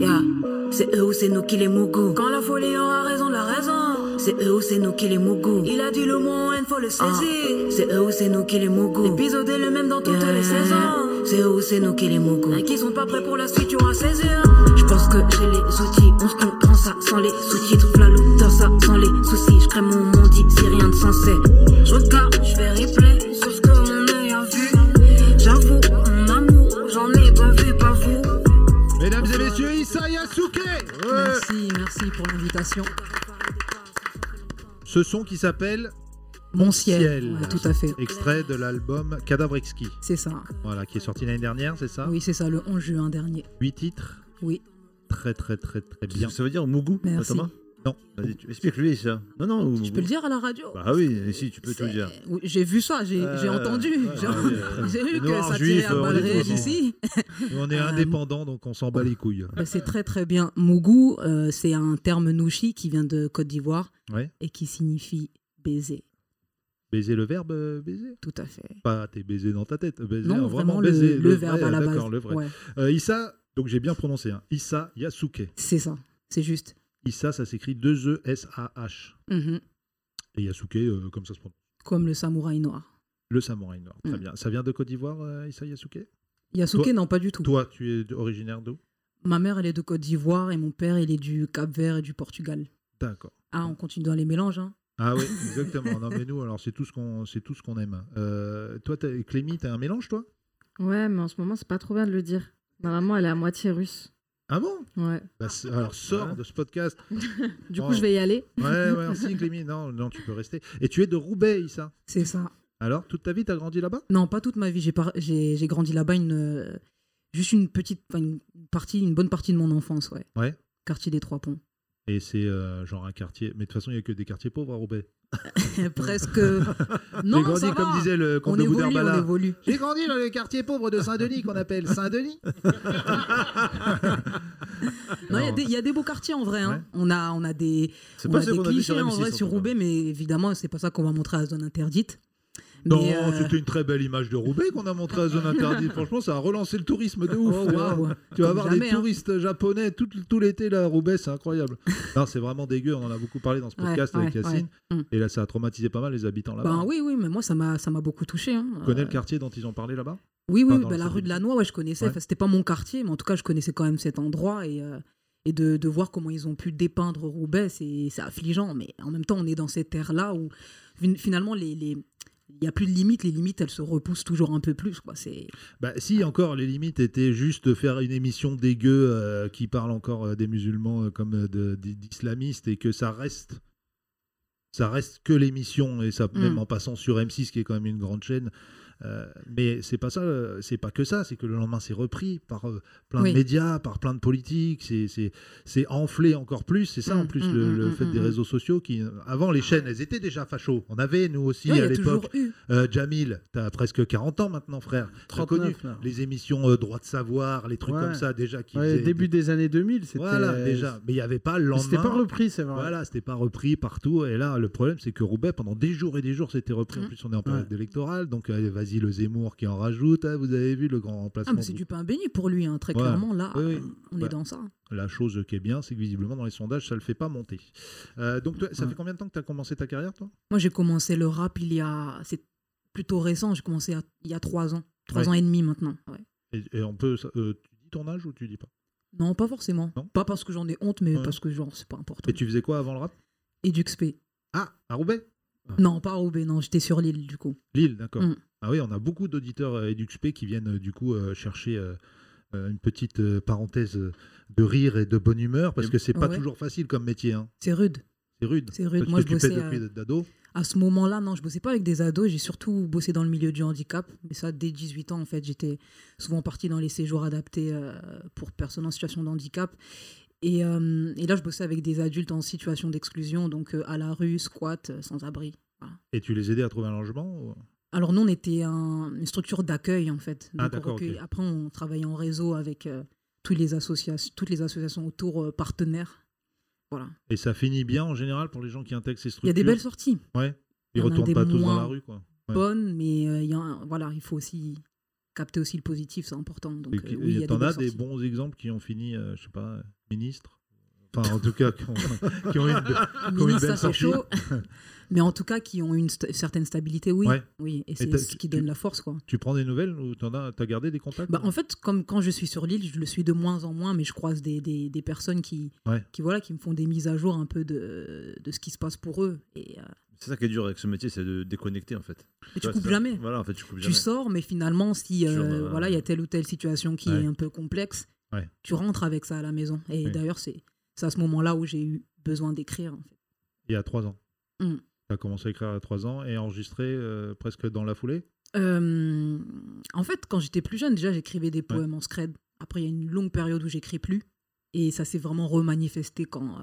S16: Yeah. C'est eux ou c'est nous qui les mougou. Quand la folie aura raison de la raison. C'est eux ou c'est nous qui les mougou. Il a dit le mot haine, faut le saisir. C'est eux ou c'est nous qui les mougou. L'épisode est le même dans toutes les saisons. Euh, C'est eux ou c'est nous qui les mougou. Et qui sont pas prêts pour la suite, tu auras saisi. Je pense que j'ai les outils. On se comprend ça sans les sous-titres. La l'auteur ça sans les soucis. Je crée mon monde, c'est rien de sensé. Je regarde, je fais replay sur ce que mon œil a vu. J'avoue, mon amour, j'en ai bavé, pas vous.
S3: Mesdames et messieurs, Issa Yasuke
S16: Merci, merci pour l'invitation.
S3: Ce son qui s'appelle
S17: Mon ciel, ouais, tout à fait.
S3: Extrait de l'album Cadavre Exquis.
S17: C'est ça.
S3: Voilà, qui est sorti l'année dernière, c'est ça
S17: Oui, c'est ça, le 11 juin dernier.
S3: 8 titres.
S17: Oui.
S3: Très, très, très, très
S17: (laughs)
S3: bien.
S5: Ça veut dire Mougou,
S17: Merci.
S5: Thomas
S3: Non.
S5: Vas-y, tu- explique-lui ça. Non, non.
S17: Je peux le dire à la radio
S5: Bah oui, si, tu peux tout le dire.
S17: Oui, J'ai vu ça, j'ai
S5: Euh,
S17: j'ai entendu.
S5: ouais,
S17: J'ai
S5: ouais, ouais.
S17: (laughs) j'ai
S5: Les
S17: vu que
S5: Noirs,
S17: ça
S5: Juifs,
S17: tirait à
S3: euh,
S5: on
S17: balles
S5: est tous
S17: réelles
S5: ensemble.
S17: (laughs) ici.
S3: Nous, on est
S17: Euh,
S3: indépendants, donc on s'en bat les couilles.
S17: Bah, C'est très très bien. Mougou, euh, c'est un terme nouchi qui vient de Côte d'Ivoire
S3: Ouais.
S17: et qui signifie baiser.
S3: Baiser le verbe euh, baiser
S17: Tout à fait.
S3: Pas t'es baisé dans ta tête. Baiser,
S17: Non,
S3: hein,
S17: vraiment, le-
S3: baiser.
S17: le
S3: vrai, ah,
S17: verbe à la
S3: d'accord,
S17: base,
S3: le vrai.
S17: ouais.
S3: Euh, Issa, donc j'ai bien prononcé. hein. Issa Yasuke.
S17: C'est ça, c'est juste.
S3: E Issa, ça s'écrit 2-E-S-A-H.
S17: Mhm.
S3: Et Yasuke, euh, comme ça se prononce.
S17: Comme le samouraï noir.
S3: Le samouraï noir, très
S17: Mm.
S3: bien. Ça vient de Côte d'Ivoire, euh, Issa Yasuke
S17: Yasuke,
S3: Toi-
S17: non, pas du tout.
S3: Toi, tu es originaire d'où
S17: Ma mère, elle est de Côte d'Ivoire et mon père, il est du Cap-Vert et du Portugal.
S3: D'accord.
S17: Ah, on continue dans les mélanges, hein (laughs)
S3: Ah oui, exactement. Non, mais nous, alors, c'est tout ce qu'on c'est tout ce qu'on aime. Euh, toi, t'as- Clémy, t'as un mélange, toi
S8: Ouais, mais en ce moment, c'est pas trop bien de le dire. Normalement, elle est à moitié russe.
S3: Ah bon
S8: Ouais.
S3: Bah, c'est- Alors, sors de ce
S17: (laughs)
S3: podcast.
S8: Du coup, je vais y aller.
S3: Ouais, Oh. ouais,
S8: (laughs)
S3: merci, Clémy. Non, non, tu peux rester. Et tu es de Roubaix, Issa
S17: C'est ça.
S3: Alors, toute ta vie, t'as grandi là-bas
S17: Non, pas toute ma vie. J'ai par- j'ai j'ai grandi là-bas, une... euh, juste une petite enfin, une partie, une bonne partie de mon enfance, ouais.
S3: Ouais.
S17: Quartier des Trois
S3: (laughs)
S17: Ponts.
S3: Et c'est euh, genre un quartier. Mais de toute façon, il n'y a que des quartiers pauvres à Roubaix. (laughs)
S17: Presque.
S3: J'ai
S17: Non,
S3: grandi,
S17: ça va.
S3: comme disait le comte
S17: On
S3: de
S17: évolue, on
S3: Boudarbala.
S17: évolue.
S3: J'ai grandi dans le quartier pauvre de Saint-Denis qu'on appelle
S17: (laughs)
S3: Saint-Denis.
S17: Non, il y a des- il y, a des beaux quartiers en vrai. hein. On a, on a des,
S10: C'est
S17: on
S10: pas
S17: a
S10: ceux
S17: des
S10: qu'on a vus
S17: clichés
S10: sur
S17: en
S10: M6,
S17: vrai
S10: en
S17: sur
S10: tout cas.
S17: Roubaix, mais évidemment, c'est pas ça qu'on va montrer à zone interdite.
S3: Non,
S17: Mais, euh,
S3: c'était une très belle image de Roubaix qu'on a montrée à
S17: (laughs)
S3: Zone Interdite. Franchement, ça a relancé le tourisme de ouf.
S17: Oh,
S3: tu, vois.
S17: waouh.
S3: Tu vas
S17: Comme
S3: avoir
S17: jamais,
S3: des
S17: hein.
S3: touristes japonais tout, tout l'été là à Roubaix, c'est
S17: (laughs)
S3: incroyable. Non, c'est vraiment dégueu. On en a beaucoup parlé dans ce
S17: Ouais,
S3: podcast avec
S17: ouais,
S3: Yacine.
S17: ouais. Mm.
S3: Et là, ça a traumatisé pas mal les habitants là-bas.
S17: ben oui, oui, mais moi, ça m'a ça m'a beaucoup touché. hein.
S3: Tu connais
S17: Euh,
S3: le quartier dont ils ont parlé là-bas
S17: Oui, oui,
S3: Enfin,
S17: oui,
S3: dans
S17: bah,
S3: le
S17: la rue de
S3: Saint-Denis.
S17: Lannoy, ouais, je connaissais.
S3: Ouais.
S17: Enfin, C'était pas mon quartier, mais en tout cas, je connaissais quand même cet endroit et, euh, et de, de voir comment ils ont pu dépeindre Roubaix, c'est c'est affligeant. Mais en même temps, on est dans cette ère-là où fin- finalement, les, les- il n'y a plus de limites. Les limites, elles se repoussent toujours un peu plus. quoi. C'est
S3: Bah, si encore les limites étaient juste de faire une émission dégueu euh, qui parle encore euh, des musulmans euh, comme euh, de- d- d'islamistes et que ça reste ça reste que l'émission et ça
S7: Mm.
S3: même en passant sur M6 qui est quand même une grande chaîne euh, mais c'est pas ça euh, c'est pas que ça c'est que le lendemain c'est repris par euh, plein
S7: Oui.
S3: de médias par plein de politiques c'est c'est c'est enflé encore plus c'est ça en plus
S7: mm,
S3: le,
S7: mm,
S3: le
S7: mm,
S3: fait
S7: mm,
S3: des
S7: mm.
S3: réseaux sociaux qui euh, avant les chaînes elles étaient déjà fachos on avait nous aussi
S7: Oui, il y
S3: à
S7: a toujours
S3: l'époque
S7: eu.
S3: euh, Jamil t'as presque 40 ans maintenant frère T'as
S10: 39,
S3: connu
S10: là.
S3: les émissions euh, droit de savoir, les trucs
S10: Ouais.
S3: comme ça déjà qui
S10: Ouais,
S3: faisaient-
S10: début des années 2000, c'était.
S3: Voilà, déjà, mais il n'y avait pas le
S10: Mais
S3: lendemain.
S10: c'était pas repris, c'est vrai.
S3: Voilà, c'était pas repris partout. Et là, le problème, c'est que Roubaix, pendant des jours et des jours, c'était repris.
S10: Mmh.
S3: En plus, on est en période électorale, donc euh, vas-y, le Zemmour qui en rajoute. hein, vous avez vu le grand remplacement.
S17: ah, mais c'est du pain béni pour lui, hein, très
S3: Ouais.
S17: clairement. Là,
S3: Oui, oui.
S17: on
S3: Bah,
S17: est dans ça.
S3: La chose qui est bien, c'est que visiblement, dans les sondages, ça le fait pas monter. Euh, donc, toi, ça
S17: Ouais.
S3: fait combien de temps que tu as commencé ta carrière, toi
S17: Moi, j'ai commencé le rap il y a. C'est plutôt récent. J'ai commencé à- il y a trois ans, trois
S3: Ouais.
S17: ans et demi maintenant. ouais.
S3: et, et on peut. ça- euh, tu dis ton âge ou tu dis pas
S17: Non, pas forcément. Pas parce que j'en ai honte, mais
S3: Ouais.
S17: parce que, genre, c'est pas important.
S3: Et tu faisais quoi avant le rap
S17: Et du XP.
S3: Ah, à Roubaix Ah.
S17: Non, pas à Roubaix, non, j'étais sur l'île du coup.
S3: Lille, d'accord.
S17: Mm.
S3: Ah oui, on a beaucoup d'auditeurs euh, EduxP qui viennent euh, du coup euh, chercher euh, euh, une petite euh, parenthèse euh, de rire et de bonne humeur parce que c'est pas
S17: Ouais.
S3: toujours facile comme métier. hein.
S17: C'est rude.
S3: C'est rude.
S17: C'est rude.
S3: Toi, tu
S17: Moi, je
S3: t'occupais
S17: bossais,
S3: depuis
S17: euh,
S3: d'ado.
S17: À ce moment-là, non, je bossais pas avec des ados, j'ai surtout bossé dans le milieu du handicap. Mais ça, dès 18 ans, en fait, j'étais souvent partie dans les séjours adaptés euh, pour personnes en situation de handicap. Et, euh, et là, je bossais avec des adultes en situation d'exclusion, donc euh, à la rue, squat, euh, sans-abri. Voilà.
S3: Et tu les aidais à trouver un logement ou-
S17: Alors nous, on était un- une structure d'accueil en fait.
S3: Ah,
S17: Donc, on
S3: d'accord,
S17: recueille-
S3: ok.
S17: Après, on travaillait en réseau avec euh, toutes, les associations, toutes les associations autour euh, partenaires. Voilà.
S3: Et ça finit bien en général pour les gens qui intègrent ces
S17: Il
S3: structures.
S17: y a des belles sorties.
S3: Ouais. Ils
S17: Il y en a
S3: retournent
S17: des
S3: pas tous dans
S17: moins
S3: la rue, quoi. Ouais.
S17: Bonnes, mais euh, il y a un- voilà, il faut aussi capter aussi le positif, c'est important. Donc
S3: Et
S17: euh,
S3: qui-
S17: oui, il y a des
S3: T'en
S17: belles
S3: as des
S17: sorties.
S3: bons exemples qui ont fini, euh, je sais pas, euh, ministre. Enfin, en tout cas, qui ont, (laughs) qui
S17: (laughs)
S3: ont une, be- qui ont une
S17: Ministre,
S3: belle
S17: ça
S3: sortie.
S17: fait chaud. (laughs)
S3: (laughs)
S17: mais en tout cas, qui ont une st- certaine stabilité, oui.
S3: Ouais.
S17: Oui, et
S3: Et
S17: c'est
S3: t'as-
S17: ce qui
S3: tu-
S17: donne la force, quoi.
S3: Tu prends des nouvelles ou t'en as, t'as gardé des contacts
S17: Bah, en fait, comme quand je suis sur l'île, je le suis de moins en moins, mais je croise des, des, des personnes qui,
S3: Ouais.
S17: qui, voilà, qui me font des mises à jour un peu de, de ce qui se passe pour eux. Et, euh,
S5: C'est ça qui est dur avec ce métier, c'est de déconnecter en fait.
S17: mais tu
S5: vois,
S17: coupes
S5: c'est-
S17: jamais.
S5: Voilà, en fait, tu coupes
S17: Tu
S5: jamais.
S17: sors, mais finalement, si
S5: Toujours
S17: euh,
S5: dans la-
S17: voilà, il y a telle ou telle situation qui
S5: Ouais.
S17: est un peu complexe,
S3: Ouais.
S17: tu rentres avec ça à la maison. Et
S3: Oui.
S17: d'ailleurs, c'est c'est à ce moment-là où j'ai eu besoin d'écrire. en fait.
S3: Il y a trois ans.
S17: Mm.
S3: Tu as commencé à écrire à 3 ans et enregistré euh, presque dans la foulée.
S17: Euh, en fait, quand j'étais plus jeune, déjà, j'écrivais des poèmes en scred. Après, il y a une longue période où j'écris plus. Et ça s'est vraiment remanifesté quand, euh,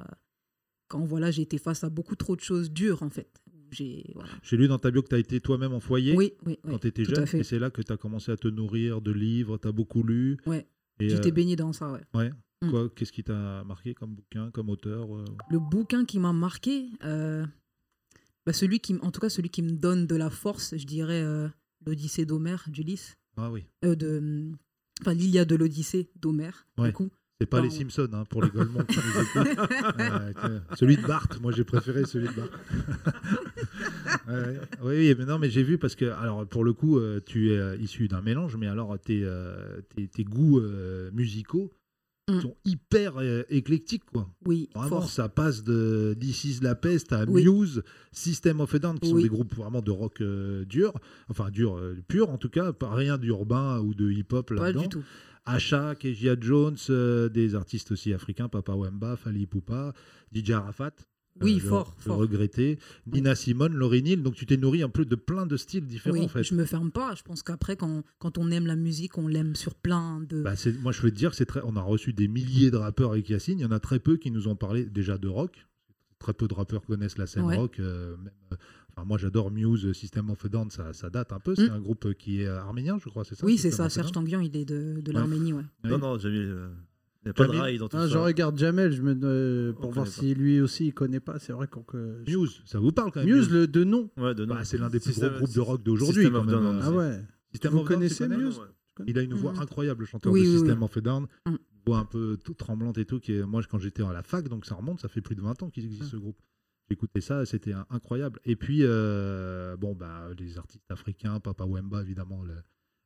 S17: quand voilà, j'ai été face à beaucoup trop de choses dures, en fait. J'ai, voilà.
S3: J'ai lu dans ta bio que tu as été toi-même en foyer
S17: Oui, oui, oui,
S3: quand tu étais
S17: tout à
S3: jeune.
S17: fait.
S3: Et c'est là que tu as commencé à te nourrir de livres, tu as beaucoup lu.
S17: Ouais.
S3: Et,
S17: J'étais
S3: euh,
S17: baignée dans ça, ouais.
S3: Ouais.
S17: Mm.
S3: Quoi, Qu'est-ce qui t'a marqué comme bouquin, comme auteur euh
S17: Le bouquin qui m'a marqué, euh, bah, celui qui, m- en tout cas, celui qui me donne de la force, je dirais euh, l'Odyssée d'Homère, d'Ulysse.
S3: Ah oui.
S17: Euh, de, enfin, l'Iliade de l'Odyssée d'Homère,
S3: Ouais.
S17: du coup.
S3: C'est pas
S17: Quand-
S3: les Simpsons hein, pour les
S17: (laughs)
S3: Golemont qui nous écoutent. Euh, que- celui de Barthes, moi j'ai préféré celui de Barthes. (laughs) Ouais, ouais. Oui, oui, mais non, mais j'ai vu parce que, alors, pour le coup, euh, tu es euh, issu d'un mélange, mais alors tes, euh, tes, tes goûts euh, musicaux
S17: Mm.
S3: sont hyper euh, éclectiques, quoi.
S17: Oui,
S3: Vraiment,
S17: fort.
S3: ça passe de This is La Peste à
S17: Oui.
S3: Muse, System of a Down, qui sont
S17: Oui.
S3: des groupes vraiment de rock euh, dur, enfin dur, euh, pur en tout cas, pas rien d'urbain ou de hip-hop là-dedans.
S17: du tout.
S3: Asha, Kejia Jones, euh, des artistes aussi africains, Papa Wemba, Fali Poupa, DJ Arafat. euh,
S17: Oui,
S3: le-
S17: fort,
S3: le
S17: fort.
S3: regretté. Nina Simone, Laurie Neal. Donc tu t'es nourri un peu de plein de styles différents
S17: Oui,
S3: en fait.
S17: je me ferme pas. Je pense qu'après, quand, quand on aime la musique, on l'aime sur plein de.
S3: Bah, c'est- moi, je veux te dire, c'est très, on a reçu des milliers de rappeurs avec Yacine. Il y en a très peu qui nous ont parlé déjà de rock. Très peu de rappeurs connaissent la scène
S17: Ouais.
S3: rock. euh, même, euh, enfin, moi, j'adore Muse, euh, System of a Down, ça, ça date un peu. C'est
S17: Mm.
S3: un groupe euh, qui est arménien, je crois, c'est ça
S17: oui, c'est
S3: System
S17: ça.
S3: of a
S17: Serge
S3: Down
S17: Tanguyan, il est de, de
S3: Ouais.
S17: l'Arménie, ouais.
S5: Non, non, Jamil, euh, il n'y a pas de
S3: Jamil
S5: rail dans tout
S10: Ah, Je
S5: ça.
S10: regarde Jamel je me, euh,
S5: On
S10: pour voir
S5: connaît
S10: si lui aussi il connaît pas. C'est vrai qu'on. que-
S3: Muse, ça vous parle quand même
S10: Muse, le, de nom.
S5: Ouais, de nom.
S3: Bah, c'est l'un des plus
S5: System-
S3: gros groupes de rock d'aujourd'hui.
S5: System
S3: quand
S5: of
S3: même.
S5: Down,
S3: Euh,
S5: hein. ouais.
S10: Ah ouais.
S3: System
S10: Vous
S3: of Down, tu
S10: connaissez
S3: connais
S10: Muse
S3: Il a une voix
S10: Mm.
S3: incroyable, le chanteur
S10: Oui,
S3: de
S10: oui,
S3: System
S10: oui. Mm.
S3: of a Down.
S17: Une
S3: voix un peu toute tremblante et tout. Qui est- Moi, quand j'étais à la fac, donc ça remonte, ça fait plus de 20 ans qu'il existe
S10: Ah.
S3: ce groupe. J'écoutais ça, c'était un- incroyable. Et puis, euh, bon, bah, les artistes africains, Papa Wemba, évidemment, la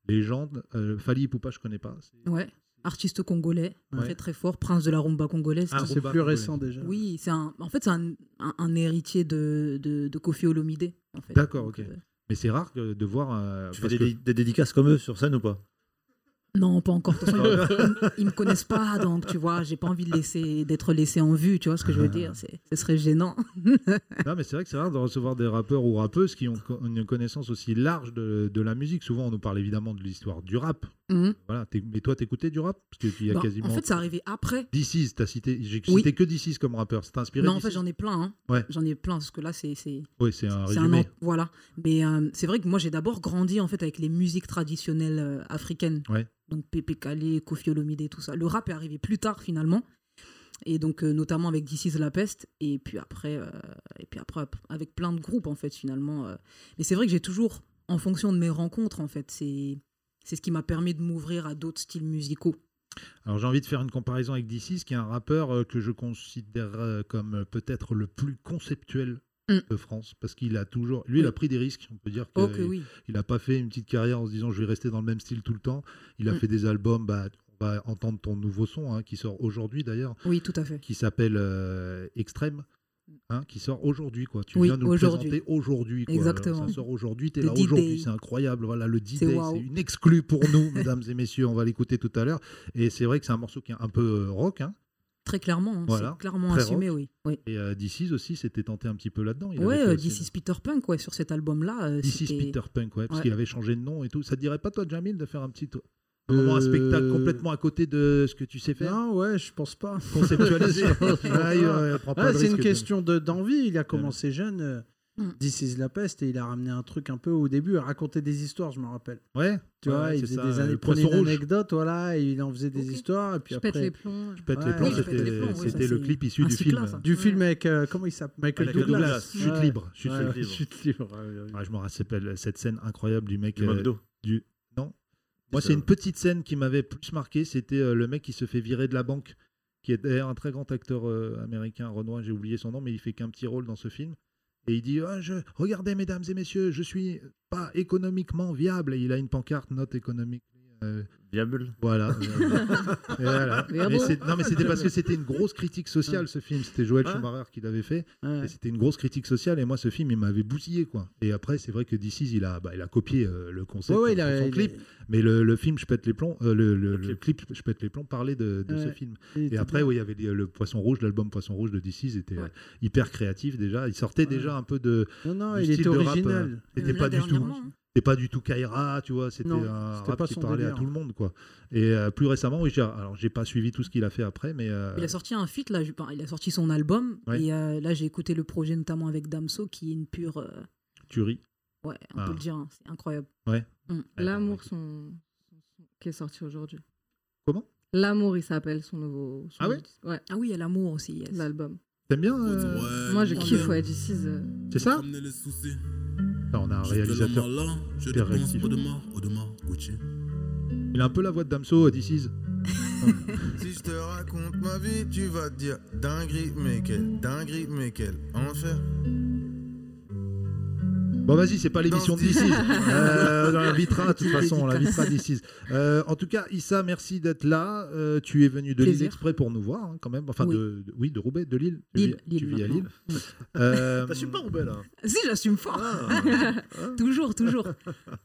S3: légende. Euh, Fali Poupa, je connais pas. C'est-
S17: Ouais. Artiste congolais,
S3: Ouais.
S17: très très fort, prince de la rumba congolaise.
S3: Ah,
S17: tout.
S3: c'est Rumba plus congolaise. récent déjà.
S17: Oui, c'est un, en fait, c'est un, un- un héritier de, de, de Kofi Olomide. en fait.
S3: D'accord,
S17: Donc,
S3: ok.
S17: euh,
S3: Mais c'est rare que- de voir. euh,
S5: Tu fais
S3: parce
S5: des,
S3: que-
S5: des dédicaces comme eux sur scène ou pas
S17: Non, pas encore. De toute façon, ils, ils me connaissent pas, donc tu vois, j'ai pas envie de laisser d'être laissé en vue, tu vois ce que je
S3: Ah.
S17: veux dire. c'est- Ce serait gênant.
S3: (laughs)
S17: (laughs)
S3: Non, mais c'est vrai que c'est rare de recevoir des rappeurs ou rappeuses qui ont co- une connaissance aussi large de, de la musique. Souvent, on nous parle évidemment de l'histoire du rap.
S17: Mhm.
S3: Voilà. t'éc- Mais toi, t'écoutais du rap Parce qu'il y a
S17: Bah,
S3: quasiment.
S17: En fait, c'est arrivé après.
S3: DC's, t'as cité. J'ai
S17: Oui.
S3: cité que DC's comme rappeur. C'est inspiré
S17: Non, en fait,
S3: DC's?
S17: j'en ai plein. hein.
S3: Ouais.
S17: J'en ai plein, parce que là, c'est. c'est-
S3: Oui, c'est un
S17: c'est
S3: résumé.
S17: en- voilà. Mais euh, c'est vrai que moi, j'ai d'abord grandi en fait avec les musiques traditionnelles euh, africaines.
S3: Ouais.
S17: Donc Pépé Calais, Kofi Olomide, tout ça. Le rap est arrivé plus tard finalement. Et donc, euh, notamment avec This is La Peste. Et puis après, euh, et puis après avec plein de groupes en fait finalement. euh. Mais c'est vrai que j'ai toujours, en fonction de mes rencontres en fait, c'est c'est ce qui m'a permis de m'ouvrir à d'autres styles musicaux.
S3: Alors j'ai envie de faire une comparaison avec D6, qui est un rappeur euh, que je considère euh, comme euh, peut-être le plus conceptuel
S17: Mm.
S3: de France, parce qu'il a toujours, lui, il a pris des risques. On peut dire qu'il
S17: Oh que oui.
S3: n'a pas fait une petite carrière en se disant je vais rester dans le même style tout le temps. Il a
S17: Mm.
S3: fait des albums. Bah, on va entendre ton nouveau son hein, qui sort aujourd'hui d'ailleurs.
S17: Oui, tout à fait.
S3: Qui s'appelle euh, Extrême. hein, qui sort aujourd'hui quoi. Tu
S17: Oui,
S3: viens nous le
S17: aujourd'hui.
S3: présenter aujourd'hui. quoi.
S17: Exactement.
S3: Ça sort aujourd'hui, t'es
S17: Le
S3: là aujourd'hui,
S17: D-Day.
S3: c'est incroyable. Voilà le
S17: C'est
S3: D-Day, c'est
S17: waouh.
S3: une exclue pour nous, (laughs) mesdames et messieurs. On va l'écouter tout à l'heure. Et c'est vrai que c'est un morceau qui est un peu euh, rock. hein.
S17: Très clairement, hein,
S3: Voilà,
S17: c'est clairement
S3: très
S17: assumé,
S3: rock.
S17: oui.
S3: Et euh, This Is aussi s'était tenté un petit peu là-dedans. Il
S17: ouais,
S3: avait fait
S17: euh,
S3: aussi-
S17: This is Peter Punk, ouais, sur cet album-là. euh,
S3: This is
S17: c'était-
S3: Peter Punk, ouais, parce
S17: Ouais.
S3: qu'il avait changé de nom et tout. Ça te dirait pas, toi, Jamil, de faire un petit. un moment, un spectacle complètement à côté de ce que tu sais faire
S10: Euh, Non, ouais, je pense
S3: (laughs)
S10: pas. (laughs)
S3: Conceptualiser. Ouais, il, euh, prend pas
S10: Ouais, Ah,
S3: de
S10: c'est
S3: risque,
S10: une
S3: John.
S10: question de- d'envie. Il a commencé jeune. euh,
S17: Mm.
S10: This is la peste et il a ramené un truc un peu au début, raconter des histoires, je me rappelle.
S3: Ouais.
S10: Tu
S3: Ouais,
S10: vois,
S3: ouais,
S10: il
S3: c'est
S10: faisait
S3: ça,
S10: des
S3: euh,
S10: années-
S3: le
S10: prenait
S3: poisson
S10: une
S3: rouge.
S10: anecdotes, voilà, et il en faisait des histoires et puis
S14: Je
S10: après.
S14: pète les plombs.
S3: Je pète les plombs,
S10: je pète
S3: c'était-
S10: les plombs, ouais,
S3: c'était
S10: ça,
S3: le
S10: c'est
S3: clip issu
S10: un
S3: du
S10: cyclasse,
S3: film.
S10: hein. Du film avec euh, comment il s'appelle Michael,
S3: Michael
S10: Douglas.
S3: Douglas. Chute
S10: Ouais.
S3: libre. Chute
S10: Ouais,
S3: libre.
S10: Chute libre. ouais, ouais.
S3: Ouais, je me rappelle cette scène incroyable du mec. euh,
S5: Du McDo.
S3: du- Non. Moi, c'est
S5: C'est ça.
S3: une petite scène qui m'avait plus marqué. C'était euh, le mec qui se fait virer de la banque, qui est d'ailleurs un très grand acteur euh, américain, Renoir, j'ai oublié son nom, mais il fait qu'un petit rôle dans ce film. Et il dit Ah, je... Regardez, mesdames et messieurs, je suis pas économiquement viable. Et il a une pancarte, note économique. euh,
S5: Viable.
S3: Voilà. (laughs) Et voilà.
S5: Mais ah
S3: Mais
S5: bon
S3: c'est- non, mais c'était parce que c'était une grosse critique
S17: Hein.
S3: sociale, ce film. C'était Joël
S5: Ouais.
S3: Schumacher qui l'avait fait.
S10: Ouais.
S3: Et c'était une grosse critique sociale. Et moi, ce film, il m'avait bousillé, quoi. Et après, c'est vrai que This Is, il a, bah, il a copié euh, le concept
S10: Ouais, ouais,
S3: de
S10: il a-
S3: son
S10: il a-
S3: clip. Mais le, le film, je pète les plombs, euh, le, le- le clip, je pète les plombs, parlait de, de ce
S10: Ouais.
S3: film.
S10: Il
S3: Et
S10: était
S3: après,
S10: bien.
S3: oui, il y avait les- euh, le Poisson Rouge, l'album Poisson Rouge de This Is était euh, hyper créatif déjà. Il sortait déjà un peu de.
S10: Non, non,
S3: du
S10: il
S3: style
S10: était
S3: de rap,
S10: original.
S3: euh,
S10: Et
S3: C'était
S10: même
S3: pas
S10: là,
S3: du tout.
S10: dernièrement, hein.
S3: C'était pas du tout Kaira, tu vois. C'était
S10: Non,
S3: un
S10: c'était
S3: rap
S10: pas
S3: qui
S10: son
S3: parlait à
S10: délire.
S3: tout le monde, quoi. Et euh, plus récemment, oui, j'ai- alors j'ai pas suivi tout ce qu'il a fait après, mais. euh,
S17: Il a sorti un feat, là, je- enfin, il a sorti son album.
S3: Ouais.
S17: Et euh, là, j'ai écouté le projet notamment avec Damso, qui est une pure. euh,
S3: Tu ris.
S17: ouais, on
S3: Ah.
S17: peut le dire, hein, c'est incroyable.
S3: Ouais. bah,
S17: Mm.
S8: L'amour, son... son- qui est sorti aujourd'hui.
S3: Comment
S8: L'amour, il s'appelle son nouveau. son
S17: Ah ouais
S8: nouveau disque. ouais
S17: Ah oui, il y a l'amour aussi, yes.
S8: L'album.
S3: T'aimes bien euh,
S8: Moi, je kiffe, ouais, This is, euh,
S3: C'est ça Enfin, On a un réalisateur hyper réactif. Il a un peu la voix de Damso à This Is.
S18: (laughs) Si je te raconte ma vie, tu vas te dire dinguerie, mais quelle dinguerie, mais quel enfer.
S3: Bon, vas-y, c'est pas l'émission de
S7: Dans ce-
S3: DC's. Euh, on l'invitera, de toute
S7: Petite
S3: façon, on
S7: dédicace.
S3: l'invitera DC's. Euh, en tout cas, Issa, merci d'être là. Euh, tu es venu de Lille
S7: Plaisir.
S3: exprès pour nous voir, hein, quand même. Enfin,
S7: Oui.
S3: De, de- oui, de Roubaix, de Lille.
S17: Lille,
S3: tu vis, tu
S17: Lille,
S3: vis à Lille.
S17: maintenant. (laughs)
S3: Euh,
S4: T'assumes pas Roubaix, là Ah.
S17: Si, j'assume fort. (laughs) toujours, toujours.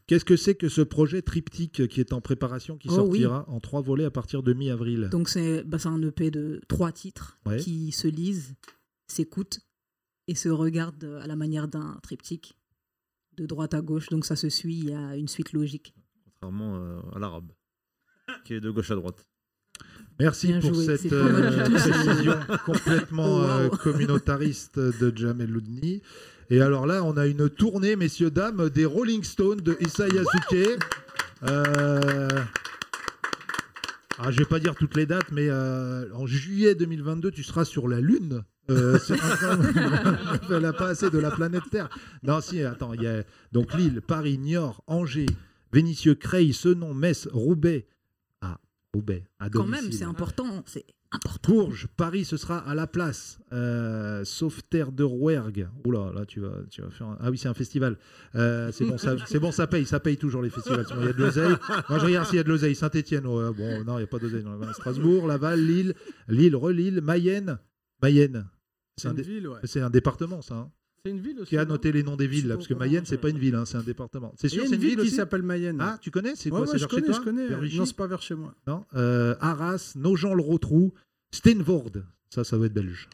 S3: Qu'est-ce que c'est que ce projet triptyque qui est en préparation, qui
S17: Oh,
S3: sortira en trois volets à partir de mi-avril
S17: Donc c'est bah, c'est un EP de trois titres
S3: Ouais.
S17: qui se lisent, s'écoutent et se regardent euh, à la manière d'un triptyque de droite à gauche. Donc ça se suit, il y a une suite logique.
S5: Contrairement euh, à l'arabe, qui est de gauche à droite.
S3: Merci
S5: Bien
S3: pour
S5: joué, c'est
S3: cette
S5: pas mal
S3: euh,
S5: du tout, ça.
S3: précision complètement
S5: Oh, waouh.
S3: euh, communautariste de Jamel Loudni. Et alors là, on a une tournée, messieurs, dames, des Rolling Stones de Issa Yasuke. Euh, Ah, je vais pas dire toutes les dates, mais euh, en juillet 2022, tu seras sur la Lune. Euh, c'est incroyable. Elle n'a pas assez (laughs) de la planète Terre. Non, si, attends, il y a donc Lille, Paris, Niort, Angers, Vénissieux, Creil, Senon, Metz, Roubaix. Ah, Roubaix, à
S17: Quand
S3: domicile.
S17: même, c'est important. C'est
S3: Bourges, Paris, ce sera à la place. Euh, Sauveterre de Rouergue. Oula, là, tu vas, tu vas faire. un- Ah oui, c'est un festival. Euh, c'est bon, ça, c'est bon, ça paye, ça paye toujours les festivals. Sinon, Il y a de l'oseille. Moi, je regarde s'il y a de l'oseille. Saint-Étienne, ouais, bon, non, il n'y a pas d'oseille. dans la- Strasbourg, Laval, Lille, Lille, Relille, Mayenne, Mayenne.
S6: C'est
S3: un
S6: une
S3: dé-
S6: ville, ouais.
S3: C'est un département, ça. hein.
S6: C'est une ville aussi.
S3: Qui a noté les noms des villes, là,
S6: pas
S3: parce que Mayenne, c'est pas une ville, hein, c'est un département. C'est
S16: Il y a
S3: sûr,
S16: une
S3: c'est
S16: ville qui
S3: aussi
S16: s'appelle Mayenne.
S3: Ah, tu connais C'est
S16: Ouais,
S3: quoi
S16: ouais,
S3: C'est
S16: je
S3: vers chez
S16: connais,
S3: toi
S16: je connais.
S3: Vers Vichy
S16: Non, c'est pas vers chez moi.
S3: non Euh, Arras, Nogent-le-Rotrou, Steenvoorde. Ça, ça doit être belge.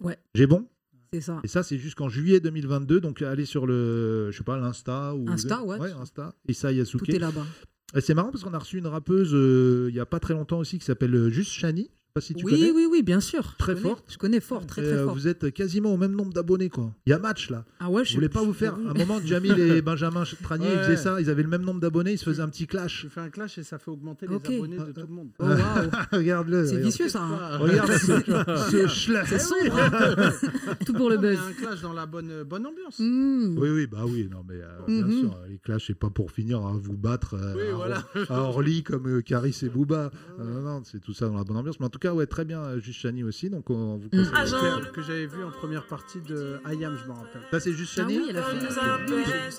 S17: Ouais.
S3: J'ai bon
S17: C'est ça.
S3: Et ça, c'est jusqu'en juillet 2022. Donc, allez sur le, je sais pas, l'Insta ou.
S17: Insta, ouais.
S3: Insta. Issa Yasuke.
S17: Tout est là-bas.
S3: Et c'est marrant parce qu'on a reçu une rappeuse euh, il y a pas très longtemps aussi qui s'appelle euh, Juste Chani. Je sais pas si tu
S17: oui,
S3: connais.
S17: oui, oui, bien sûr.
S3: Très
S17: je connais,
S3: forte.
S17: Je connais fort, très
S3: Et,
S17: très
S3: euh,
S17: fort.
S3: Vous êtes quasiment au même nombre d'abonnés, quoi. Il y a match là.
S17: Ah ouais,
S3: je
S17: je-
S3: voulais pas vous
S17: je-
S3: faire.
S17: j'avoue.
S3: un moment, Jamil
S17: (laughs)
S3: et Benjamin Tranier, ils
S16: Ouais.
S3: faisaient ça. Ils avaient le même nombre d'abonnés. Ils se faisaient un petit clash.
S16: Tu fais un clash et ça fait augmenter
S17: Ok.
S16: les abonnés de tout le monde.
S3: (laughs) Regarde-le.
S16: Oh, C'est
S3: regarde.
S16: vicieux, ça, (laughs) hein.
S3: Regarde (laughs) ce, ce
S16: C'est sombre, hein. (laughs)
S17: Tout pour le
S16: Non, mais
S17: buzz.
S16: Un clash dans la bonne bonne ambiance.
S3: Oui, oui, bah oui, non, mais euh, bien
S16: Mhm.
S3: sûr, les clashs, c'est pas pour finir à vous battre euh,
S16: Oui,
S3: à,
S16: voilà.
S3: Or- à Orly comme euh, Caris et Booba. Euh, non, non, c'est tout ça dans la bonne ambiance. Mais en tout cas, ouais, très bien, euh, Juste Chani aussi. Donc, on
S16: Mm.
S3: vous passe
S16: Ah,
S3: le-
S16: Claire, que j'avais vu en première partie de Ayam, je m'en rappelle.
S3: Ça, c'est juste
S16: Ah
S3: Chani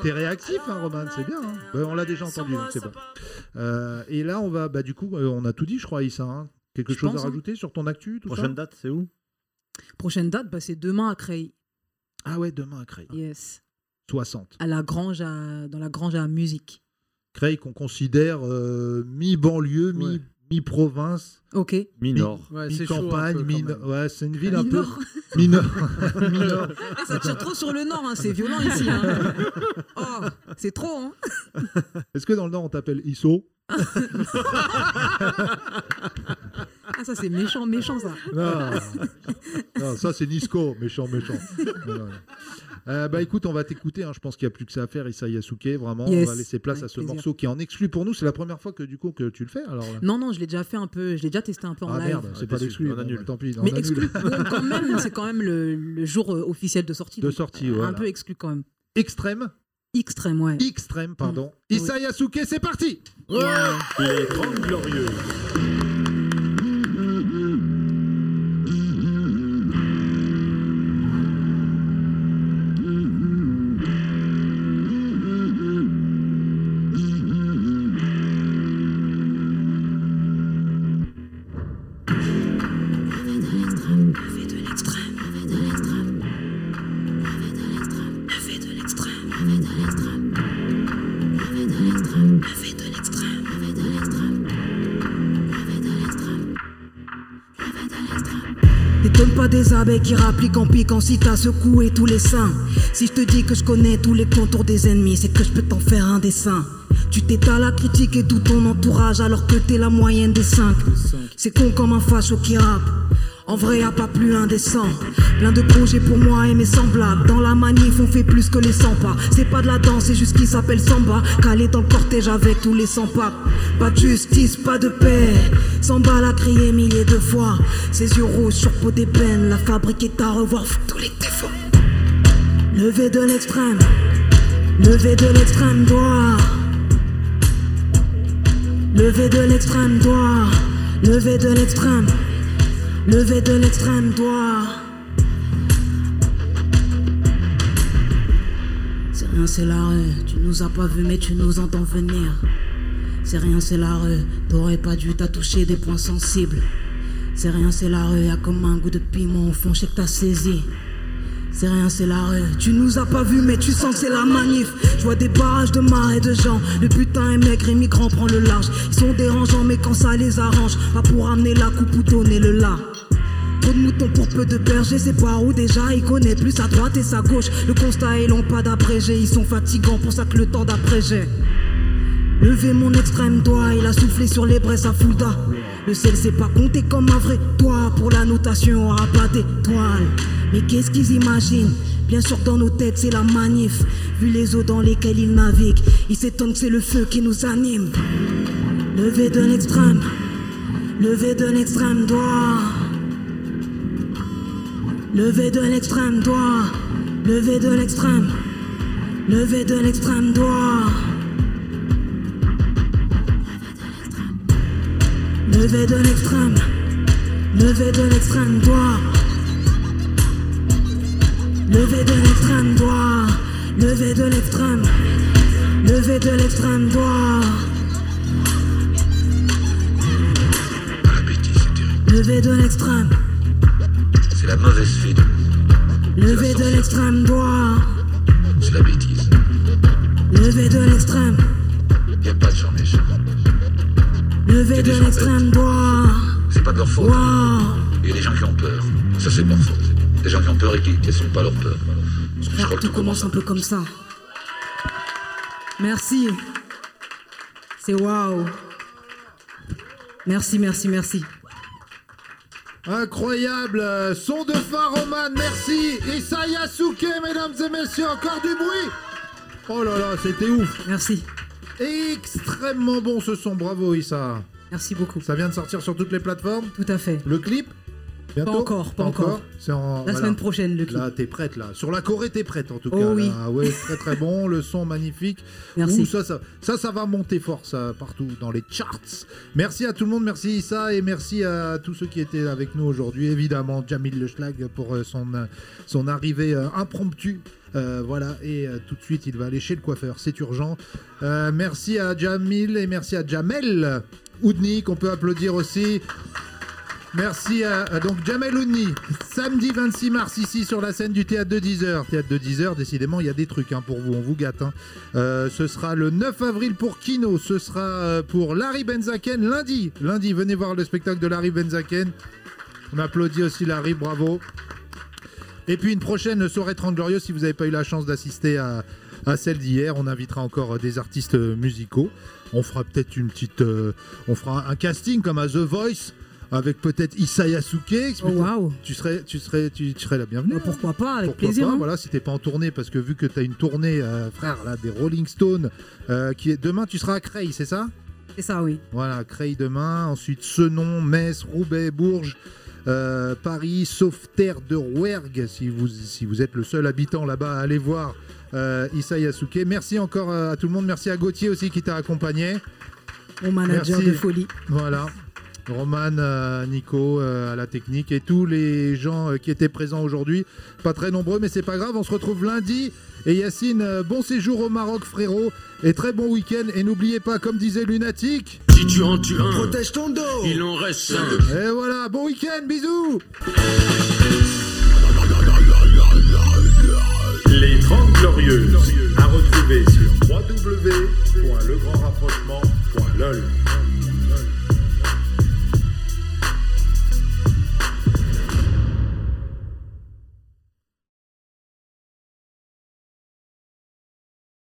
S3: T'es réactif, hein, Roman, c'est bien. hein. Ouais, on l'a déjà entendu, donc c'est bon. Euh, et là, on va, bah, du coup, euh, on a tout dit, je crois, Issa. hein. Quelque
S17: Je
S3: chose
S17: pense,
S3: à
S17: hein.
S3: rajouter sur ton actu tout
S17: Prochaine
S3: date, c'est où
S17: Prochaine date, bah, c'est demain à Creil.
S3: Ah ouais, demain à Creil.
S17: Yes.
S3: 60.
S17: À la grange à- dans la grange à musique.
S3: Creil qu'on considère euh, mi-banlieue, mi- mi-province.
S17: Ok.
S5: Mi-nord.
S3: Mi-
S17: Ouais, c'est chaud un
S3: Mi-campagne,
S17: peu quand
S3: mi-
S17: même.
S3: ouais, c'est une ville un peu.
S17: Mi-nord.
S3: Mi-nord. (laughs) Mi-nord.
S17: Eh, ça tire trop sur le nord, hein, c'est violent
S3: (laughs)
S17: ici. hein. Oh, c'est trop. Hein.
S3: Est-ce que dans le Nord on t'appelle Isso
S17: (laughs) Ah, ça c'est méchant, méchant ça.
S3: non. Ah. Non, ça c'est Nisco, méchant, méchant. Non, non. Euh, bah écoute, on va t'écouter. hein. Je pense qu'il n'y a plus que ça à faire. Issa Yasuke, vraiment,
S17: Yes.
S3: on va laisser place
S17: Avec
S3: à ce
S17: plaisir.
S3: morceau qui est en exclu pour nous. C'est la première fois que du coup que tu le fais. Alors là.
S17: Non, non, je l'ai déjà fait un peu, je l'ai déjà testé un peu en
S3: ah
S17: live.
S3: merde, c'est pas
S5: déçu,
S3: l'exclu.
S5: on
S3: bon,
S5: annule.
S3: bah, Tant pis, on
S17: Mais
S3: annule.
S17: exclu, bon, quand même, (laughs) c'est quand même le, le jour euh, officiel de sortie.
S3: De
S17: donc,
S3: sortie,
S17: euh,
S3: voilà.
S17: Un peu exclu quand même.
S3: Extrême
S17: Extrême, ouais.
S3: Extrême, (laughs) pardon. Issa Yasuke, c'est parti
S18: Les 30 Glorieux.
S19: T'étonnes pas des abeilles qui rappliquent en piquant si t'as secoué tous les seins. Si je te dis que je connais tous les contours des ennemis, c'est que je peux t'en faire un dessin. Tu t'étales à critiquer tout ton entourage alors que t'es la moyenne des cinq. C'est con comme un facho qui rappe. En vrai, y'a pas plus indécent. Plein de projets pour moi et mes semblables. Dans la manif, on fait plus que les 100 pas. C'est pas de la danse, c'est juste qui s'appelle Samba. Calé dans le cortège avec tous les 100 papes. Pas de justice, pas de paix. Samba l'a crié milliers de fois. Ses yeux rouges sur peau d'ébène. La fabrique est à revoir. Faut Tous les défauts. Levé de l'extrême. Levé de l'extrême droit. Levé de l'extrême droit. Levé de l'extrême. Levé de l'extrême droit.
S20: C'est
S19: rien, c'est la rue. Tu nous as pas vus, mais tu nous entends venir. C'est rien, c'est la rue. T'aurais pas dû t'attoucher des points sensibles. C'est rien, c'est la rue. Y a comme un goût de piment au fond, je sais que t'as saisi. C'est rien, c'est la rue. Tu nous as pas vus, mais tu sens que c'est la manif. Je vois des barrages de marais de gens. Le putain est maigre, immigrant prend le large. Ils sont dérangeants, mais quand ça les arrange, pas pour amener la coupe ou donner le là. Trop de moutons pour peu de bergers, c'est par où déjà il connaît plus sa droite et sa gauche. Le constat est long, pas d'abrégé, ils sont fatigants, pour ça que le temps d'abréger. Levé mon extrême doigt, il a soufflé sur les braises à Fulda. Le sel s'est pas compté comme un vrai toit pour la notation aura pas d'étoiles. Mais qu'est-ce qu'ils imaginent Bien sûr que dans nos têtes c'est la manif. Vu les eaux dans lesquelles ils naviguent, ils s'étonnent que c'est le feu qui nous anime. Levé de l'extrême, levé de l'extrême doigt. Levé de l'extrême doigt, levé de l'extrême, levé de l'extrême doigt. Levé de l'extrême, levé de l'extrême droit. Levé de l'extrême droit, levé de l'extrême, levé de l'extrême droit. Levé de l'extrême,
S20: C'est la mauvaise fée de
S19: levé de l'extrême droit.
S20: C'est la bêtise.
S19: Levé de l'extrême,
S20: Il n'y a pas de gens méchants.
S19: levé de l'extrême droit.
S20: C'est pas de leur faute.
S19: Ouah.
S20: Il y a des gens qui ont peur. Ça, c'est de leur faute. Des gens qui ont peur et qui ne sont pas leur peur.
S19: Je crois que tout commence un peu comme ça.
S21: Merci. C'est waouh. Merci, merci, merci.
S3: Incroyable euh, Son de Faroman, merci Isayasuke, mesdames et messieurs, encore du bruit Oh là là, c'était ouf
S21: Merci.
S3: Extrêmement bon ce son, bravo Issa
S21: Merci beaucoup.
S3: Ça vient de sortir sur toutes les plateformes
S21: Tout à fait.
S3: Le clip Bientôt
S21: Pas encore, pas encore.
S3: C'est en-
S21: La
S3: voilà.
S21: semaine prochaine, le clip.
S3: Là, t'es prête, là. Sur la Corée, t'es prête, en tout
S21: Oh
S3: cas.
S21: oui.
S3: là. Ouais, très très bon, le son magnifique.
S21: Merci.
S3: Ouh, ça, ça, ça, ça va monter fort, ça, partout, dans les charts. Merci à tout le monde, merci Issa, et merci à tous ceux qui étaient avec nous aujourd'hui. Évidemment, Jamil Le Schlag pour euh, son, euh, son arrivée euh, impromptue. Euh, voilà, et euh, tout de suite, il va aller chez le coiffeur, c'est urgent. Euh, merci à Jamil et merci à Jamel Oudni, qu'on peut applaudir aussi. Merci à, à donc Jamel Oudni, samedi 26 mars ici sur la scène du théâtre de 10h. Théâtre de 10h, décidément, il y a des trucs hein, pour vous, on vous gâte. hein. Euh, ce sera le 9 avril pour Kino, ce sera euh, pour Larry Benzaken lundi. Lundi, venez voir le spectacle de Larry Benzaken. On applaudit aussi Larry, bravo. Et puis une prochaine soirée 30 glorieux si vous n'avez pas eu la chance d'assister à, à celle d'hier. On invitera encore euh, des artistes euh, musicaux. On fera peut-être une petite, euh, on fera un casting comme à The Voice avec peut-être Issa Yasuke. Tu serais, tu serais, tu, tu serais la bienvenue.
S21: Oh, pourquoi pas, avec
S3: Pourquoi
S21: plaisir.
S3: pas,
S21: hein.
S3: Voilà, si t'es pas en tournée, parce que vu que t'as une tournée, euh, frère, là, des Rolling Stones, euh, qui est demain, tu seras à Creil, c'est ça
S21: C'est ça, oui.
S3: voilà, Creil demain, ensuite Senon, Metz, Roubaix, Bourges, euh, Paris, Sauveterre de Rouergue. Si vous, si vous êtes le seul habitant là-bas, allez voir euh, Issa Yasuke. Merci encore euh, à tout le monde. Merci à Gauthier aussi qui t'a accompagné.
S21: Mon manager
S3: Merci.
S21: de folie.
S3: Voilà. Roman, euh, Nico euh, à la technique et tous les gens euh, qui étaient présents aujourd'hui. Pas très nombreux, mais c'est pas grave. On se retrouve lundi. Et Yacine, euh, bon séjour au Maroc, frérot. Et très bon week-end. Et n'oubliez pas, comme disait Lunatique.
S22: Si tu en tues un,
S3: protège ton dos.
S22: il en reste un.
S3: Et voilà, bon week-end, bisous
S23: Les 30 Glorieuses, à retrouver